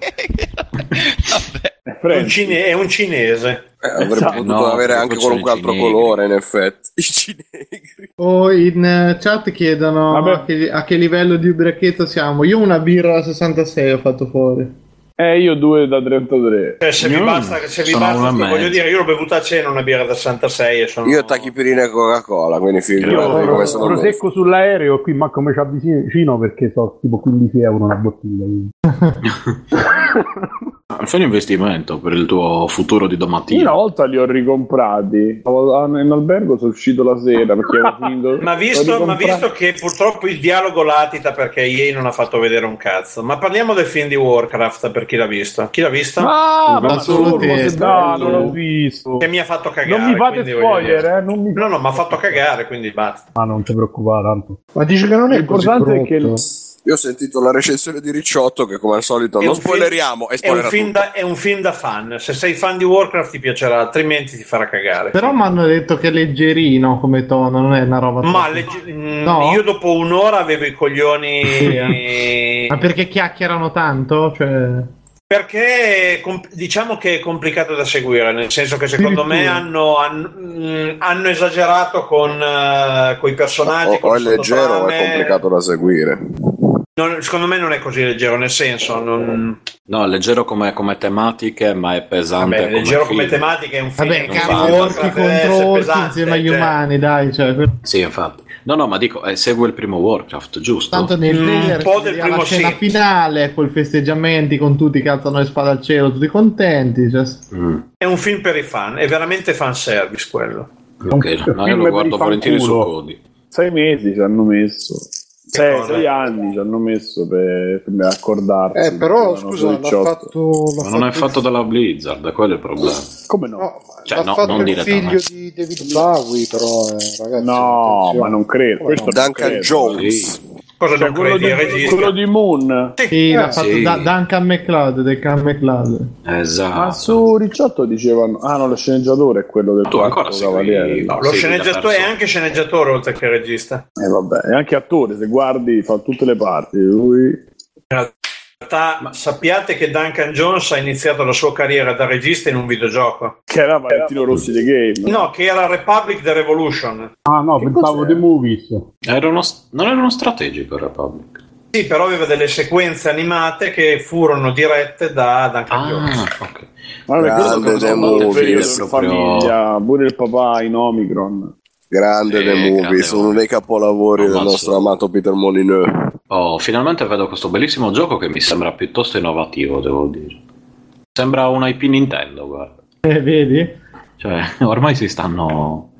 I: È un, cine- è un cinese.
H: Eh,
L: Eh,
H: avrebbe
L: esatto.
H: potuto avere anche qualunque altro colore, in effetti. I cinesi.
E: O in eh, chat chiedono a che, a che livello di ubriachezza siamo. Io una birra da 66 ho fatto fuori.
C: Eh, io due da 33.
I: Cioè, se
M: Mm.
I: vi
C: No,
I: basta, se vi
C: sono
I: basta
C: una mezza.
I: voglio dire, io l'ho bevuta a cena una birra da 66 e sono...
H: Io tachipirina e Coca-Cola, quindi figurati come sono messo.
L: Prosecco sull'aereo qui, ma come ci avvicino perché so tipo 15 euro una bottiglia. quindi.
M: Fai un investimento per il tuo futuro di
C: Io
M: domattina.
C: una volta li ho ricomprati. Stavo a- In albergo sono uscito la sera perché avevo finito.
I: Ma visto, ma visto che purtroppo il dialogo latita perché EA non ha fatto vedere un cazzo. Ma parliamo del film di Warcraft per chi l'ha visto. Chi l'ha visto?
C: Ah, ma
E: solo
C: turbo,
E: te.
C: se no, non l'ho
L: visto.
I: Che mi ha fatto cagare.
C: Non mi fate
I: quindi voglio
C: spoiler,
I: dire.
C: eh, non mi
I: No, no, mi ha fatto cagare, quindi basta.
L: Ma non ti preoccupare tanto.
A: Ma dici che non è così
H: L'importante è che-
A: brutto.
H: Io ho sentito la recensione di Ricciotto che come al solito
I: È
H: non
I: un film-
H: spoileriamo e
I: È un,
H: spoilerà
I: film da, è un film da fan. Se sei fan di Warcraft ti piacerà, altrimenti ti farà cagare.
E: Però mi hanno detto che è leggerino come tono, non è una roba.
I: Ma
E: troppo-
I: legge- mm,
E: No?
I: io dopo un'ora avevo i eh,
E: Sì,
I: coglioni.
E: Ma perché chiacchierano tanto? Cioè...
I: Perché è com- diciamo che è complicato da seguire, nel senso che secondo me hanno, hanno- mm, hanno esagerato con i personaggi.
H: tutto. O, o
I: con
H: Oh, è
I: le
H: leggero o è
I: sottotrame.
H: complicato da seguire.
I: Non- secondo me non è così leggero, nel senso, non...
M: No, è leggero come, come tematiche, ma è pesante.
I: Vabbè, leggero come
M: film.
I: tematiche è un film.
E: Vabbè,
I: non
E: cavolo, orchi
I: fa- eh, se è
E: contro orchi
I: pesante,
E: insieme agli
I: cioè.
E: umani, dai. Cioè, que-
M: Sì, infatti. No, no, ma dico, eh, segue il primo Warcraft, giusto?
E: tanto nel trailer
I: Mm, po'
E: si
I: del
E: vedeva
I: primo
E: la scena
I: sì.
E: finale, col festeggiamenti con tutti calzano le spade al cielo, tutti contenti. Cioè...
I: È un film per i fan, è veramente fanservice quello.
M: Ok, no, io
C: film
M: lo
C: per
M: guardo
C: i
M: volentieri su
C: fanculo.
M: Cody.
C: Sei mesi ci hanno messo. Sei,
I: cosa?
C: sei anni ci hanno messo per, per accordarsi.
A: Eh, però
C: Erano
A: scusa, l'ha
C: 18.
A: fatto, l'ha
M: Ma non è
A: fatto,
M: fatto dalla Blizzard, è quello il problema.
C: Come no?
M: Cioè,
A: l'ha
M: no,
A: fatto
M: non
A: il
M: dire
A: figlio di David Bowie, però eh, ragazzi. No,
C: ma non credo. Questo non credo.
I: Cosa
C: Cioè,
I: non
C: quello,
I: credi? Il
C: di,
I: regista.
C: quello di Moon.
E: Sì, l'ha
C: Eh,
E: fatto
C: sì.
E: da- Duncan McLeod, del Can McLeod.
M: Esatto.
C: Ma su Ricciotto dicevano. Ah, no, lo sceneggiatore è quello del
M: Tu ancora
C: quarto
M: segui-
C: Cavaliere.
M: no,
I: Lo sceneggiatore è anche sceneggiatore oltre che
C: Eh,
I: regista.
C: E vabbè, è anche attore. Se guardi, fa tutte le parti. Lui.
I: realtà sappiate che Duncan Jones ha iniziato la sua carriera da regista in un videogioco.
B: Che era Valentino Rossi The Game.
I: No, che era Republic the Revolution.
C: Ah no, pensavo The Movies.
M: Era uno, non era uno strategico Republic.
I: Sì, però aveva delle sequenze animate che furono dirette da Duncan
M: Ah,
I: Jones.
B: Guarda, quello
I: Grande
B: che
I: The
B: ho un
I: Movies,
B: periodo in
I: proprio.
B: famiglia, pure il papà in Omicron.
N: Grande
M: Sì,
N: The
M: grande
N: Movie, sono uno dei capolavori del
M: Ammazza.
N: nostro amato Peter Molineux.
M: Oh, finalmente vedo questo bellissimo gioco che mi sembra piuttosto innovativo, devo dire. Sembra un IP Nintendo, guarda.
E: Eh, vedi?
M: Cioè, ormai si stanno...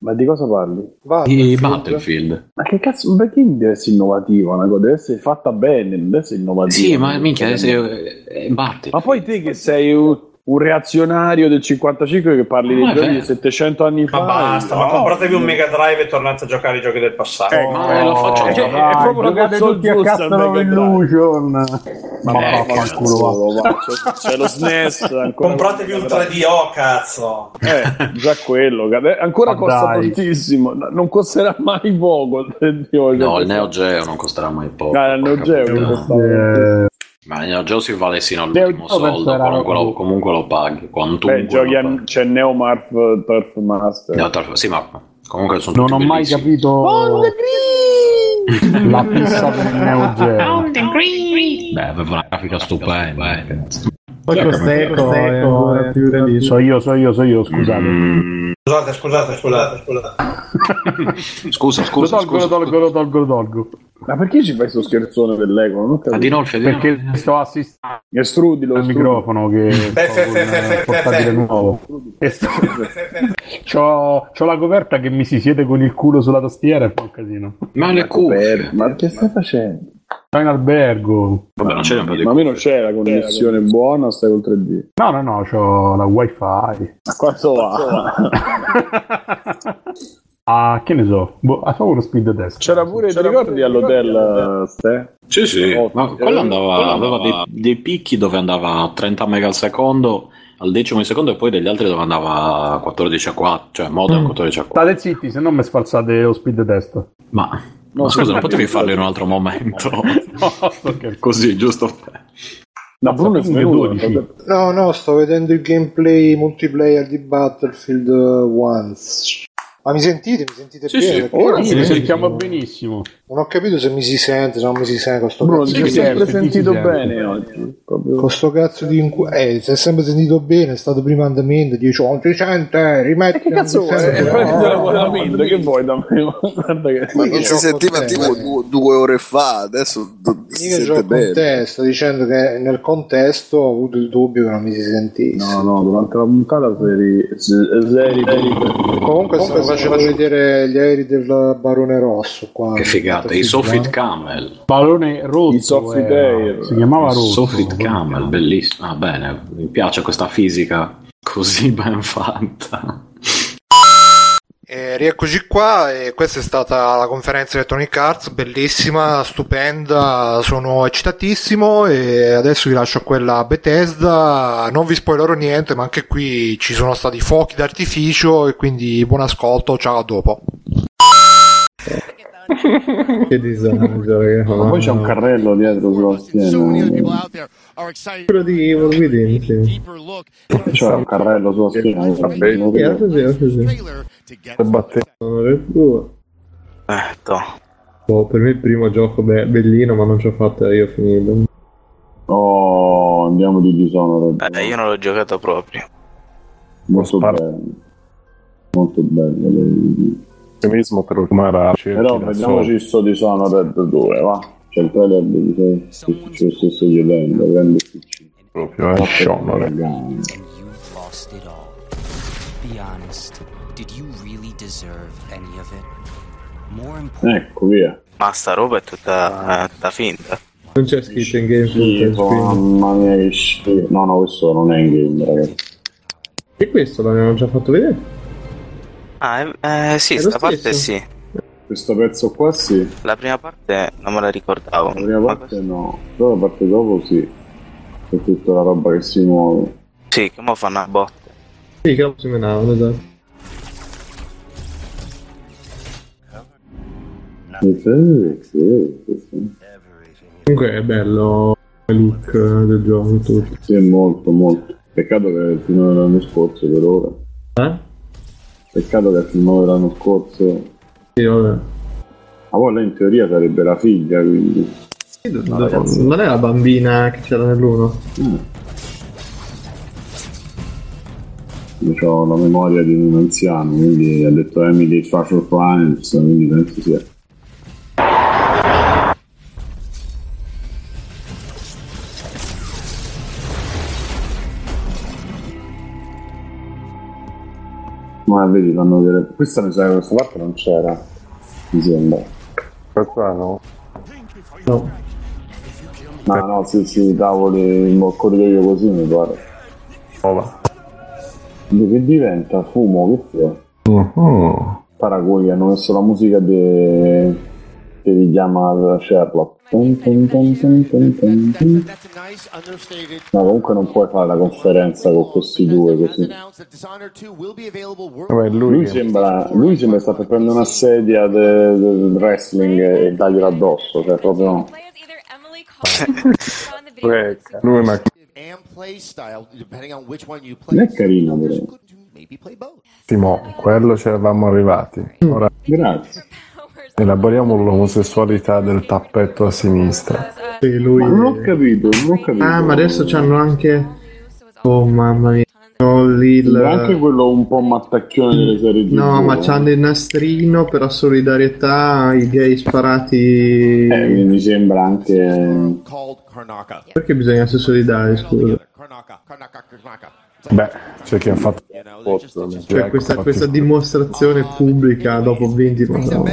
B: Ma di cosa parli?
M: Di Battlefield.
B: Ma che cazzo, perché deve essere innovativa una cosa? Deve essere fatta bene, non deve essere innovativa.
M: Sì, ma minchia, se- eh, Battlefield.
B: Ma poi te che sei un, un reazionario del 55 che parli
I: Ma
B: dei
I: è
B: giochi
I: vero.
B: di 700 anni fa.
I: Ma basta, ma
C: Oh,
B: no.
I: compratevi un Mega Drive e tornate a giocare ai giochi del passato.
B: Eh, ma lo faccio
I: Eh,
B: già.
I: eh,
B: Dai, giocate tutti a Castle of
C: Illusion.
B: Ma
M: Eh,
C: Ma
B: no,
C: vaffanculo,
B: va. C'è lo SNES. ancora
I: Compratevi un 3DO, cazzo.
B: Eh, già quello, che ade- ancora
M: Ma
B: costa
M: dai.
B: tantissimo, n- non costerà mai poco.
M: No, il Neo Geo non costerà mai poco.
B: Dai, Ah, il Neo
M: porca
B: Geo
M: puttana.
B: costava-
M: Ma il Neo Geo si vale sino
B: Neo
M: all'ultimo
B: Geo penso
M: soldo,
B: era-
M: comunque lo, comunque lo paghi, quantunque
B: Beh, giochi a- c'è Neomarf Turf Master.
M: No, tra- sì, ma comunque sono
C: Non
M: tutti
C: ho mai
M: bellissimi.
C: capito la pista del Neo Geo.
M: Beh, aveva una grafica stupenda.
E: Poi con
C: eh,
E: Seco è ancora più realista.
C: So io, so io, so io, scusate.
M: Mm.
I: Scusate, scusate, scusate, scusate.
M: Scusa,
B: scusa,
C: Lo tolgo,
B: scusa,
C: lo tolgo, lo tolgo, lo tolgo.
B: Ma perché ci fai questo scherzone dell'Ego? Non capisco.
M: Adinolfi, Adinolfi.
C: Perché sto assistendo
B: al
C: microfono che
B: fe,
C: ho
B: fe,
C: con,
B: fe, fe,
C: eh, portatile
B: fe.
C: nuovo. E Eh, sto- C'ho, c'ho la coperta che mi si siede con il culo sulla tastiera e fa un casino.
M: Ma le cuffie.
B: Ma che stai facendo?
C: Sto in albergo.
M: Vabbè, non c'era un po' di
B: Ma a me non c'è la connessione buona, stai col 3D.
C: No, no, no, c'ho la wifi. Ma
B: quanto va?
C: Ah, che ne so. Boh, a favore speed test.
B: C'era pure, ti ricordi all'hotel, Ste?
M: Sì, sì,
B: Oh,
M: ma quello
B: eh,
M: andava,
B: quello
M: aveva dei, dei picchi dove andava a 30 mega al secondo, al decimo di secondo, e poi degli altri dove andava a 14 a 4, cioè modem 14 a 4.
C: State zitti, se no mi sfalsate lo speed test.
M: Ma,
C: No,
M: ma scusa,
C: sì.
M: non potevi farlo in un altro momento? Così, giusto?
B: Ma Bruno è svenuto.
M: Eh,
A: No, no, sto vedendo il gameplay multiplayer di Battlefield uh, Once. Ma mi sentite? Mi sentite
C: Sì,
A: bene?
C: sì,
A: Perché
C: ora
A: io
C: sì,
A: non-
C: sì, sentiamo benissimo.
A: Non ho capito se mi si sente, se non mi si sente con sto
B: Bruno,
A: cazzo
B: ti
A: di
B: sei sempre
A: sente,
B: sentito
A: ti si sente.
B: bene oggi.
A: Con sto cazzo di incu- Eh, si è sempre sentito bene, è stato prima andamento, dice "Oh, non si sente, rimetti.
B: Che cazzo vuoi? Eh, prendi l'abbonamento, che vuoi da me? Guarda che-
N: Ma non si sentiva tipo du- due ore fa, adesso do- si
A: Io
N: sente
A: gioco il
N: bene.
A: contesto dicendo che nel contesto ho avuto il dubbio che non mi si sentisse.
B: No, no, durante la puntata sei seri,
A: Comunque stavo facendo vedere gli aerei del Barone Rosso qua.
M: Che figata, i Sofit Camel.
C: Balone rosso.
B: I Soffit
C: era.
B: Air.
C: Si chiamava rosso.
M: Sofit Camel, bellissimo. Ah, bene, mi piace questa fisica così ben fatta.
O: Eh, rieccoci qua, e questa è stata la conferenza Electronic Arts, bellissima, stupenda, sono eccitatissimo e adesso vi lascio a quella Bethesda, non vi spoilerò niente, ma anche qui ci sono stati fuochi d'artificio e quindi buon ascolto, ciao a dopo.
E: Che disagio, eh. ragazzi.
B: Ma poi c'è un carrello dietro sulla schiena.
E: Quello di Evil Within, sì.
B: C'è un carrello sulla schiena. mi fa bene.
E: Era così, era così.
B: E batte-
E: Sono le due. Boh, per me il primo gioco be- bellino, ma non ci ho fatto io finirlo.
B: Oh, andiamo di Dishonored.
P: Eh, io non l'ho giocato proprio.
B: Molto bello. Molto bello.
Q: Ottimismo per ormai
B: Però vediamoci sto Dishonored 2, va. C'è il trailer di Dishonored, ce lo stesso chiedendo, prendo il PC.
Q: Proprio, eh, Dishonored.
F: You've lost it all. Be honest. Did you really deserve any of it? More important.
B: Ecco, via.
P: Ma sta roba è tutta, eh, tutta finta.
E: Non c'è scritto in game footage,
B: Schifo,
E: quindi.
B: mamma mia che schifo. No, no, questo non è in game, ragazzi.
E: E questo l'avevano già fatto vedere?
P: Ah, eh, eh, sì,
B: È lo
P: sta parte
B: stesso?
P: sì.
B: Questo pezzo qua sì,
P: La prima parte non me la ricordavo.
B: la prima parte no, però la parte dopo sì. C'è tutta la roba che si muove.
P: Sì, che mo fanno una botta.
E: Sì, che non si menavano, esatto.
B: Eh, sì, sì, sì.
E: Comunque è bello look eh, del gioco. tutto.
B: Sì, molto, molto. Peccato che fino all'anno scorso, per ora.
E: Eh?
B: Peccato che fino all'anno scorso.
E: Sì, vabbè.
B: Ma poi lei in teoria sarebbe la figlia, quindi.
E: No, non è la bambina che c'era nell'uno?
B: Io ho la memoria di un anziano, quindi ha detto eh, Emily Fashion Crimes, quindi penso sia. Ma vedi, fanno vedere. Questa mi sa che questa parte non c'era. Mi sembra. Questa no?
E: No.
B: Ma no, sì, sì, tavoli in corridoio così mi pare. Prova. Che diventa fumo, che è? Paraguay hanno messo la musica de... che li chiama Sherlock. Tum, tum, tum, tum, tum, tum, tum. No, comunque non puoi fare la conferenza con questi due così.
Q: Vabbè, lui,
B: Lui sembra, lui sembra che sta per prendere una sedia del wrestling e, e dargliela addosso, cioè proprio...
Q: lui è una
B: Non è carino però.
Q: Timo, quello ci eravamo arrivati. Ora
B: Grazie.
Q: elaboriamo l'omosessualità del tappetto a sinistra.
E: Sì, lui.
B: Ma non ho capito, non ho capito.
E: Ah, ma adesso c'hanno anche. Oh mamma mia. C'ho lì il-
B: Sembra anche quello un po' mattacchione delle serie eh. di
E: No, ma c'hanno il nastrino per la solidarietà ai gay sparati.
B: Eh, mi sembra anche.
E: Perché bisogna essere solidari, scusa.
Q: Beh, c'è chi ha fatto.
E: Cioè, questa, questa dimostrazione pubblica dopo 20 madonna.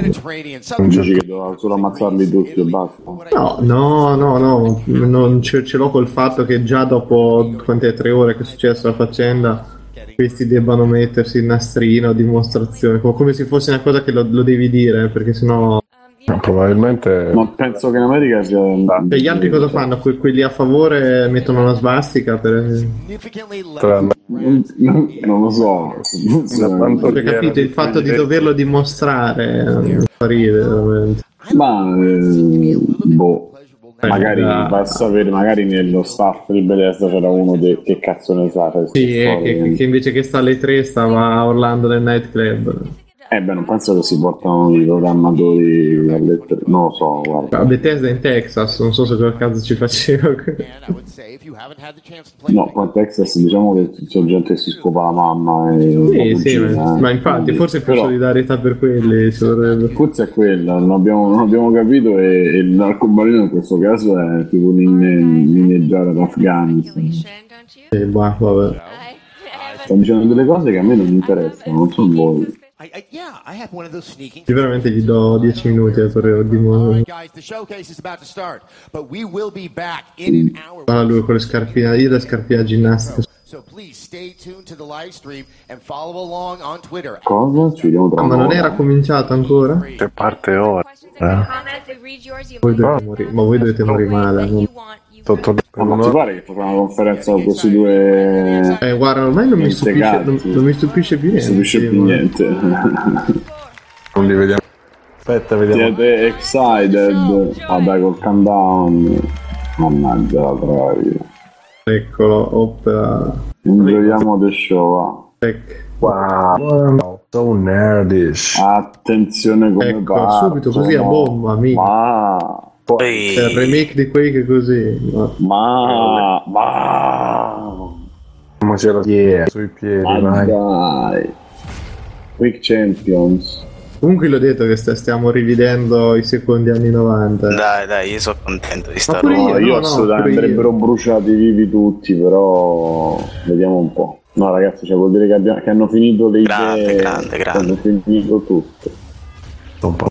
B: Non dici che doveva solo ammazzarli tutti e basta.
E: No, no, no, no, non ce, ce l'ho col fatto che già dopo quante tre ore che è successa la faccenda, questi debbano mettersi il nastrino a dimostrazione, co- come se fosse una cosa che lo, lo devi dire, perché sennò...
Q: Probabilmente.
B: Ma penso che in America sia.
E: E gli altri cosa fanno? Que- quelli a favore mettono una svastica per...
B: Non lo so.
E: Cioè, capite, il fatto di doverlo dimostrare eh, fa ridere, veramente.
B: Ma eh, boh. Magari
E: Ah.
B: va a sapere, magari nello staff di Bethesda c'era uno de- che cazzo ne sa. sai,
E: Sì,
B: queste
E: eh,
B: storie.
E: che, che invece che sta alle tre stava a Orlando nel nightclub.
B: Eh beh, non penso che si portano i programmatori a lettere. Non lo so, guarda.
E: A Bethesda in Texas, non so se per caso ci faceva.
B: No, qua in Texas diciamo che c'è gente che si scopa la mamma e
E: Sì,
B: la
E: sì,
B: cugina,
E: ma,
B: eh.
E: ma infatti,
B: Quindi-
E: forse più
B: però
E: solidarietà per quelli ci vorrebbe.
B: forse Eh, è quella, non abbiamo, non abbiamo capito e, e l'arcobaleno in questo caso è tipo un inne- inneggiare ad Afghanistan.
E: Eh, bah, vabbè.
B: Stanno dicendo delle cose che a me non interessano, non sono voi.
E: Io veramente gli do 10 minuti eh, per dimostrare. Guarda lui con le scarpine, io le scarpine a ginnastica.
B: Cosa? Ci vediamo tra
E: Ah, ma
B: un'ora.
E: non era cominciato ancora?
Q: Che parte ora?
E: Voi dovete morire, ma voi dovete morire male. non-
B: Ah, ma ti pare che facciamo una conferenza con questi due...
E: Eh, guarda, ormai non mi stupisce,
B: Integrati.
E: non, non mi stupisce più niente.
B: stupisce più
E: ma-
B: niente.
Q: Non li vediamo. Aspetta, vediamo.
B: Siete excited? Vabbè, col countdown. Mannaggia la troia.
E: Eccolo, opera.
B: Ingioiamo the show, va.
Q: Wow, so nerdish.
B: Attenzione come
E: Ecco,
B: partono.
E: subito così a bomba, mica.
B: Ma...
E: C'è il remake di quei che così. ma-
B: Ma... Ma...
Q: Ma c'era yeah. sui piedi,
B: Ma
Q: vai.
B: dai. Quick Champions.
E: Comunque l'ho detto che sta- stiamo rivedendo i secondi anni 90.
P: Dai, dai, io sono contento di sta
E: pure
P: roba.
B: No,
E: io,
B: io
E: no,
B: assolutamente
E: pure
B: andrebbero bruciati vivi tutti, però vediamo un po'. No, ragazzi, cioè, vuol dire che, abbia- che hanno finito le idee. Hanno finito tutto.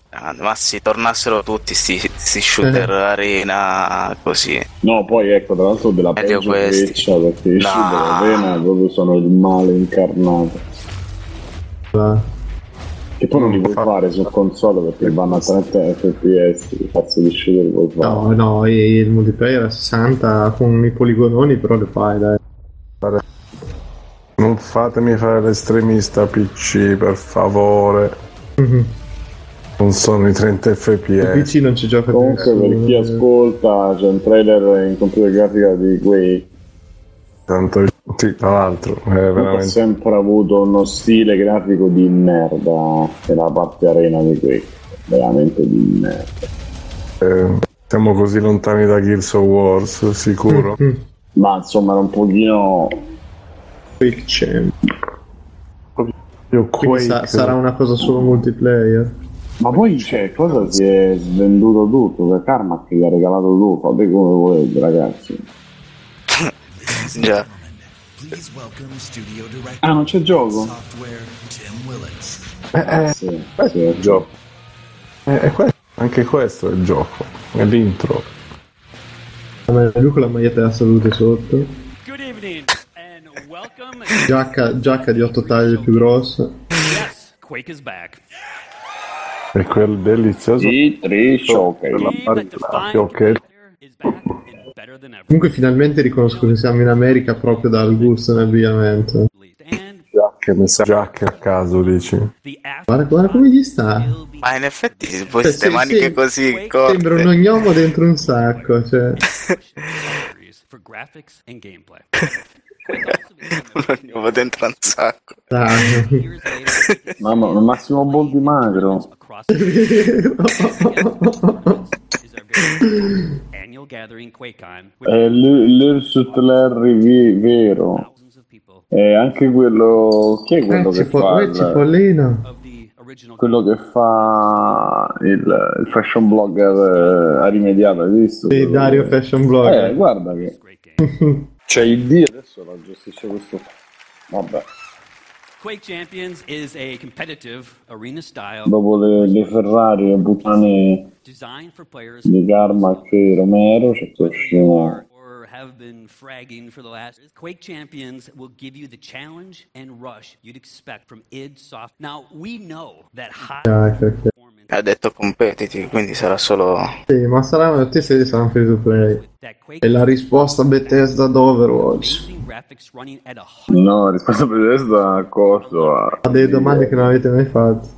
P: Grande, Ma se tornassero tutti sti, sti shooter
B: Eh.
P: arena così.
B: No, poi ecco, tra l'altro della
P: Meglio
B: peggio
P: questi.
B: freccia, perché i
P: No.
B: sud della Vena proprio sono il male incarnato. Che poi non li puoi fare su console perché vanno a 30 fps, che cazzo di shooter puoi fare?
E: No, no, e il multiplayer a 60 con i poligononi, però lo fai, dai.
Q: Non fatemi fare l'estremista PC, per favore. Non sono i 30 fps.
E: non ci gioca
B: Comunque, per chi ascolta, c'è un trailer in computer grafica di Quake.
Q: Tanto, sì, tra l'altro, è
B: Ha
Q: veramente.
B: sempre avuto uno stile grafico di merda. Che la parte arena di Quake. Veramente di merda.
Q: eh, siamo così lontani da Gears of Wars, sicuro.
E: Mm-hmm.
B: Ma insomma, era un pochino.
E: Quake
Q: cioè,
E: Champ.
Q: Io
E: Quindi sa- sarà una cosa solo multiplayer.
B: Ma poi c'è cosa si è svenduto tutto? Per Karma che gli ha regalato tutto, fate come volete, ragazzi.
P: Già.
B: Ah, non c'è gioco?
Q: Eh, eh, questo è il gioco. Eh, è questo- anche questo è il gioco. È l'intro.
E: Lui con la maglietta della salute sotto. Giacca, giacca di 8 taglie più grossa.
F: Quake is back.
Q: E quel delizioso.
B: Sì, tre
Q: Cioè, ok.
E: Comunque finalmente riconosco che siamo in America proprio dal gusto nell'abbigliamento.
Q: Giacche, messa giacche a caso, dici.
E: Guarda, guarda come gli sta.
P: Ma in effetti poi
E: Cioè,
P: queste
E: sì,
P: maniche
E: sì.
P: così
E: Sembra un
P: corte.
E: ognomo dentro un sacco. Cioè.
F: For graphics and gameplay.
P: Un ognuno dentro un sacco.
B: Mamma, un Massimo Boldi magro.
F: Annual gathering QuakeCon.
B: È l- l'Ursut Larry vi- vero. E anche quello. Chi è quello
E: Eh,
B: che
E: cipo-
B: fa?
E: eh,
B: il-
E: cipollino.
B: quello che fa il, il fashion blogger eh, a rimediato, hai visto?
E: Sì,
B: Quello-
E: Dario Fashion Blogger.
B: Eh, guarda che. C'è il D adesso la gestisce questo. Vabbè,
F: Quake Champions is a competitive arena style
B: dopo le, le Ferrari e puttane
F: designed for players
B: di Carmack e Romero, c'è questo.
F: or have been fragging for the last. Quake Champions will give you the challenge and rush you'd expect from id Soft. Now we know that high.
P: Ha detto competitive, quindi sarà solo.
E: Sì, ma sarà te sei sarà un free to play. E la risposta Bethesda ad Overwatch.
B: No, risposta per testa a costo. A...
E: Ha delle domande che non avete mai fatto.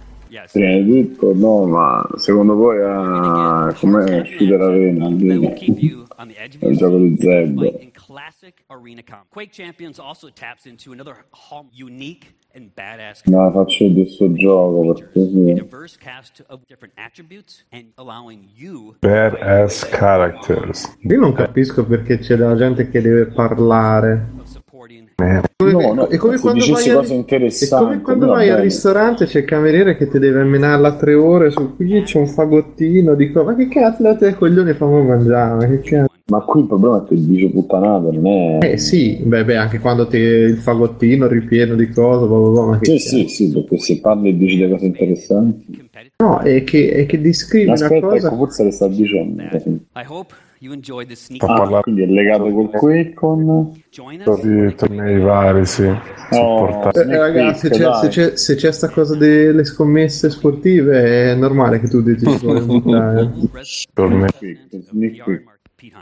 B: Prima di tutto, no, ma secondo voi a... com'è uscita l'arena? Almeno. È un gioco di Zeb.
F: classic arena comp. Quake Champions also taps into another home unique and badass
B: Ma faccio di sto gioco perché sì.
F: diverse cast of different attributes and allowing you
Q: Per as characters.
E: Io non capisco perché c'è della gente che deve parlare.
B: No, no,
E: è Ecco, come
B: se
E: quando
B: dicessi
E: vai al-
B: cose interessanti,
E: è come quando
B: va
E: vai al
B: bene.
E: ristorante c'è il cameriere che ti deve ammenarla tre ore su qui c'è un fagottino dico ma che cazzo da te coglione fammi mangiare ma che cazzo
B: Ma qui il problema è che dice puttanate, non è.
E: eh sì beh beh anche quando ti il fagottino ripieno di cose bla bla bla ma che
B: Sì, sì, sì, perché se parli e dici delle cose interessanti.
E: no è che, è che descrivi una
B: Aspetta,
E: cosa
B: ecco, forse le sta dicendo.
F: I hope you enjoyed this sneak
B: Ah, quindi è legato col Quakecon.
Q: Torri- tornei vari, sì.
B: Oh.
Q: Supportati.
E: Eh, ragazzi, c'è- se, c'è, se c'è sta cosa delle scommesse sportive è normale che tu ti vuoi buttare.
Q: Tornei.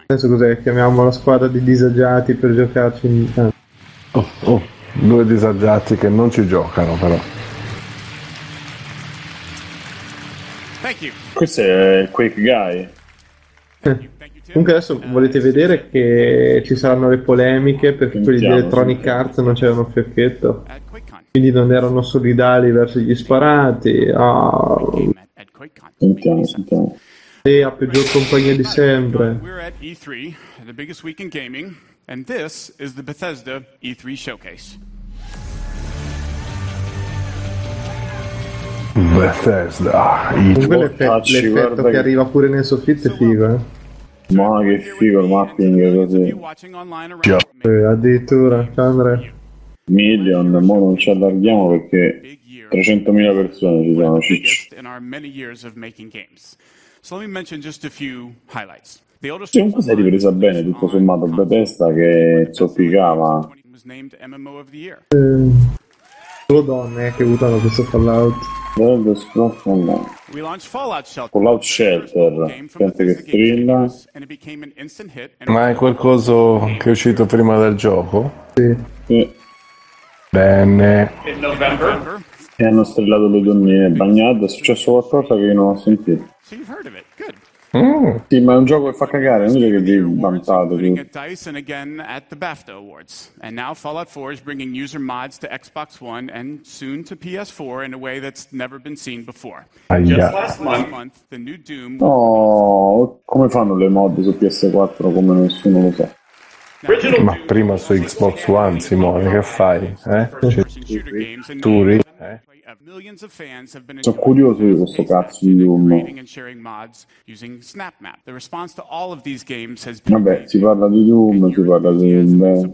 E: Adesso cos'è? Chiamiamo la squadra di disagiati per giocarci in... ah.
Q: Oh, oh, due disagiati che non ci giocano, però.
B: Questo è il Quake Guy.
E: Eh. Comunque adesso volete vedere che ci saranno le polemiche perché quelli di
B: Sentiamo,
E: Electronic Arts non c'erano fiocchetto. Quindi non erano solidali verso gli sparati. Ah.
B: Sentiamo, sentiamo.
E: E a peggior compagnia di sempre.
R: We're at E3, the biggest week in gaming, and this is the Bethesda E3 showcase.
Q: Bethesda.
E: Comunque l'effetto,
B: Portacci,
E: l'effetto
B: guarda
E: che
B: che-
E: arriva pure nel soffitto è figo. eh.
B: Ma che figo il mapping così.
E: Eh, addirittura, ciao Andrea.
B: Million, mo non ci allarghiamo perché 300.000 persone ci sono. ciccio.
R: In our many years of making games. So let me mention just a few highlights. The oldest
B: Sì, comunque si è ripresa bene tutto sommato Bethesda che zoppicava.
R: was named MMO of the Year.
E: Eh, solo donne eh, che votano questo Fallout.
B: Dovrebbe sprofonare.
R: We launched Fallout Shelter,
B: Fallout Shelter, gente che strilla.
R: and it became an instant hit. And
Q: Ma è qualcosa che è uscito prima del gioco?
E: Sì.
Q: Bene.
R: In November,
B: E hanno strillato le donnine bagnate, è successo qualcosa che io non ho sentito. Sì, ma è un gioco che fa cagare, non è che vi vantate.
R: Looking
B: vi-
R: at dice and again at the BAFTA Awards. And now Fallout 4 is bringing user mods to Xbox One and soon to PS4 in a way that's never been seen before.
B: Aia.
R: Just last month, month, the new Doom.
B: No, come fanno le mod su PS4 come nessuno lo sa?
Q: Ma prima su Xbox One, Simone, che fai? Eh? Ci- Turi? Eh?
B: Sono curioso di questo cazzo di Doom.
R: And sharing mods using SnapMap. The response to all of these games has been
B: Vabbè, si parla di Doom, si parla di... Beh.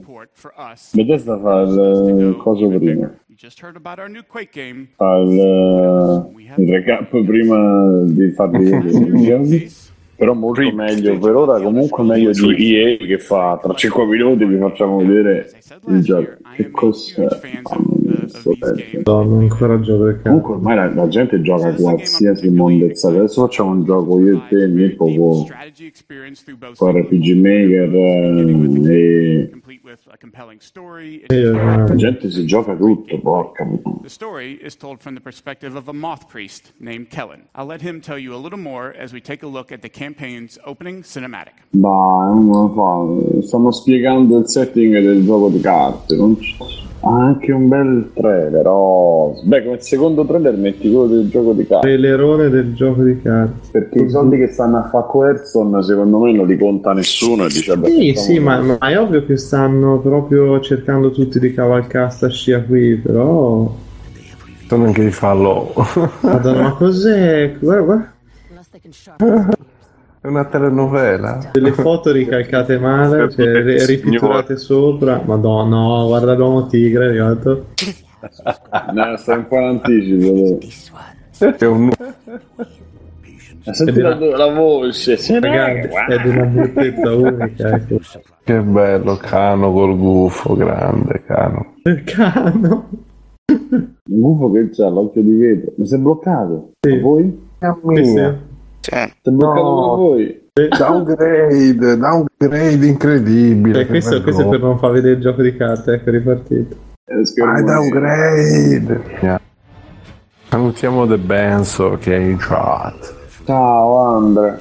B: Bethesda fa il eh, coso prima. Fa il, eh, il recap prima di farvi vedere. Però molto meglio, per ora comunque meglio di EA che fa tra 5 minuti vi facciamo vedere il gioco. Che cos'è?
E: Madonna, ancora gioco del cazzo.
B: Comunque ormai la, la gente gioca a qualsiasi mondezza. Adesso facciamo un gioco io e te, Mirko, con, con RPG Maker ehm, e... La gente si gioca tutto, porca puttana.
R: The story is told from the perspective of a moth priest named Kellen. I'll let him tell you a little more as we take a look at the campaign's opening cinematic.
B: Ma non lo fa. Stanno spiegando il setting del gioco di carte. non c- Ha anche un bel trailer. Oh. Beh, come secondo trailer metti quello del gioco di carte.
E: L'errore del gioco di carte.
B: Perché i soldi che stanno a fare Coerson secondo me non li conta nessuno e dice vabbè,
E: Sì,
B: facciamo
E: sì, ma,
B: questo.
E: ma è ovvio che stanno proprio cercando tutti di cavalcare sta scia qui, però...
Q: Sono anche i fallo.
E: Madonna, ma cos'è? Guarda, guarda.
Q: È una telenovela.
E: Delle foto ricalcate male, cioè, ri- ripitturate sopra. Madonna, no, guarda l'uomo tigre, è arrivato.
B: No, sta un po' in anticipo. dai.
Q: C'è un
B: Ma Senti la, la voce. se ne-
E: Ragazzi,
B: guarda.
E: è di una bruttezza unica, ecco.
Q: Che bello, cano col gufo, grande cano.
E: Cano.
B: Il gufo che c'ha l'occhio di vetro. Mi si è bloccato. A voi?
Q: Sì, sì.
B: Si è bloccato
Q: No.
B: a voi.
E: Eh.
Q: Downgrade, downgrade incredibile.
E: Eh, questo, questo è per non far vedere il gioco di carte, ecco, è ripartito.
B: Eh,
Q: Ah, downgrade. Salutiamo The Benzo che è in chat.
B: Ciao Andre.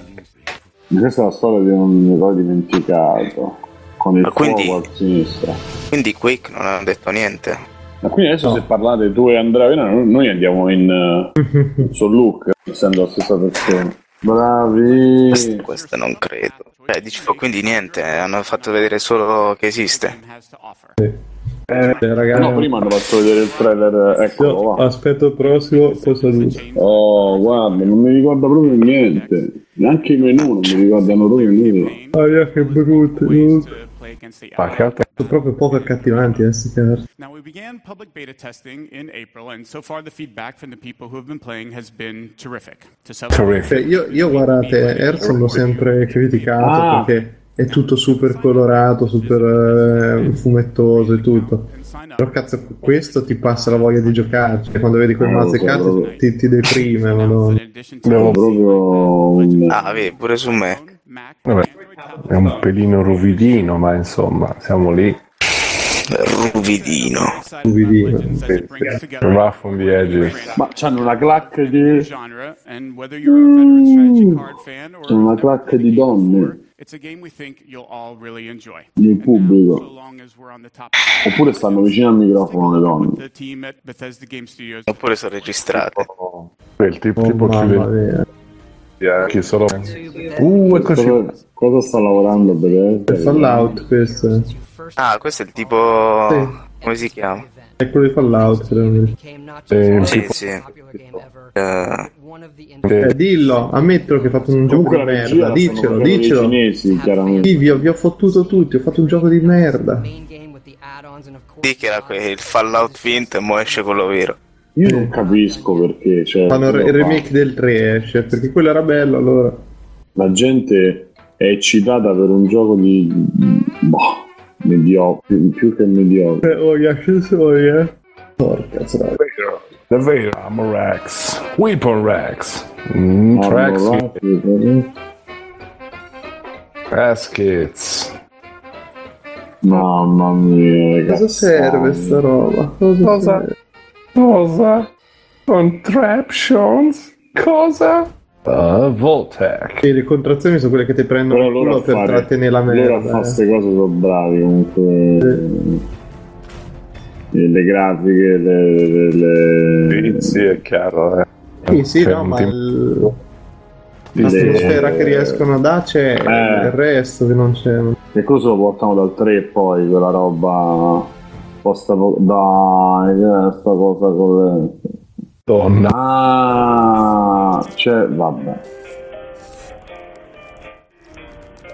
B: Questa è la storia di un eroe dimenticato. Con il
P: Ma quindi-
B: fuoco al sinistra.
P: Quindi Quake non hanno detto niente.
B: Ma quindi adesso se parlate tu e Andrea Vena, no- noi andiamo in eh, sul look, essendo la stessa persona. Bravi.
P: Questo, questo non credo. Cioè, dicevo, quindi niente, hanno fatto vedere solo che esiste.
B: Eh, no, prima hanno fatto vedere il trailer, eh, eccolo va.
E: Aspetto il prossimo, poi saluto.
B: Oh, guarda, non mi ricorda proprio niente. Neanche i menu non mi ricordano proprio nulla.
E: Aia, che brutto.
Q: Ma che altro?
E: Sono proprio poco accattivanti eh, queste carte.
R: Now, we began public beta testing in April, and so far the feedback from the people who have been playing has been terrific. To celebrate-
E: Cioè, io, io guardate, Herzog l'ho sempre criticato
R: Ah.
E: perché è tutto super colorato, super eh, fumettoso e tutto. Però cazzo, questo ti passa la voglia di giocarci. Quando vedi quel
B: No,
E: mazzo di
B: lo so, lo
E: carte
B: so.
E: ti, ti deprime, madonna.
B: Abbiamo proprio un...
P: Ah, vedi, pure su me.
Q: Vabbè, è un pelino ruvidino, ma insomma, siamo lì.
P: Ruvidino.
Q: Ruvidino. Rough on the edges.
B: Ma c'hanno una clacca di...
R: Genre, and whether you're a veteran strategy card fan or
B: C'hanno una clacca di donne
R: it's a game we think you'll all really enjoy.
B: nel pubblico. Oppure stanno vicino al microfono le donne.
R: The team at Bethesda Game Studios
P: Oppure sono registrate.
E: Oh,
Q: Quel tipo, tipo chiude. Yeah, Che solo.
B: Uh, cosa, cosa sta lavorando Bethesda?
E: Fallout questo.
P: Ah, questo è il tipo...
E: Sì.
P: Come si chiama?
E: È quello di Fallout. se non mi ricordo.
P: sì, sì. Eh,
E: Eh, dillo, ammettelo che hai fatto un gioco
B: Comunque
E: di
B: la regia
E: merda.
B: la
E: Dicelo,
B: stanno facendo i
E: dicelo.
B: cinesi, chiaramente.
E: Sì, vi ho, vi ho fottuto tutti, ho fatto un gioco di merda.
P: sì, che era que- il Fallout finto e mo esce quello vero.
B: Io non capisco perché. Cioè,
E: Fanno il re- il
B: cosa fa?
E: remake del 3 esce, perché quello era bello allora.
B: La gente è eccitata per un gioco di. Boh, mediocre, più che mediocre.
E: Eh, oh, gli accessori, eh. Porca troia.
Q: Davvero, Armor Rex. Weapon Rex. Mm,
B: Armor
Q: Rex.
B: Rex, Weapon
Q: Baskets.
B: Mamma mia, ragazzi.
E: Cosa serve sta roba? Cosa?
Q: Cosa? Cosa? Contraptions? Cosa? Uh, Voltec.
E: Sì, le contrazioni sono quelle che ti prendono il culo per trattenere la merda. eh.
B: Loro a fare queste cose sono bravi comunque. E Le grafiche, le... le, le...
Q: Sì, sì, è chiaro. Eh.
E: Sì, sì, no,
Q: Cioè,
E: ma
Q: ti-
E: il- l'atmosfera
B: Le-
E: che riescono a dare c'è,
B: Eh.
E: il resto che non c'è.
B: E cosa lo portano dal 3 poi quella roba posta po- dai eh, sta cosa con le
Q: donna
B: ah cioè vabbè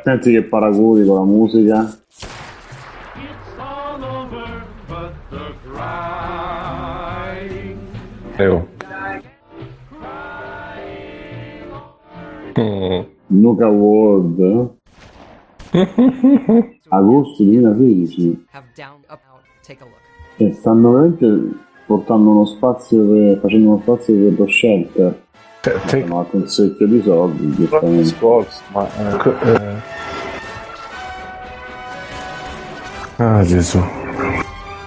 B: senti che paraculi con la musica
Q: Eh, oh. Mm.
B: Nuka World agosto 2016 Cioè, stanno veramente portando uno spazio per, facendo uno spazio per lo shelter ma con un secchio di soldi giustamente
Q: ma Co- eh. Ah Gesù.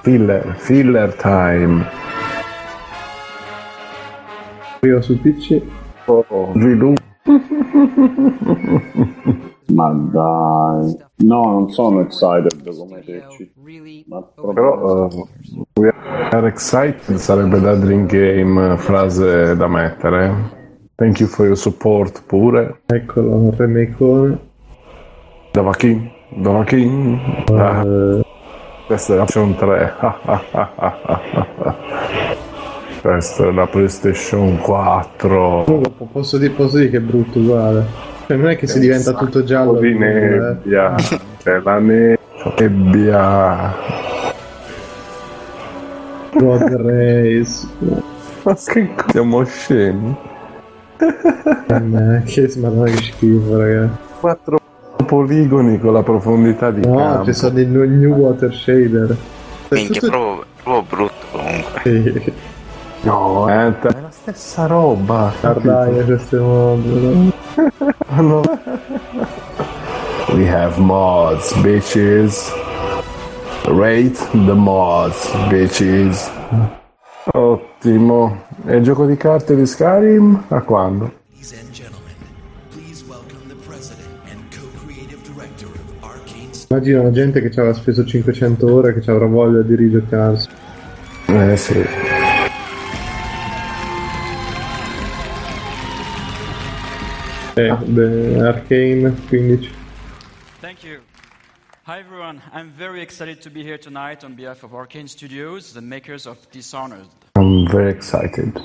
Q: Filler, filler time.
E: Io sul PC.
Q: Oh, sviluppo.
B: Ma dai, no, non sono excited come te. Ma
Q: Però eh, we are excited sarebbe da Dream Game, eh, frase da mettere. Thank you for your support pure.
E: Eccolo, un remake.
Q: Da Vakin, da Vakin. Ah, Questa è la PlayStation 3. Questa è la PlayStation 4.
E: Comunque po- posso, dire, posso dire che è brutto uguale. Cioè, non è che si diventa tutto giallo.
Q: di
E: eh.
Q: nebbia, c'è Cioè, la nebbia.
E: Road Race.
Q: Ma che co- siamo scemi?
E: Eh, che smarrone che schifo, ragazzi.
Q: Quattro poligoni con la profondità di
E: No,
Q: campo.
E: ci sono i new, new water shader.
P: Minchia, proprio, proprio brutto comunque.
E: Sì.
Q: No, eh, t- è la stessa roba.
E: Guardai, queste mod.
Q: no. We have mods, bitches. Rate the mods, bitches. Ottimo. E il gioco di carte di Skyrim? A quando?
S: Ladies and gentlemen, please welcome the president and co-creative director of Arcane
E: Immagino la gente che ci avrà speso 500 ore che ci avrà voglia di rigiocarsi.
Q: Eh sì.
E: Eh, beh, Arcane 15.
F: Thank you. Hi everyone, I'm very excited to be here tonight on behalf of Arcane Studios, the makers of Dishonored.
Q: I'm very excited.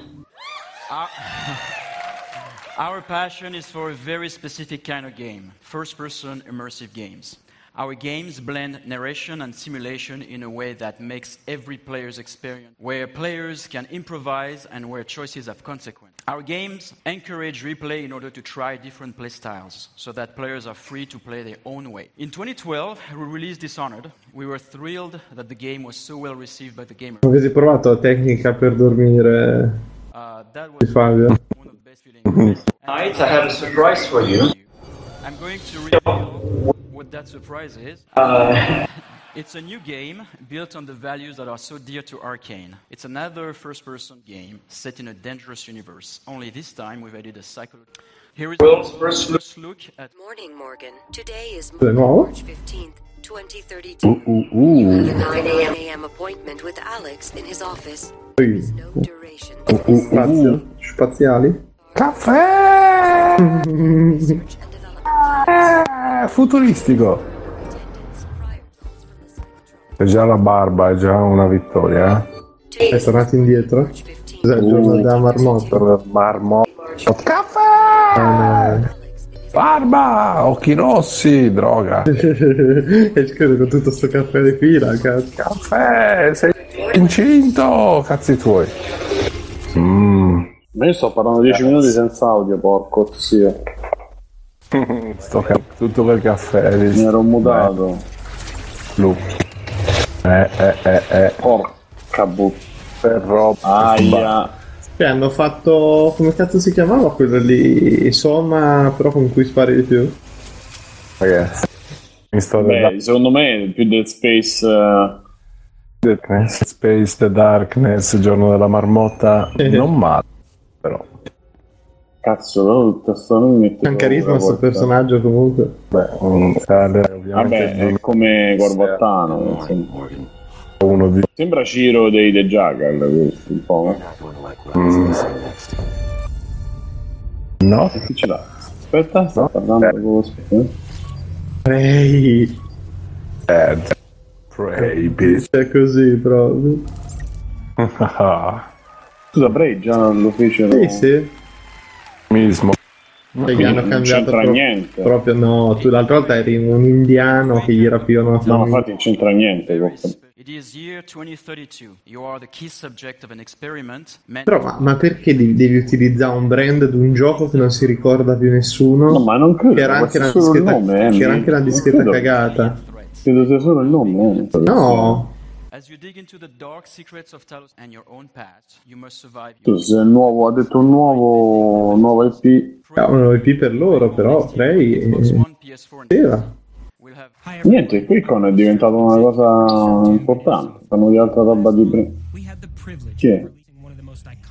F: Our, Uh, our passion is for a very specific kind of game first person immersive games. Our games blend narration and simulation in a way that makes every player's experience, where players can improvise and where choices have consequence. Our games encourage replay in order to try different playstyles so that players are free to play their own way. In 2012, we released Dishonored. We were thrilled that the game was so well received by the gamers.
E: Avete provato la tecnica per dormire di Fabio? Mm-hmm.
F: Tonight, I have a surprise for you. I'm going to reveal what that surprise is.
S: Uh.
F: It's a new game built on the values that are so dear to Arcane. It's another first person game set in a dangerous universe, only this time we've added a psychological. Here is
S: World's first look-
F: look at.
T: Morning, Morgan. Today is
F: Is it normal?
T: March 15th, 2032.
Q: Uh, uh,
T: You have a
Q: uh.
T: 9 a.m. a.m. appointment with Alex in his office.
E: Uh, uh, uh. Spazio? Spaziali?
Q: Caffè! Eh, futuristico. È già la barba, è già una vittoria. eh.
E: È tornato indietro? Cos'è il giorno della marmotta?
Q: Marmotta. Eh, Barba! Occhi rossi, droga.
E: e scusa con tutto sto caffè di fila, cazzo.
Q: Caffè, sei incinto, cazzi tuoi. Mm.
B: Ma io sto parlando 10
Q: Eh.
B: minuti senza audio, porco zio.
Q: Sto ca- tutto quel caffè. Eh.
B: Mi ero mutato.
Q: Lu. Eh, eh, eh, eh.
B: Porca
Q: Per roba.
E: Cioè, hanno fatto. come cazzo si chiamava quello lì? Soma, però con cui spari di più?
Q: Ragazzi. Mi sto
B: Beh, secondo me più Dead Space eh,
Q: Darkness, Space the Darkness, Giorno della Marmotta, non male, però.
B: Cazzo, però il tastone mi mette.
E: C'è un carisma
B: paura,
E: questo
B: guarda.
E: personaggio comunque.
Q: Oh, Beh, un Sale, ovviamente.
B: Vabbè, è come Gorbattano. insomma.
Q: Uno di...
B: Sembra Ciro dei The Jackal, questo, un po'. eh. no?
Q: Mm. No?
B: Chi ce l'ha? Aspetta, sta parlando con aspetta, eh.
E: Ehi,
Q: Dead. Pray, bitch.
E: è così proprio.
B: Scusa, Bray già lo Eh, fecero.
E: Sì, sì.
Q: Mismo.
E: Poi gli hanno
B: Non
E: cambiato
B: c'entra
E: pro-
B: niente.
E: proprio no, tu l'altra volta eri un indiano che gli rapivano la
B: No,
E: famiglia.
B: infatti non c'entra niente. con-
F: It is year 2032. You are the key subject of an experiment meant
E: Però ma, ma perché devi, devi utilizzare un brand di un gioco che non si ricorda più nessuno? No,
B: ma non credo,
E: che era
B: ma
E: anche
B: c'è
E: una
B: solo il
E: discreta,
B: nome, eh,
E: che era
B: mi-
E: anche una
B: non
E: discreta
B: credo.
E: cagata.
B: Credo sia solo il nome. eh.
E: No.
F: as you dig into the dark secrets of Talos and your own past, you must survive.
B: Tu sei il nuovo, ha detto un nuovo, nuovo IP.
E: Cavolo, IP per loro, però Prey eh, era.
B: Niente, QuickCon è diventato una cosa importante. Fanno di altra roba di prima. Chi è?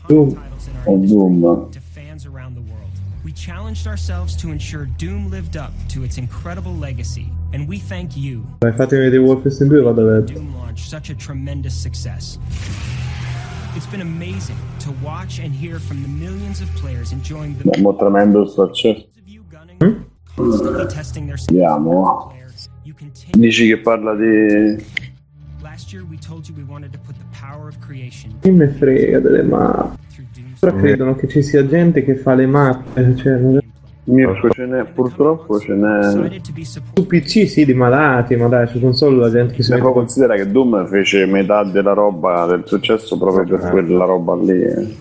B: Doom. O Doom.
S: fans around the world. We challenged ourselves to ensure Doom lived up to its incredible legacy, and we thank you.
E: Dai, fatemi vedere Wolfenstein 2 e vado a letto.
S: Doom launch such a tremendous success. It's been amazing to watch and hear from the millions of players enjoying the
B: Abbiamo tremendo successo.
S: constantly testing their
B: Vediamo. Dici che parla di.
S: Last year we told you we wanted to put the power of creation
E: Chi me frega delle mappe? Però credono che ci sia gente che fa le mappe. Cioè, non è-
B: Mirko ce n'è, purtroppo ce n'è.
E: su PC sì, di malati, ma dai, su console la gente che si
B: Se
E: mette
B: poi considera che Doom fece metà della roba del successo proprio per quella roba lì. eh.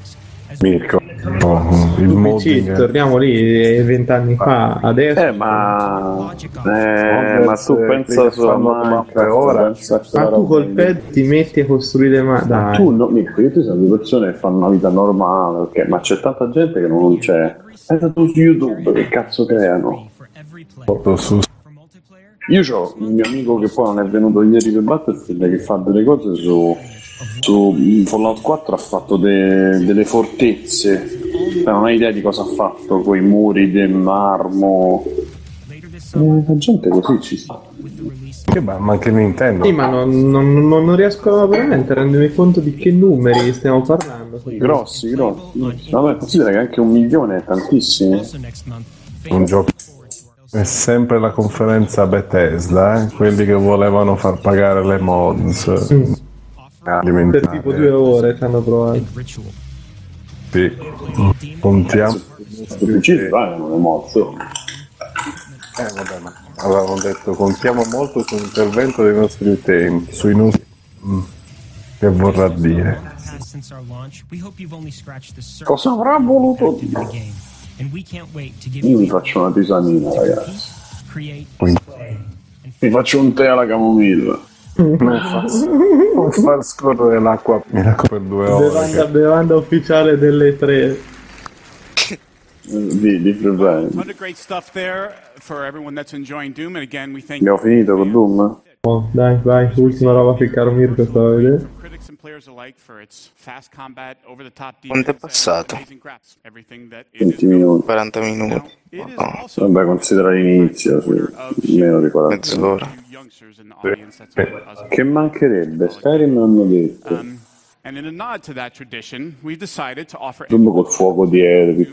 Q: Mirko. No, il
E: PC,
Q: modding. è-
E: torniamo lì eh, vent'anni fa, adesso.
B: Eh, ma. Eh,
E: Ovvio,
B: ma tu
E: eh,
B: pensa
E: che
B: solo a
E: fanno
B: Minecraft,
E: mappe ora.
B: pensa a quella
E: Ma tu
B: roba
E: col
B: lì.
E: pad ti metti a costruire ma
B: Ma
E: dai.
B: tu no, Mirko, io ti sono di persone che fanno una vita normale, ok? ma c'è tanta gente che non c'è. È stato su YouTube, che cazzo creano?
Q: Porto su.
B: Io ho un mio amico che poi non è venuto ieri per Battlefield che fa delle cose su, su Fallout 4, ha fatto de- delle fortezze, Cioè, non hai idea di cosa ha fatto, con i muri del marmo. Eh, la gente così ci sta.
Q: Che ba- ma anche Nintendo.
E: Sì, ma non, non- non- non riesco veramente a rendermi conto di che numeri stiamo parlando.
B: Grossi, grossi. Vabbè, considera che anche un milione è tantissimo.
Q: Un gioco. È sempre la conferenza Bethesda, eh, quelli che volevano far pagare le mods. Ah,
E: Per
Q: diventare-
E: tipo due ore ci hanno provato.
Q: Sì. Contiamo.
B: Ci vanno le mods. oh.
Q: Eh, vabbè, ma avevamo detto contiamo molto sull'intervento dei nostri utenti, sui nostri... Mm. Che vorrà dire?
S: past since our launch. We hope you've only scratched the surface
B: Cosa avrà voluto
S: of the game, and we can't wait to give
B: Io mi
S: you
B: faccio una tisanina, ragazzi.
S: create
B: Mi faccio un tè alla camomilla.
Q: Non far scorrere l'acqua mi raccomando, per due ore.
E: Bevanda, bevanda ufficiale delle tre.
B: Eh, Di, di Free
R: A
B: Fire.
R: lot of great stuff there for everyone that's enjoying Doom, and again, we thank
B: Abbiamo finito con Doom?
E: Oh, dai, vai, ultima roba che il caro Mirko stava a vedere.
R: critics and players alike for its fast combat, over the top
P: Quanto è passato?
B: 20 minuti.
P: 40 minuti.
B: Vabbè, considera l'inizio,
Q: uh,
B: sì. meno di 40
P: Mezz'ora.
B: minuti. Che mancherebbe? Skyrim hanno detto.
Q: Um,
R: And in a nod to that tradition, we've decided to offer
B: Doom col fuoco di Erwin.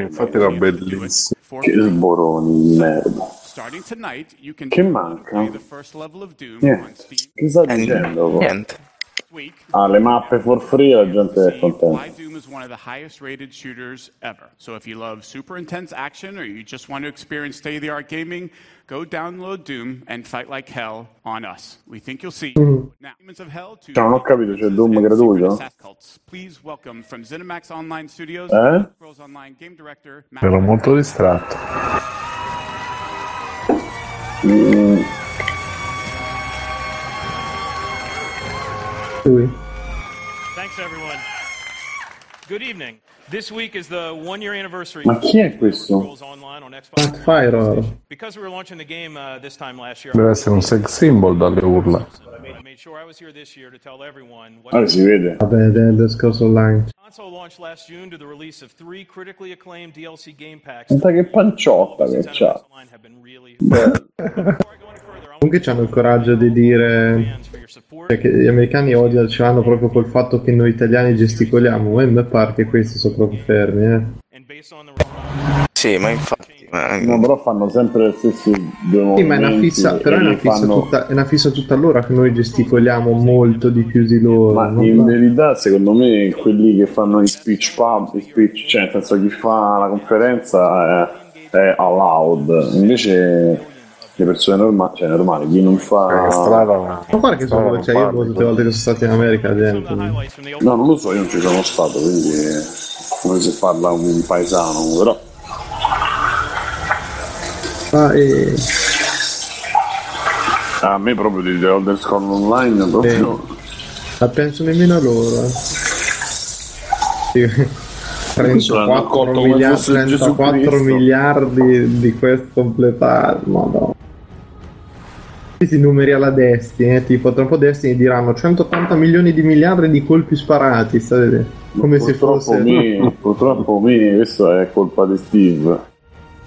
Q: infatti era bellissimo.
B: Che sboroni di merda.
R: starting tonight, you can
B: Che manca?
R: the first level of Doom on
B: Niente.
R: Steam
B: Che sta dicendo? poi?
R: niente.
B: Ah, le mappe for free, la gente è
R: Why
B: contenta.
R: Doom is one of the highest rated shooters ever. So if you love super intense action or you just want to experience state of the art gaming, go download Doom and fight like hell on us. We think you'll see.
B: Mm-hmm.
R: Now, Demons of Hell to
B: Cioè, non ho capito, c'è Doom gratuito?
R: Assassin Cults. Please welcome from ZeniMax Online Studios,
Q: Eh?
R: Scrolls Online Game Director,
Q: Ero molto distratto.
E: Lui. Mm.
K: Thanks, everyone. Good evening. This week is the one year anniversary.
E: Ma chi è questo?
K: Backfire. Because we were launching the game uh, this time last year,
Q: Deve essere un sex symbol dalle urla.
K: I made, made sure I was here this year to tell everyone what
B: Ah,
Q: Allora si vede.
E: Vabbè, del discorso online.
K: console launched last June to the release of three critically acclaimed DLC game packs.
B: Guarda che panciotta che c'ha.
E: Comunque c'hanno il coraggio di dire cioè, che gli americani odiano, ce l'hanno proprio col fatto che noi italiani gesticoliamo, e in parte questi sono proprio fermi, eh.
P: Sì, ma infatti. ma-
B: No, però fanno sempre gli stessi due movimenti.
E: Sì, ma è una fissa, però è
B: e
E: una
B: li
E: fissa,
B: fanno-
E: tutta, è una fissa tutta l'ora che noi gesticoliamo molto di più di loro.
B: Ma
E: non
B: in
E: fa-
B: verità, secondo me, quelli che fanno i speech pump, i speech, cioè nel senso chi fa la conferenza è, è allowed, invece le persone normali, cioè normali, chi non fa...
Q: Eh, strada-
E: Ma guarda che sono, cioè io tutte le volte che sono stato in America, la gente.
B: No, non lo so, io non ci sono stato, quindi eh, come se parla un paesano, però...
E: Ah, e...
B: A me proprio di The Elder Scrolls Online
E: Eh,
B: proprio...
E: La penso nemmeno a loro. eh. Sì.
B: Questo l'hanno
E: 34,
B: accolto come
E: miliardi,
B: fosse Gesù
E: 34
B: Cristo.
E: miliardi di quest completato. Madonna. Questi numeri alla Destiny, eh, tipo tra un po' Destiny diranno 180 milioni di miliardi di colpi sparati, state- come se
B: purtroppo
E: fosse
B: me, purtroppo me, questa è colpa di Steve.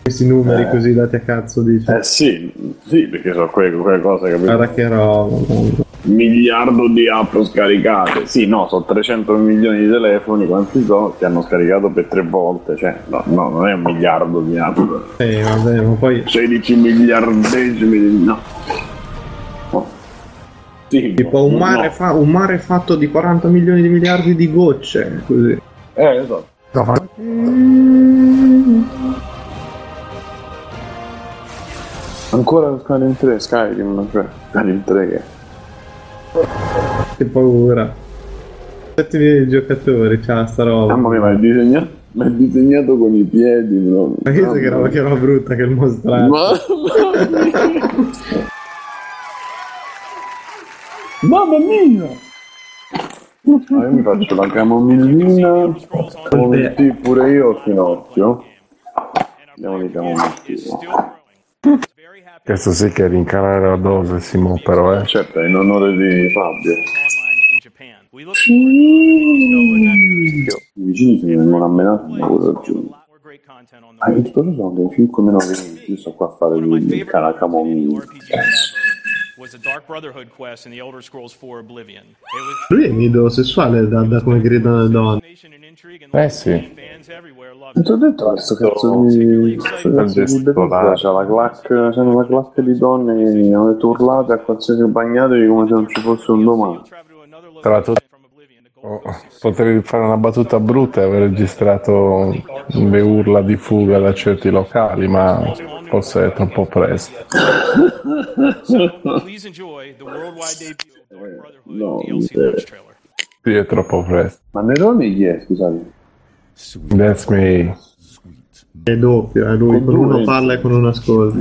E: questi numeri
B: Eh.
E: così dati a cazzo di
B: Eh sì, sì, perché sono quelle, quelle cose, capito?
E: guarda che roba. madonna.
B: miliardo di app scaricate. Sì, no, sono 300 milioni di telefoni, quanti sono? Che hanno scaricato per tre volte, cioè, no, no, non è un miliardo di app.
E: Eh, vabbè, ma poi
B: 16 miliardesimi di... no. Oh. Sì,
E: tipo un mare,
B: no.
E: fa- un mare fatto di 40 milioni di miliardi di gocce, così.
B: Eh, esatto. Ancora Skyrim 3, Skyrim, cioè, Skyrim 3 che...
E: Che paura. 7 milioni di giocatori, c'ha sta roba.
B: Mamma mia, ma è disegnato, ma è disegnato con i piedi, no?
E: Ma che che roba, che roba brutta che il mostrato.
B: Mamma mia! Ah, io mi faccio la camomillina con il tè pure io al finocchio. Andiamo di camomillina.
Q: Questo sì che è rincarare la dose, Simo, però, eh.
B: Certo, in onore di Fabio. I vicini si vengono a menare ma cosa aggiungo? Ah, che cosa sono le 5 meno 20? Io sto qua a fare il il cara camomilla.
K: was the Dark Brotherhood quest in The Elder Scrolls 4 Oblivion. It was
E: Lui è nido sessuale da, da come gridano le donne.
Q: Eh sì.
B: E ti ho detto questo cazzo di. Questo cazzo di bellezza, c'ha la clac, c'hanno la clac di donne che hanno detto urlate a qualsiasi bagnatevi come se non ci fosse un domani.
Q: Tra l'altro, oh, potrei fare una battuta brutta e aver registrato le urla di fuga da certi locali, ma forse è troppo presto.
K: Please enjoy the worldwide debut of Dark Brotherhood.
B: No, eh.
Q: Sì, è troppo presto.
B: Ma Nerone chi è, scusate?
Q: That's me.
E: È doppio, eh, lui con uno parla e con uno ascolta.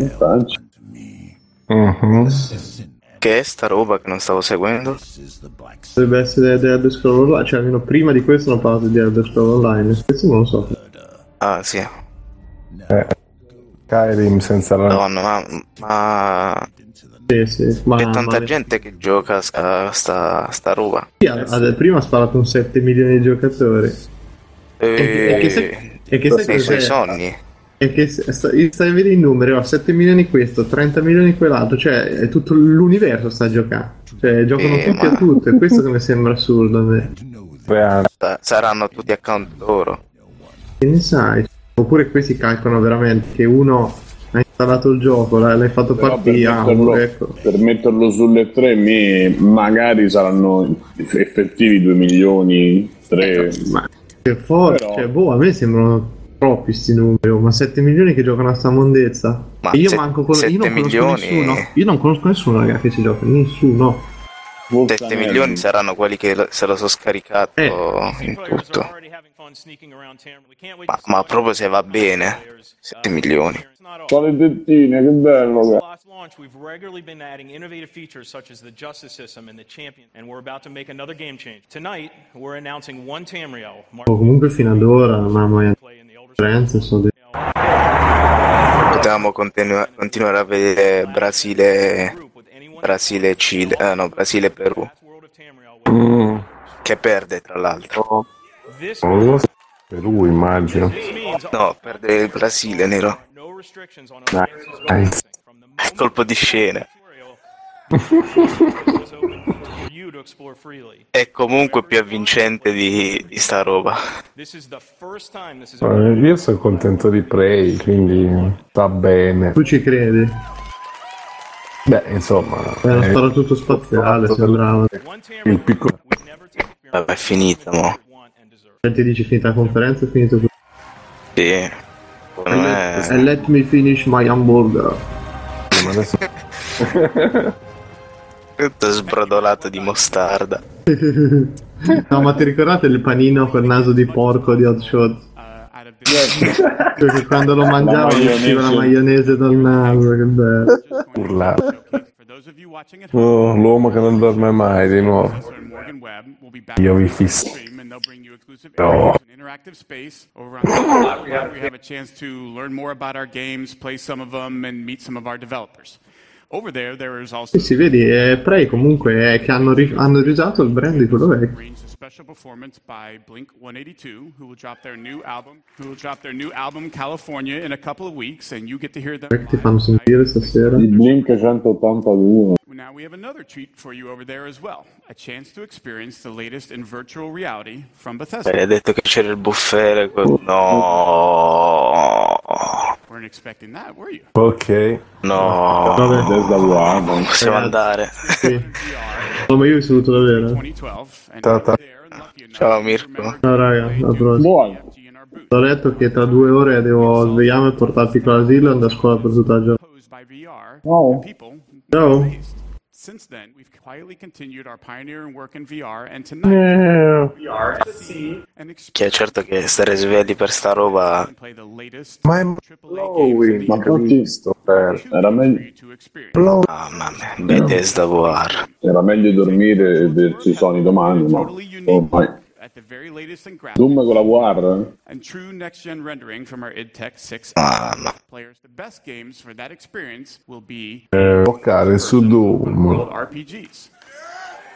E: Mhm.
P: Che è sta roba che non stavo seguendo?
E: Dovrebbe essere The Elder Scrolls Online, cioè almeno prima di questo hanno parlato di Elder Scrolls Online. Questo non lo so.
P: Ah, sì.
Q: Eh, Skyrim senza la...
P: Madonna, ma. ma...
E: Sì, sì, ma,
P: C'è tanta
E: ma-
P: gente che gioca a sta, sta, sta roba.
E: Sì, ha- ha- prima ha sparato un 7 milioni di giocatori.
P: E
E: e che sai- e che sai
P: Nei suoi
E: cos'è?
P: sogni.
E: E che se- sta- stai a vedere i numeri, oh, 7 milioni questo, 30 milioni quell'altro, cioè è tutto l'universo sta giocando. Cioè giocano
P: Sì,
E: tutti
P: ma-
E: a tutto, e questo che mi sembra assurdo a me.
P: Sa- Saranno tutti account loro.
E: Che ne sai? Oppure questi calcolano veramente che uno ha installato il gioco, l'ha- l'hai fatto
B: Però per,
E: partire, ah,
B: metterlo,
E: ecco.
B: per metterlo sulle 3 me magari saranno effettivi 2 milioni, 3.
E: Ecco, Ma che forza, cioè, boh, a me sembrano troppi sti numeri, oh, ma 7 milioni che giocano a sta mondezza.
P: Ma
E: e io
P: se-
E: manco con... Io
P: 7
E: non conosco
P: milioni-
E: nessuno, io non conosco nessuno ragazzi che ci gioca, nessuno. Eh.
P: 7 milioni saranno quelli che lo- se lo sono scaricato in tutto. Ma, ma proprio se va bene, 7 milioni.
B: Sono le tettine, che bello. che-
K: adding innovative features such as the justice system and the champion, and we're about to make another game change. Tonight, we're announcing one Tamriel. Mark-
E: O Oh, comunque fino ad ora, mamma mia, Friends sono dei-
P: Potevamo continua- continuare a vedere Brasile, Brasile, e Cile, ah, no, Brasile e Perù,
Q: Mm.
P: che perde tra l'altro.
Q: Per lui immagino.
P: No, perde il Brasile, Nero.
Q: Nice.
P: Colpo di scena. È comunque più avvincente di, di sta roba.
Q: Eh, Io sono contento di Prey, quindi sta bene.
E: Tu ci credi?
Q: Beh, insomma,
E: Era
Q: eh,
E: stato tutto spaziale, sembrava.
Q: il piccolo
P: Vabbè, è finita, mo.
E: Cioè, ti dici finita la conferenza è finito tutto.
P: Sì. Secondo me-
E: And let me finish my hamburger.
Q: Ma adesso...
P: Tutto sbrodolato di mostarda.
E: no, ma ti ricordate il panino col naso di porco di Hot Shot? Cioè che quando lo mangiavo
Q: La maionese.
E: usciva la maionese dal naso, che bello.
Q: urla. Oh, l'uomo che non dorme mai di nuovo. Io vi fisso. No.
R: interactive space over on the where we have a chance to learn more about our games, play some of them, and meet some of our developers. Over there, there is also
E: Sì, sì, vedi, eh, Prey comunque è che hanno, ri- hanno riusato il brand di quello vecchio.
R: a special performance by Blink 182, who will drop their new album, who will drop their new album California in a couple of weeks, and you get to hear them.
E: Perché ti fanno sentire stasera?
B: Il Blink 182.
R: Now we have another treat for you over there as well, a chance to experience the latest in virtual reality from Bethesda.
P: Hai detto che c'era il buffere. que- No.
R: Weren't expecting that, were you?
Q: Ok.
P: No. Non possiamo
E: Ragazzi.
P: andare.
E: Sì. No, ma io vi saluto davvero.
Q: Tata.
P: Ciao Mirko.
E: No, raga, la prossima. Ho detto che tra due ore devo svegliarmi e portarti con l'asilo e andare a scuola per tutta la giornata.
R: Wow. People
E: Ciao.
R: Since then, we've quietly continued our pioneering work in VR, and tonight
Q: Yeah.
R: we are to see and experience
P: Che è certo che stare svegli per sta roba.
R: the latest
Q: Ma è Blowing, ma tutti sto
B: Era meglio,
P: Mamma mia, Bethesda VR.
B: era meglio dormire e vedersi i sogni domani, ma ormai. Doom con la VR.
R: and true next-gen rendering from our id Tech 6 players. The best games for that experience will be
Q: Eh, toccare su Doom.
R: RPGs.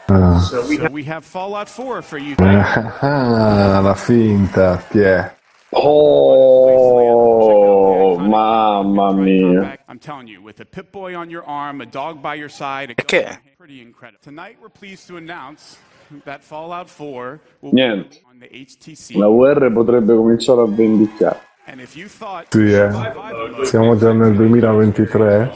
Q: Ah.
R: So we, have, Fallout 4 for you.
Q: Ah, ah, la finta, ti è.
B: Oh, mamma mia.
R: I'm telling you, with a Pip Boy on your arm, a dog by your side, a
B: Okay.
R: gun, pretty incredible. Tonight we're pleased to announce that Fallout 4 will
B: Niente.
R: be on the HTC.
B: La VR potrebbe cominciare a vendicare.
R: And if you thought
Q: Sì, eh. Siamo già nel 2023.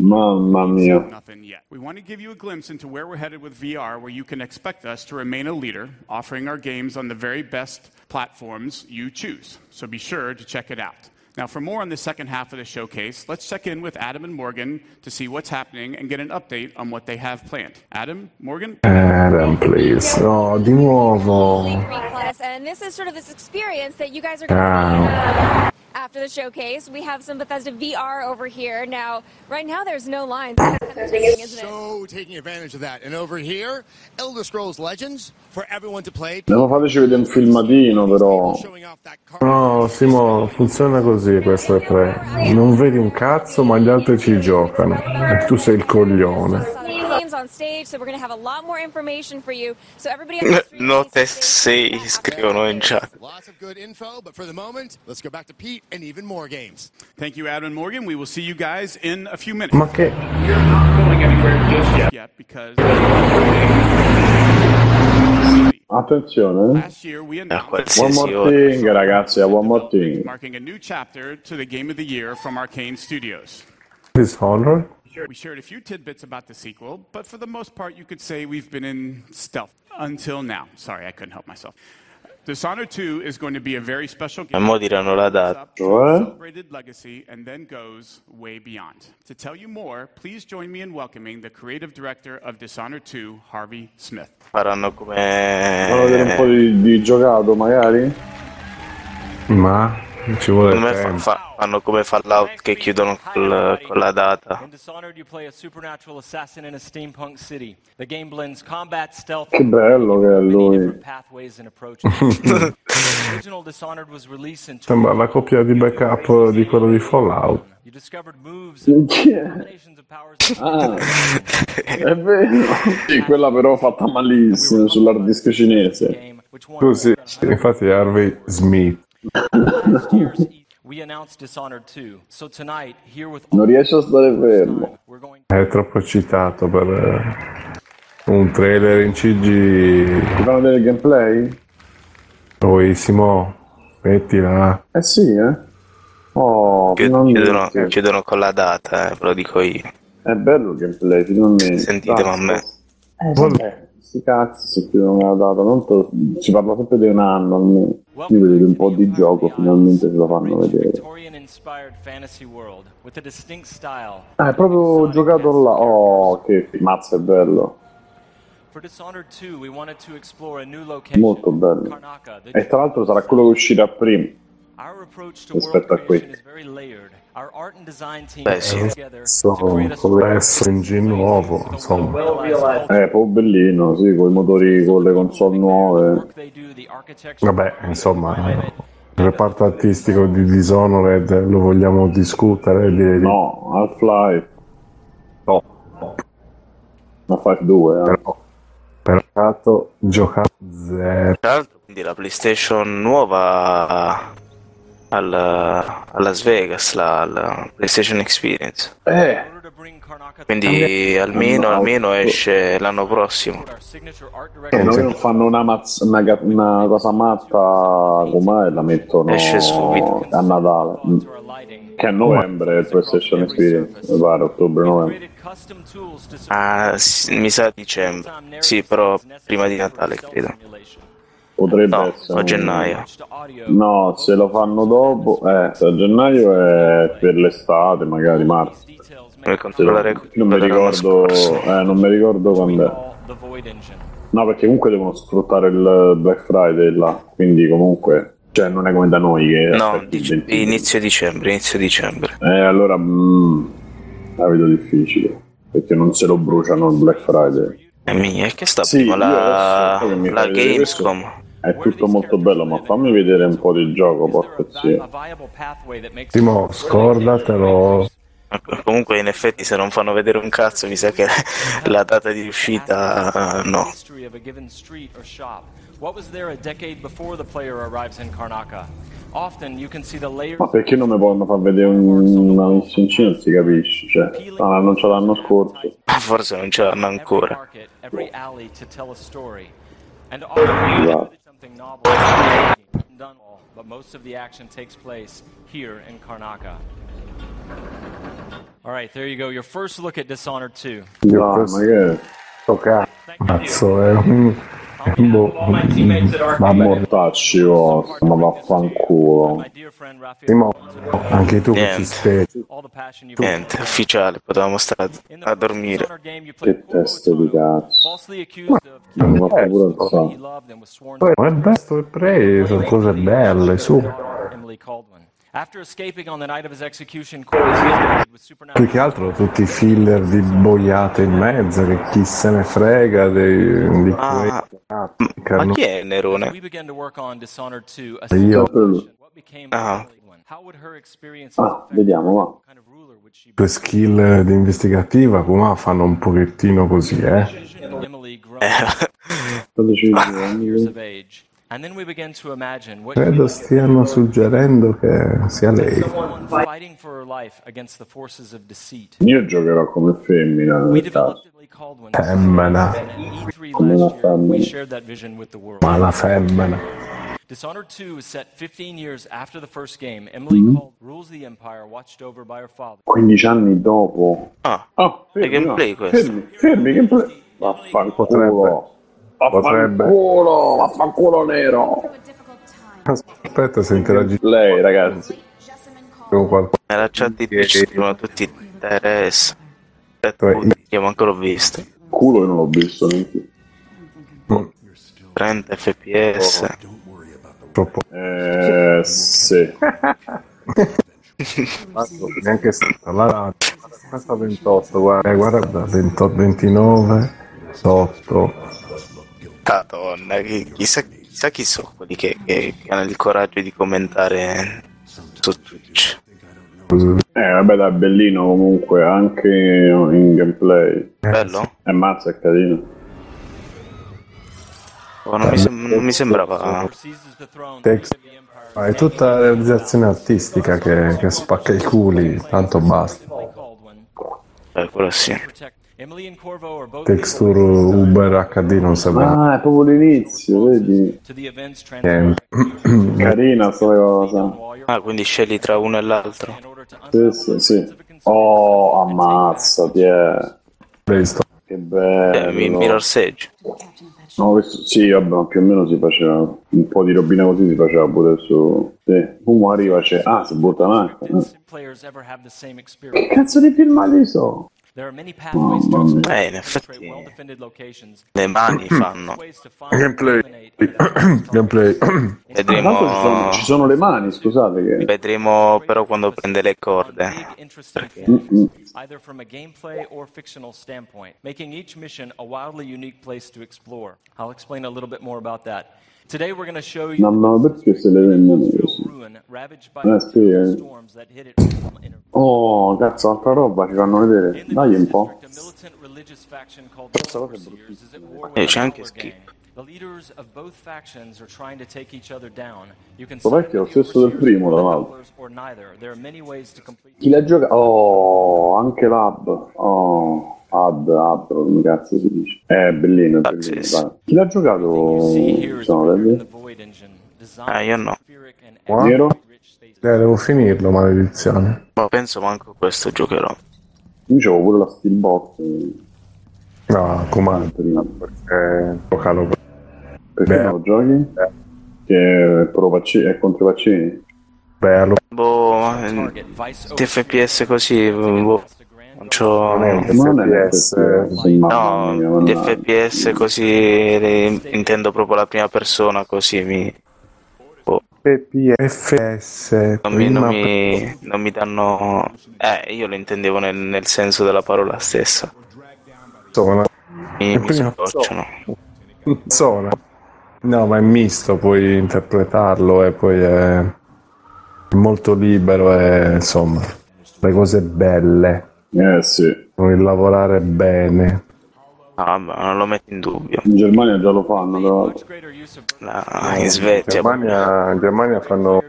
B: Mamma mia.
R: nothing yet, we want to give you a glimpse into where we're headed with VR, where you can expect us to remain a leader, offering our games on the very best platforms you choose. So be sure to check it out. Now, for more on the second half of the showcase, let's check in with Adam and Morgan to see what's happening and get an update on what they have planned. Adam, Morgan?
Q: Adam, Eh, please. No, di nuovo.
D: class, and this is sort of this experience that you guys are
Q: Ah.
D: after the showcase. We have some Bethesda VR over here. Now, right now, there's no lines.
U: So taking advantage of that. And over here, Elder Scrolls Legends for everyone to play.
B: Devo fateci vedere un filmatino, però.
Q: No, Simo, funziona così questo è tre. Non vedi un cazzo, ma gli altri ci giocano. E tu sei il coglione.
D: Games on stage, so we're going to have a lot more information for you. So everybody,
P: Note 6 scrivono in chat.
U: Lots of good info, but for the moment, let's go back to Pete and even more games.
R: Thank you, Adam and Morgan. We will see you guys in a few minutes.
Q: Ma che?
R: You're not going anywhere just yet. because
B: Attenzione. eh. One more thing, ragazzi, one more thing.
R: marking a new chapter to the game of the year from Arcane Studios.
Q: Dishonor?
R: We shared a few tidbits about the sequel, but for the most part, you could say we've been in stealth until now. Sorry, I couldn't help myself. Dishonored 2 is going to be a very special
P: E
R: game.
P: mo diranno la data.
R: Celebrated legacy and then goes way beyond. To tell you more, please join me in welcoming the creative director of Dishonored 2, Harvey Smith.
P: Faranno
B: Fanno vedere un po'
P: come.
B: di, di giocato, magari?
Q: Ma ci vuole
P: Secondo me fa-
Q: tempo.
P: fa- fanno come Fallout che chiudono col- con la data.
S: In Dishonored, you play a supernatural assassin in a steampunk city. The game blends combat, stealth,
B: Che bello che è lui.
S: pathways, and approaches. the original Dishonored was released in
Q: Sembra la copia di backup di quello di Fallout.
B: Ah, è vero. Sì, quella però fatta malissimo sull'hard disk cinese.
Q: Così, infatti Harvey Smith.
S: We announced Dishonored 2. So tonight, here with
B: Non riesce a stare fermo.
Q: È troppo eccitato per eh, un trailer in CG.
B: Ti fanno vedere il gameplay? Eh
Q: Bravissimo. Mettila.
B: Eh sì, eh. Oh,
P: Chiud- Chiudono,
B: finalmente.
P: chiudono con la data, eh, ve lo dico io.
B: È bello il gameplay, finalmente.
P: Sentite,
B: Basta.
P: ma a me.
B: Eh, Vabbè, sti cazzi si chiudono la data, tanto ci parla sempre di un anno almeno. Io vedo che un po' di gioco finalmente ce lo fanno vedere.
S: Victorian-inspired fantasy world with a distinct style.
B: Ah, è proprio giocato là. Oh, che mazza, è bello.
S: For Dishonored 2, we wanted to explore a new location.
B: Molto bello.
S: Karnaka, the
B: E tra l'altro sarà quello che uscirà prima.
S: Our approach to world
B: Rispetto a
S: creation
B: qui.
S: is very layered. Our art and design team
Q: Beh,
S: work
Q: sì.
S: together
Q: Eh, So, con l'SNG nuovo, insomma.
B: Eh, proprio bellino, sì, con i motori, con le console nuove.
Q: Vabbè, insomma, eh. il reparto artistico di Dishonored lo vogliamo discutere. Direi di...
B: No, Half-Life. No. Half-Life 2, eh.
Q: Per caso giocato zero.
P: Tra l'altro, quindi la PlayStation nuova al- a Las Vegas, la, la PlayStation Experience.
C: Eh,
P: Quindi almeno, almeno esce l'anno prossimo.
B: E Eh, noi non fanno una, mazz- una ga- una cosa matta com'è e la mettono
P: Esce subito.
B: a Natale. Mm. Che a novembre è il PlayStation Experience, mi pare, ottobre-novembre.
P: Ah, s- mi sa dicembre. Sì, però prima di Natale, credo.
B: Potrebbe
P: No,
B: essere...
P: a
B: un-
P: gennaio.
B: No, se lo fanno dopo, eh, se a gennaio è per l'estate, magari marzo.
P: Per
B: Se lo-
P: controllare
B: non mi ricordo, eh, non mi ricordo quando è.
S: the Void Engine.
B: No, perché comunque devono sfruttare il Black Friday là, quindi comunque, cioè non è come da noi che
P: No,
B: aspetti il
P: dic-
B: 20.
P: inizio dicembre, inizio dicembre.
B: Eh, allora mm, la vedo difficile, perché non se lo bruciano il Black Friday.
P: E mi- e che sta
B: Sì,
P: prima
B: io
P: la,
B: adesso so che mi
P: la
B: fai vedere
P: Gamescom?
B: È tutto molto bello, ma fammi vedere un po' di gioco, porca zia.
Q: Timo, scordatelo.
P: Comunque, in effetti, se non fanno vedere un cazzo, mi sa che la data di uscita eh, no.
S: History of a given street or shop. What was there a decade before the player arrives in Karnaka? Often you can see the layers
B: Ma perché non mi vogliono far vedere un- una messa in Cina, non si capisce, cioè, l'hanno annunciato l'anno scorso.
P: Ah, Forse non ce l'hanno ancora.
S: market, every alley to tell a story. And
B: Wow.
S: often something novel is done all, but most of the action takes place here in Karnaka. All right, there you go. Your first look at Dishonored 2.
Q: Io
B: No,
Q: questo-
B: Ah, ma che è?
Q: Sto cazzo, è un. Boh,
B: Ma mortacci, oh, ma vaffanculo. Eh,
Q: Timo, anche tu che ci speri.
P: Niente, ufficiale, potevamo stare a, a dormire.
B: Che testo di cazzo. Ma mi ha fatto pure alzare.
Q: Poi, ma è bello il pre, sono cose belle, su.
S: After escaping on the night of his execution, Corey is inundated with
Q: Più che altro tutti i filler di boiate in mezzo, che chi se ne frega dei- di quei...
P: Ah,
Q: che
P: ma
Q: hanno-
P: chi è Nerone?
Q: Io,
P: Ah,
B: Ah, vediamo, va.
Q: le skill di investigativa, come fanno un pochettino così, eh.
S: years of age. And then we begin to imagine what
Q: Credo stiano suggerendo che sia lei.
S: someone fighting for her life against the forces of deceit.
B: Io giocherò come femmina, nel caso.
Q: Femmina.
B: Come una femmina.
S: Shared that vision with the world.
Q: Ma la femmina.
S: Dishonored 2 is set 15 years after the first game. Emily
B: Mhm.
S: Caldwell rules the empire watched over by her father.
B: 15 anni dopo.
P: Ah,
B: Oh, fermi,
P: è gameplay
B: no.
P: questo.
B: Fermi, fermi, gameplay.
Q: Oh.
B: Vaffanculo. Vaffanculo, vaffanculo nero.
Q: Aspetta se interagisci
B: Lei, ragazzi.
Q: con qualcuno.
P: Nella chat di Twitch scrivono tutti Teres. Putin, Io manco l'ho visto.
B: Culo che non l'ho visto. neanche.
P: 30 fps.
Q: Troppo.
B: Eh, sì.
Q: Neanche stata la radio. Quanto 28, guarda, eh, guarda, guarda, 28, 29, 8.
P: Oh, Madonna, chi- chissà, chissà chi sono quelli che, che hanno il coraggio di commentare su Twitch.
B: Eh, vabbè, dai, bellino comunque, anche in gameplay.
P: Bello?
B: E mazza, è carino.
P: Oh, non, mi sem- non mi sembrava.
Q: Text. Ma è tutta la realizzazione artistica che, che spacca i culi, tanto basta.
P: Eh, quello sì.
Q: Texture Uber HD non serve
B: Ah, è proprio l'inizio, vedi?
Q: a niente.
B: Carina sta cosa.
P: Ah, quindi scegli tra uno e l'altro.
B: Sì, sì, sì. Oh, ammazzati, eh. Che bello.
P: Eh, mi- Mirror Sage.
B: No, questo- sì, vabbè, ma più o meno si faceva un po' di robina così si faceva pure su. Sì. Uno arriva c'è. Ah, si butta un'acqua. eh.
S: Players ever have the same
B: Che
S: experience.
B: cazzo di filmati so?
S: There are many pathways to
B: Mamma mia.
S: explore.
P: Eh, in effetti.
S: Well-defended locations.
P: Le mani fanno.
Q: Gameplay. Gameplay.
B: Ah, Tanto ci sono,
P: Vedremo.
B: ci sono le mani, scusate. Che...
P: Vedremo però quando prende le corde.
B: Mm-mm.
S: either from a gameplay or fictional standpoint, making each mission a wildly unique place to explore. I'll explain a little bit more about that. Today we're going to show you
B: No, no, perché se le vendono così? Eh, sì, eh. Oh, cazzo, altra roba, ci fanno vedere. Dai un po'.
P: E Eh, c'è anche Skip.
S: the leaders of both factions are trying to take each other down. You can
B: Lo vecchio è lo stesso del primo, tra l'altro.
S: or neither. There are many ways to complete
B: Chi la gioca? Oh, anche l'hub. Oh, hub, hub, come cazzo si dice? Eh, bellino, è bellino. dai. Chi l'ha giocato? Sono
P: Ah, io no.
B: Nero?
Q: Eh, devo finirlo, maledizione.
P: Ma Boh, penso manco questo giocherò.
B: Io c'avevo pure la steelbot.
Q: No, comando. Perché giocalo.
B: Perché
Q: Beh.
B: non lo giochi? Che è, pro vaccini, è contro i vaccini.
Q: Bello.
P: Boh, di FPS così. Boh. Non c'ho.
Q: Non è un Ma non è un FPS. FPS.
P: No, di FPS così. le- Intendo proprio la prima persona così mi. boh.
Q: PPFS.
P: Non mi, non
Q: prima
P: mi- non mi danno. Eh, io lo intendevo nel, nel senso della parola stessa.
Q: persona.
P: Mi,
Q: E
P: mi
Q: prima
P: scocciano.
Q: persona. No, ma è misto, puoi interpretarlo e poi è molto libero e insomma, le cose belle.
B: Eh sì.
Q: Puoi lavorare bene.
P: Ah, ma non lo metto in dubbio.
B: In Germania già lo fanno, tra l'altro.
P: Ah, in Svezia.
Q: In Germania, in Germania fanno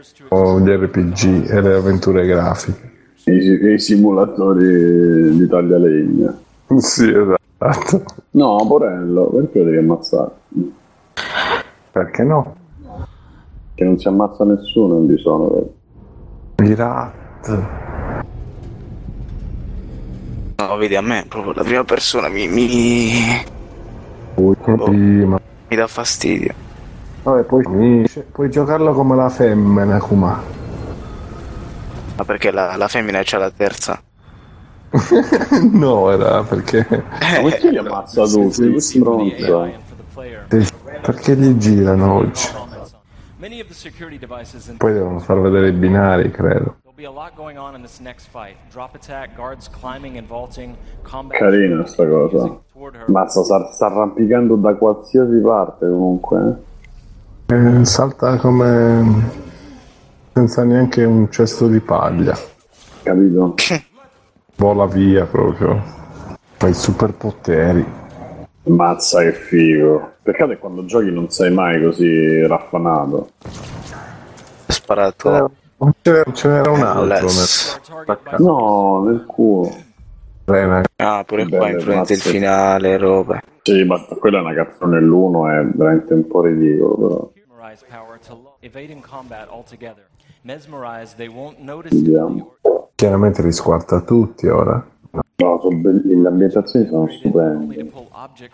Q: gli RPG e le avventure grafiche.
B: I, i simulatori di taglialegna.
Q: Sì, esatto.
B: No, Porello, perché lo devi ammazzare?
Q: Perché no?
B: Che non si ammazza nessuno, non ci sono. vero?
Q: Pirat.
P: No, vedi, a me proprio la prima persona mi. mi,
Q: Poi prima.
P: mi dà fastidio.
Q: Vabbè, poi finisce. puoi giocarlo come la femmina, Kuma.
P: Ma perché la, la femmina c'ha la terza?
Q: no, era perché.
P: Eh.
B: Ma perché li ammazza tutti? Che stronzo, eh?
Q: Perché gli girano oggi?
S: many of the security devices and
Q: Poi devono far vedere i binari, credo.
S: There'll be a lot going on in this next fight. Drop attack, guards climbing and vaulting, combat
B: Carina sta cosa. Ma sta, sta- sta arrampicando da qualsiasi parte comunque.
Q: Eh, salta come. senza neanche un cesto di paglia.
B: Capito?
Q: Vola via proprio. Fa i superpoteri.
B: eh. Mazza che figo. Peccato che quando giochi non sei mai così raffanato. Eh.
P: Sparato.
Q: Non ce n'era, ce n'era un altro.
P: Less.
Q: nel-
B: No, nel culo.
Q: Rena.
P: Ah, pure
B: Belle
P: qua influenza il
B: mazze.
P: finale, roba.
B: Sì, ma quella è una cazzone nell'uno, è veramente un po' ridicolo, però.
S: mesmerize power to lo- evading combat altogether. Mesmerized, they won't notice
B: Vediamo.
Q: Chiaramente li squarta tutti ora.
B: No, sono belli- le ambientazioni sono stupende.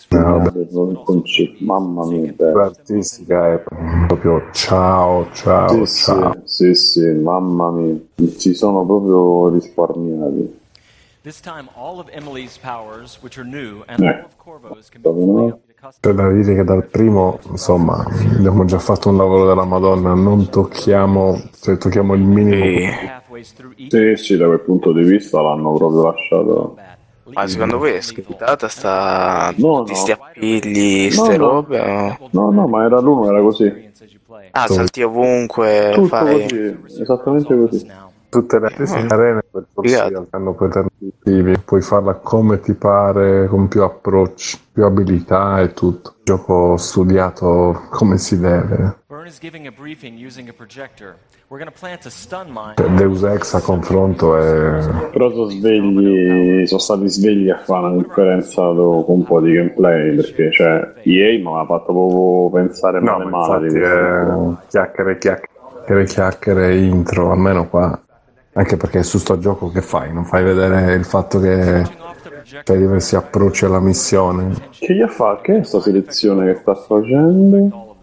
Q: No, vabbè.
B: Il conce- Mamma mia, bello.
Q: L'artistica è proprio ciao, ciao,
B: sì,
Q: ciao.
B: Sì, sì, mamma mia. Si sono proprio risparmiati.
S: This time, all of Emily's powers, which are new, and all
B: Eh.
S: of Corvo's can be
B: Proprio no?
Q: C'è da dire che dal primo, insomma, abbiamo già fatto un lavoro della Madonna, non tocchiamo, cioè tocchiamo il minimo.
B: Sì, sì, da quel punto di vista l'hanno proprio lasciato.
P: Ma secondo voi è scrittata sta... tutti sti appigli,
B: No,
P: ste
B: no.
P: robe? o-
B: No, no, ma era l'uno, era così.
P: Ah, salti ovunque,
B: Tutto
P: fai... Ah.
B: così, esattamente così.
Q: Tutte le arene per corsia hanno quei tentativi, puoi farla come ti pare, con più approcci, più abilità e tutto. Gioco studiato come si deve.
S: Burn is giving a briefing using a projector. We're going to plant a stun mine.
Q: Cioè, Deus Ex a confronto è...
B: Però sono svegli, sono stati svegli a fare una conferenza do- con un po' di gameplay perché cioè EA mi ha fatto proprio pensare
Q: No,
B: male
Q: ma
B: male
Q: infatti
B: di questo.
Q: è chiacchiere, chiacchiere, chiacchiere, intro, almeno qua. Anche perché su sto gioco che fai? Non fai vedere il fatto che c'hai diversi approcci alla missione?
B: Che gli ha fatto? Che è sta selezione che sta facendo?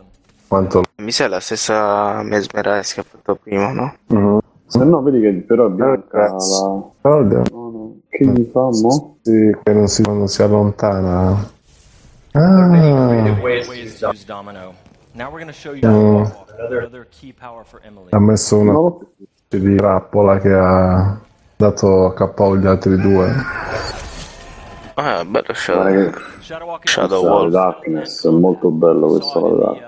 Q: Quanto...
P: Mi sa la stessa mesmerais che ha fatto prima, no?
Q: Mm-hmm.
B: Se no vedi che però è bianca la...
Q: Guarda,
B: Che gli fa mo?
Q: sì, che non si, non si allontana. Ah,
S: Ways to use Domino. Now we're going to show you
Q: Mm.
S: another, another key power for Emily.
Q: ha messo una specie di trappola che ha dato KO gli altri due.
P: Ah, bello
B: Guarda
P: Shadow.
B: che-
P: Shadow
B: Questa
P: Wolf.
B: Darkness, è molto bello questo la Darkness.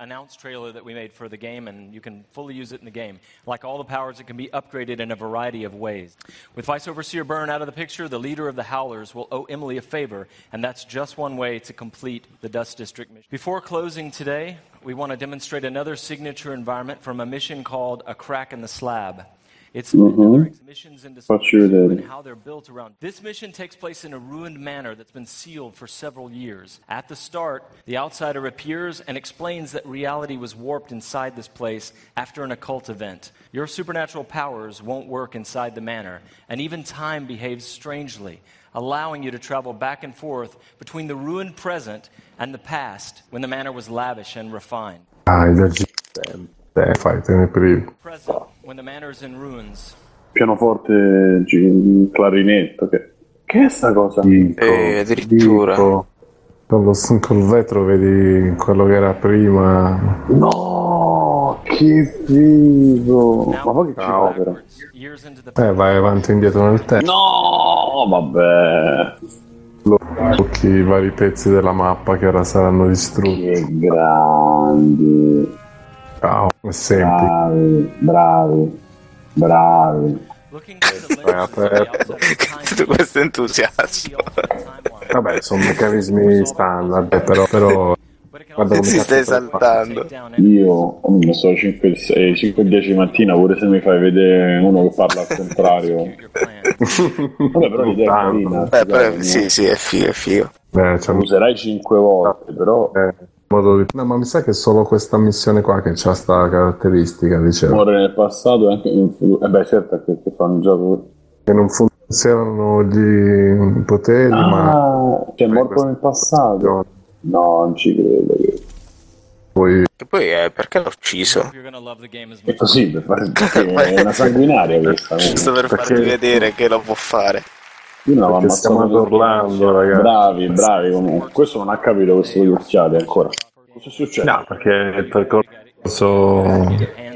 S: Announce trailer that we made for the game, and you can fully use it in the game. Like all the powers, it can be upgraded in a variety of ways. With Vice Overseer Byrne out of the picture, the leader of the Howlers will owe Emily a favor, and that's just one way to complete the Dust District mission. Before closing today, we want to demonstrate another signature environment from a mission called A Crack in the Slab. It's
F: Mm-hmm.
S: another missions into
B: Facci vedere.
S: how they're built around. This mission takes place in a ruined manor that's been sealed for several years. At the start, the outsider appears and explains that reality was warped inside this place after an occult event. Your supernatural powers won't work inside the manor, and even time behaves strangely, allowing you to travel back and forth between the ruined present and the past when the manor was lavish and refined.
Q: Ah, i viaggi del tempo. Eh, fai, te ne privi.
S: Present, when the manor is in ruins,
B: Pianoforte, gi- clarinetto, che... Che è sta cosa?
P: Eh, addirittura.
Q: Con lo, col vetro vedi quello che era prima.
B: No, che figo! Ma poi che ci fa però?
Q: Eh, vai avanti e indietro nel tempo.
B: No, vabbè.
Q: Tocchi i vari pezzi della mappa che ora saranno distrutti.
B: Che grandi.
Q: Ciao, è semplice.
B: Bravi, bravi, bravi.
P: È aperto. Tutto questo entusiasmo.
Q: Vabbè, sono meccanismi standard, eh, però, però guarda come
P: Ti
Q: cazzo
P: stai
Q: fai.
P: esaltando.
B: Io oh, ho messo 5 e 10 di mattina, pure se mi fai vedere uno che parla al contrario. Vabbè, però l'idea è carina.
P: Eh, però,
B: dai,
P: sì, sì, è figo, è figo.
Q: Eh, c'è
B: Lo
Q: un Eh.
B: userai 5 volte, però
Q: modo di- No, ma mi sa che è solo questa missione qua che c'ha sta caratteristica, dicevo.
B: muore nel passato e anche in futuro. Eh beh, certo, perché fa un gioco...
Q: Che non funzionano gli poteri, Eh, ma
B: Ah, cioè è morto nel passato. No, non ci credo. Ah, Che...
Q: poi
P: E poi, eh, perché l'ho ucciso?
B: È così, per fare... perché è una sanguinaria questa.
P: Giusto per
B: Perché-
P: farvi vedere che lo può fare.
B: Io non l'avevo
P: Perché stiamo
B: ammazzato
P: ad Orlando, ragazzi.
B: Bravi, bravi comunque. Questo non ha capito questo di urciate ancora. Cosa succede?
Q: No, perché il percorso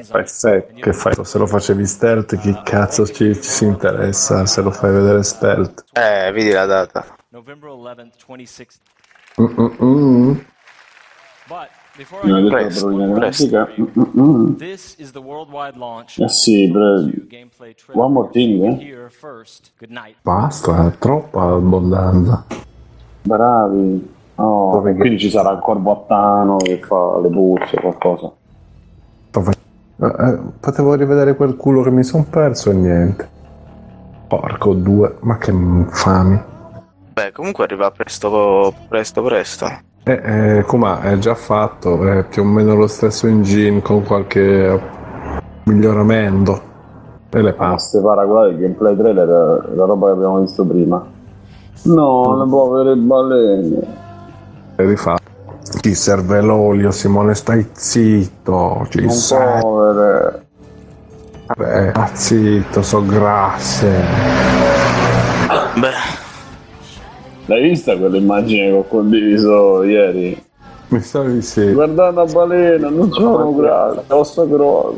Q: fai se, che fai, se lo facevi stealth chi cazzo ci, ci si interessa se lo fai vedere stealth
P: Eh, vedi la data.
S: November 11th, 2016.
Q: Mm, mm, mm.
S: But before
B: Mi ha
S: I
B: detto
S: go,
B: la
S: into
B: problema
S: the
B: grafica.
S: This is the worldwide launch.
B: Mm, Eh sì, però- One more thing, eh?
S: Here first. Good night.
Q: Basta, è troppa abbondanza.
B: Bravi. Oh, quindi ci sarà il corbottano che fa le puzze qualcosa.
Q: Eh, eh, potevo rivedere quel culo che mi son perso e niente. Porco due, ma che infami.
P: Beh, comunque arriva presto, presto, presto.
Q: Eh, eh, com'è? è già fatto, è più o meno lo stesso engine con qualche miglioramento. E le
B: Ah,
Q: paste.
B: se paragonare il gameplay trailer è la roba che abbiamo visto prima. No, le povere balene.
Q: E rifà. Chi serve l'olio, Simone, stai zitto. Ci
B: Non
Q: sei.
B: povere.
Q: Vabbè, ah, zitto, so grasse.
P: Beh,
B: L'hai vista quell'immagine che ho condiviso ieri?
Q: Mi sa di sì.
B: Guardate la balena, non sono grande, ossa grossa.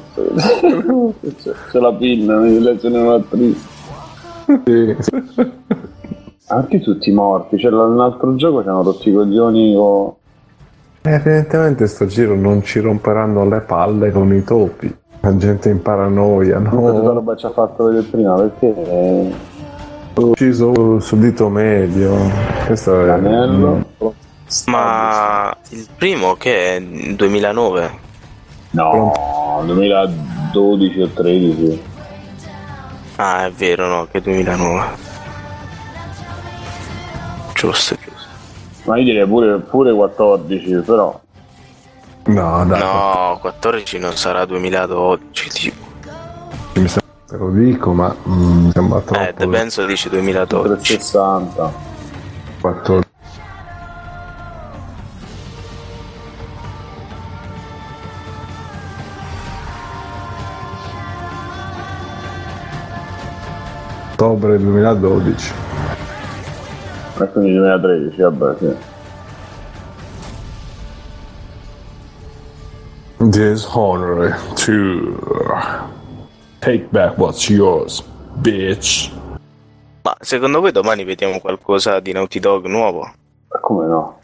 B: c'è, c'è la pinna, mi legge un'attrice.
Q: Sì.
B: Anche tutti morti, c'è un altro gioco che hanno rotti i coglioni con...
Q: Eh, Evidentemente sto giro non ci romperanno le palle con i topi. La gente in paranoia,
B: Tutta
Q: no?
B: roba ci ha fatto vedere prima, perché... eh,
Q: Ho ucciso sul dito medio. Questo è. Mm.
B: L'anello.
P: Ma il primo che è il 2009?
B: No, 2012 o 13.
P: Ah, è vero, no, che 2009. Giusto, giusto.
B: Ma io direi pure, pure 14, però...
Q: No, dai.
P: No, 14 non sarà 2012. tipo.
Q: Mi sa- te lo dico, ma mm, mi sembra troppo.
P: Eh, De Benzo dice 2012.
B: 360.
Q: 14. Ottobre 2012.
B: E quindi 2013, vabbè, sì.
Q: Dishonor to take back what's yours, bitch.
P: Ma secondo voi domani vediamo qualcosa di Naughty Dog nuovo?
B: Ma come no?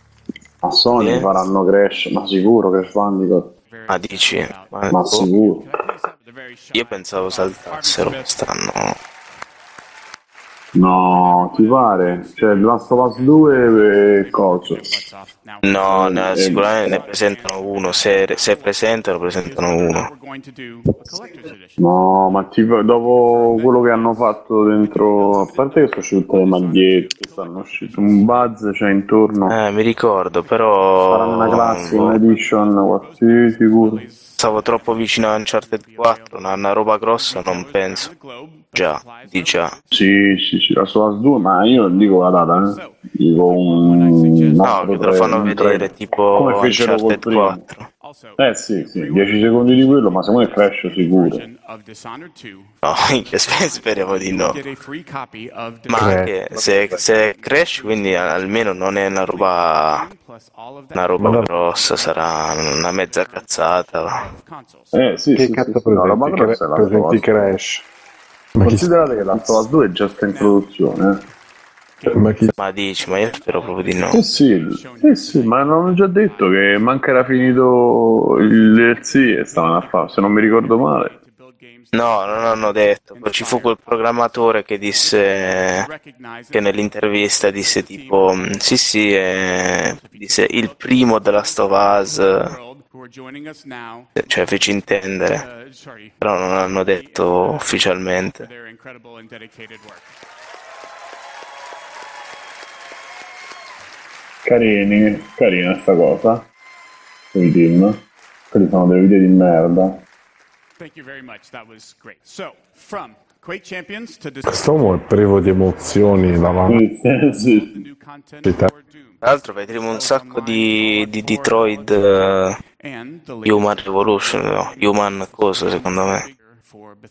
B: Ma Sony
P: Eh?
B: faranno Crash, ma sicuro Crash Bandicoot.
P: Ah, dici? Ma, boh,
B: Ma sicuro.
P: Io pensavo saltassero quest'anno.
B: No, ti pare? Cioè, Last of Us 2 e coso.
P: No,
B: Eh,
P: no, sicuramente ne presentano uno. Se, se presentano, presentano uno.
B: No, ma ti- dopo quello che hanno fatto dentro, a parte che sono uscite le magliette, stanno uscite un buzz c'è intorno.
P: Eh, mi ricordo, però.
B: Faranno una classica una edition, quasi sicuro.
P: Stavo troppo vicino a Uncharted 4, una, una roba grossa non penso. Già, di già.
B: Sì, sì, sì, la Us 2, ma io non dico la data, eh. Dico un...
P: No, che te lo fanno vedere tipo
B: Come fecero col
P: Uncharted
B: primo.
P: 4.
B: Eh sì, sì, 10 secondi di quello, ma secondo me è Crash sicuro.
R: Of Dishonored 2,
P: No, minchia, sper- speriamo di no.
R: get a free copy of
P: Ma anche se, se Crash, quindi almeno non è una roba. Una roba grossa, sarà una mezza cazzata.
B: Eh sì,
P: Che
B: sì,
P: cazzo
B: sì, sì,
P: presenti?
B: no, la madre
P: Cra-
B: è la
P: presenti
B: Crash. Considerate che la Us 2 è già sta in produzione. eh.
Q: Cioè, Ma chi
P: Ma dici, ma io spero proprio di no.
B: Eh sì, eh sì, ma hanno già detto che manca era finito il DLC e stavano a fare, se non mi ricordo male.
P: No, non hanno detto. Poi Ci fu quel programmatore che disse che nell'intervista disse tipo "Mm, sì sì, eh", disse il primo della Stovaz,
R: who are joining us now.
P: cioè fece intendere.
R: Uh, sorry,
P: Però non hanno detto ufficialmente.
R: their incredible and dedicated work.
B: Carini, carina sta cosa. Sui team. Quelli sono dei video di merda.
R: Thank you very much. That was great. So, from Quake Champions to
Q: Quest'uomo è privo di emozioni davanti.
R: Tra
P: l'altro vedremo un sacco di, di Detroit eh, Human Revolution, no? Human cosa secondo me.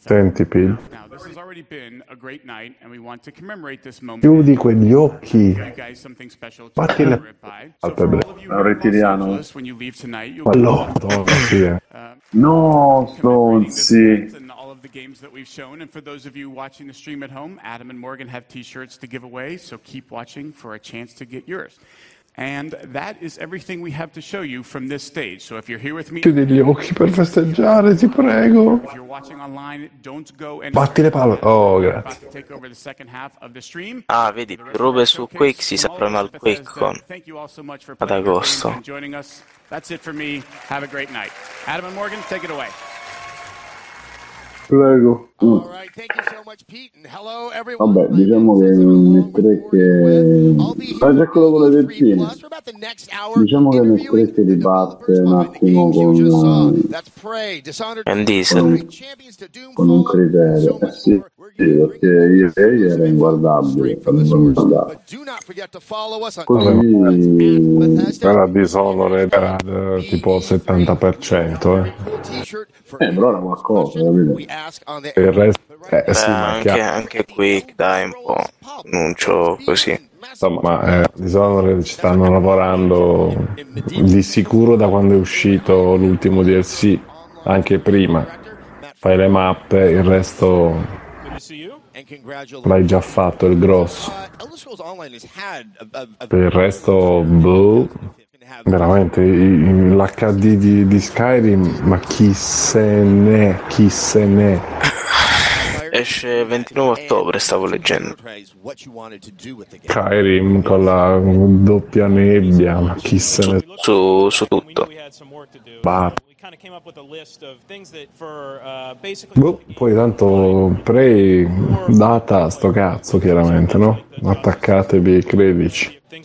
Q: Senti, Pil.
R: Now, this has already been a great night, and we want to commemorate this moment.
Q: Chiudi quegli occhi.
R: You guys something special to
Q: Fatti le
R: remember it by. So,
Q: palle, bre.
R: you here in Los
B: rettiliano.
R: Angeles, when you leave tonight, you'll
Q: Ma no, no, sì, eh.
B: No, stronzi.
R: and all of the games that we've shown. And for those of you watching the stream at home, Adam and Morgan have T-shirts to give away, so keep watching for a chance to get yours. And that is everything we have to show you from this stage. So if you're here with me,
Q: Chiudi gli occhi per festeggiare, ti prego.
R: if you're watching online, don't go and
Q: Batti le palle. Oh, grazie.
R: about to take over the second half of the stream.
P: Ah, vedi, più robe su Quake si sapranno al QuakeCon
R: Thank you all so much for
P: ad
R: playing our games
P: agosto.
R: and joining us. That's it for me. Have a great night. Adam and Morgan, take it away.
B: Prego. Vabbè, diciamo che nel 3 che... Ma già quello con le terzine. Diciamo che nel 3 si ribatte un attimo con... eh,
P: And diesel.
B: con un criterio. Eh sì, sì, perché io ieri era inguardabile. per non guardare. Così...
Q: Era Dishonored era eh, tipo 70%, eh.
B: Eh, però era qualcosa, capito?
Q: Il resto... Eh sì,
P: Beh,
Q: ma
P: anche,
Q: chiaro.
P: anche qui dai un po' annuncio così.
Q: Insomma, eh, Dishonored ci stanno lavorando di sicuro da quando è uscito l'ultimo DLC, anche prima. Fai le mappe, il resto l'hai già fatto, il grosso. Per il resto, boh, veramente i- l'HD di, di Skyrim, ma chi se n'è, chi se n'è.
P: Esce 29 ottobre, stavo leggendo.
Q: Skyrim con la doppia nebbia, ma chi se ne
P: Su, su tutto.
Q: va. Boh, poi tanto Prey data sto cazzo chiaramente, no? Attaccatevi ai credici.
K: uh,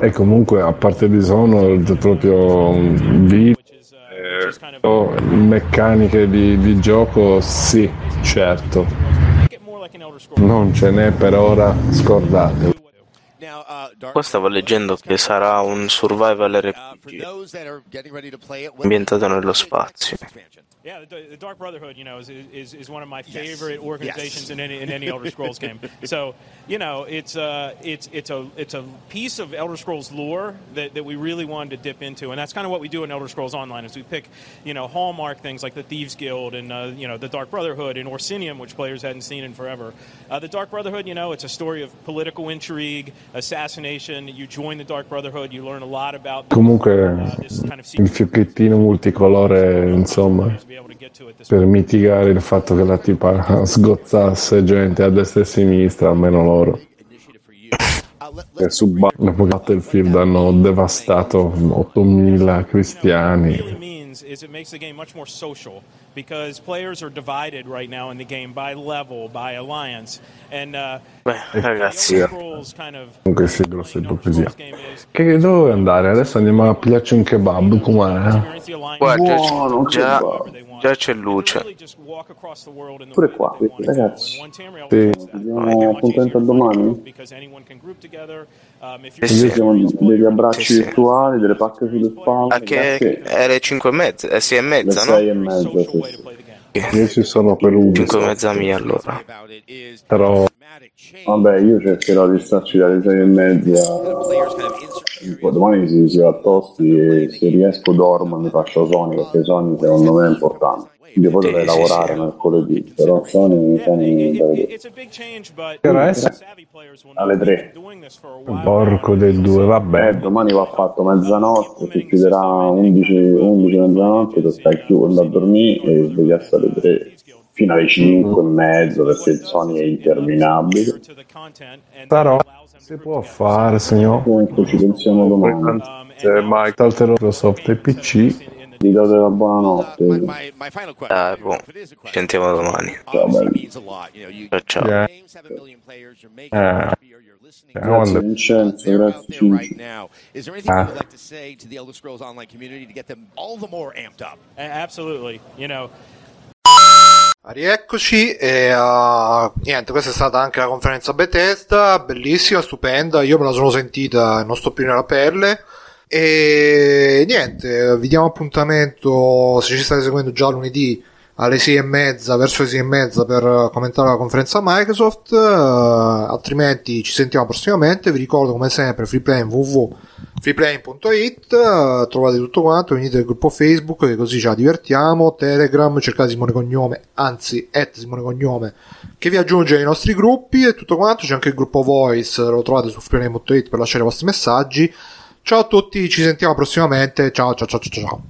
Q: E comunque a parte Dishonored proprio vi eh, oh, meccaniche di, di gioco sì, certo. Non ce n'è per ora, scordate.
P: Qua stavo leggendo che sarà un survival RPG ambientato nello spazio.
K: Yeah, the, the Dark Brotherhood, you know, is, is, is one of my favorite organizations in any in any Elder Scrolls game. So, you know, it's uh, it's it's a it's a piece of Elder Scrolls lore that, that we really wanted to dip into, and that's kind of what we do in Elder Scrolls Online is we pick, you know, hallmark things like the Thieves Guild and uh, you know the Dark Brotherhood and Orsinium, which players hadn't seen in forever. Uh, the Dark Brotherhood, you know, it's a story of political intrigue, assassination. You join the Dark Brotherhood, you learn a lot about
Q: Comunque il fiocchettino multicolore, insomma, per mitigare il fatto che la tipa sgozzasse gente a destra e a sinistra, almeno loro. E su Ba- dopo che Battlefield hanno devastato 8000 cristiani.
K: means is it makes the game much more social because players are divided right now in the game by level, by alliance, and uh,
P: Beh,
Q: ragazzi,
K: Elder Scrolls kind of
Q: Comunque sì, grossa ipocrisia. Che dove andare? Adesso andiamo a pigliarci un kebab, com'è?
P: Guarda,
Q: Buono,
P: già,
Q: che
P: già, già c'è luce.
B: Pure qua, quindi, ragazzi. Sì. Abbiamo appuntamento a domani.
P: Eh sì.
B: Io siamo degli abbracci
P: Sì, sì.
B: virtuali, delle pacche sulle spalle.
P: A che
B: grazie.
P: era 5 e mezza, eh, sì, e
B: Ah, Le
P: mezza,
B: sei e
P: no?
B: mezza, sì, sì.
Q: Io ci sono per
P: 5 e mezza mia allora.
Q: Però
B: Vabbè, io cercherò di starci dalle sei e mezza. Un po'. Domani si, si va a tosti e se riesco dormo e mi faccio Sony perché Sony secondo me è importante. Io poi dovrei lavorare mercoledì, però Sony, Sony da vedere.
Q: Che ora è?
B: alle 3.
Q: Porco del 2, vabbè.
B: domani va fatto mezzanotte, si chiuderà 11, 11 mezzanotte, tu stai chiuso, andare a dormire e svegliarsi alle 3 fino alle 5 e mezzo perché il Sony è interminabile.
Q: Però si può fare, signor.
B: Comunque ci pensiamo domani.
Q: Se Mike altero Microsoft e PC.
B: Vi do della buonanotte.
P: Dai, boh. Ci sentiamo domani.
B: Ciao,
P: Ciao, ciao.
Q: Eh.
B: Grazie Vincenzo, grazie Cinzia.
V: Is there anything
B: Ah.
V: you would like to say to the Elder Scrolls Online community to get them all the more amped up?
K: absolutely, you know,
A: Rieccoci, e eh, niente, questa è stata anche la conferenza Bethesda, bellissima, stupenda, io me la sono sentita, non sto più nella pelle. E niente, vi diamo appuntamento, se ci state seguendo già lunedì, alle sei e mezza, verso le sei e mezza per eh, commentare la conferenza Microsoft, eh, altrimenti ci sentiamo prossimamente, vi ricordo come sempre freeplane www.freeplane.it, eh, trovate tutto quanto, venite nel gruppo Facebook che così ce la divertiamo, Telegram, cercate Simone Cognome, anzi, at Simone Cognome, che vi aggiunge ai nostri gruppi e tutto quanto, c'è anche il gruppo Voice, lo trovate su freeplane.it per lasciare i vostri messaggi, ciao a tutti, ci sentiamo prossimamente, ciao ciao ciao ciao ciao.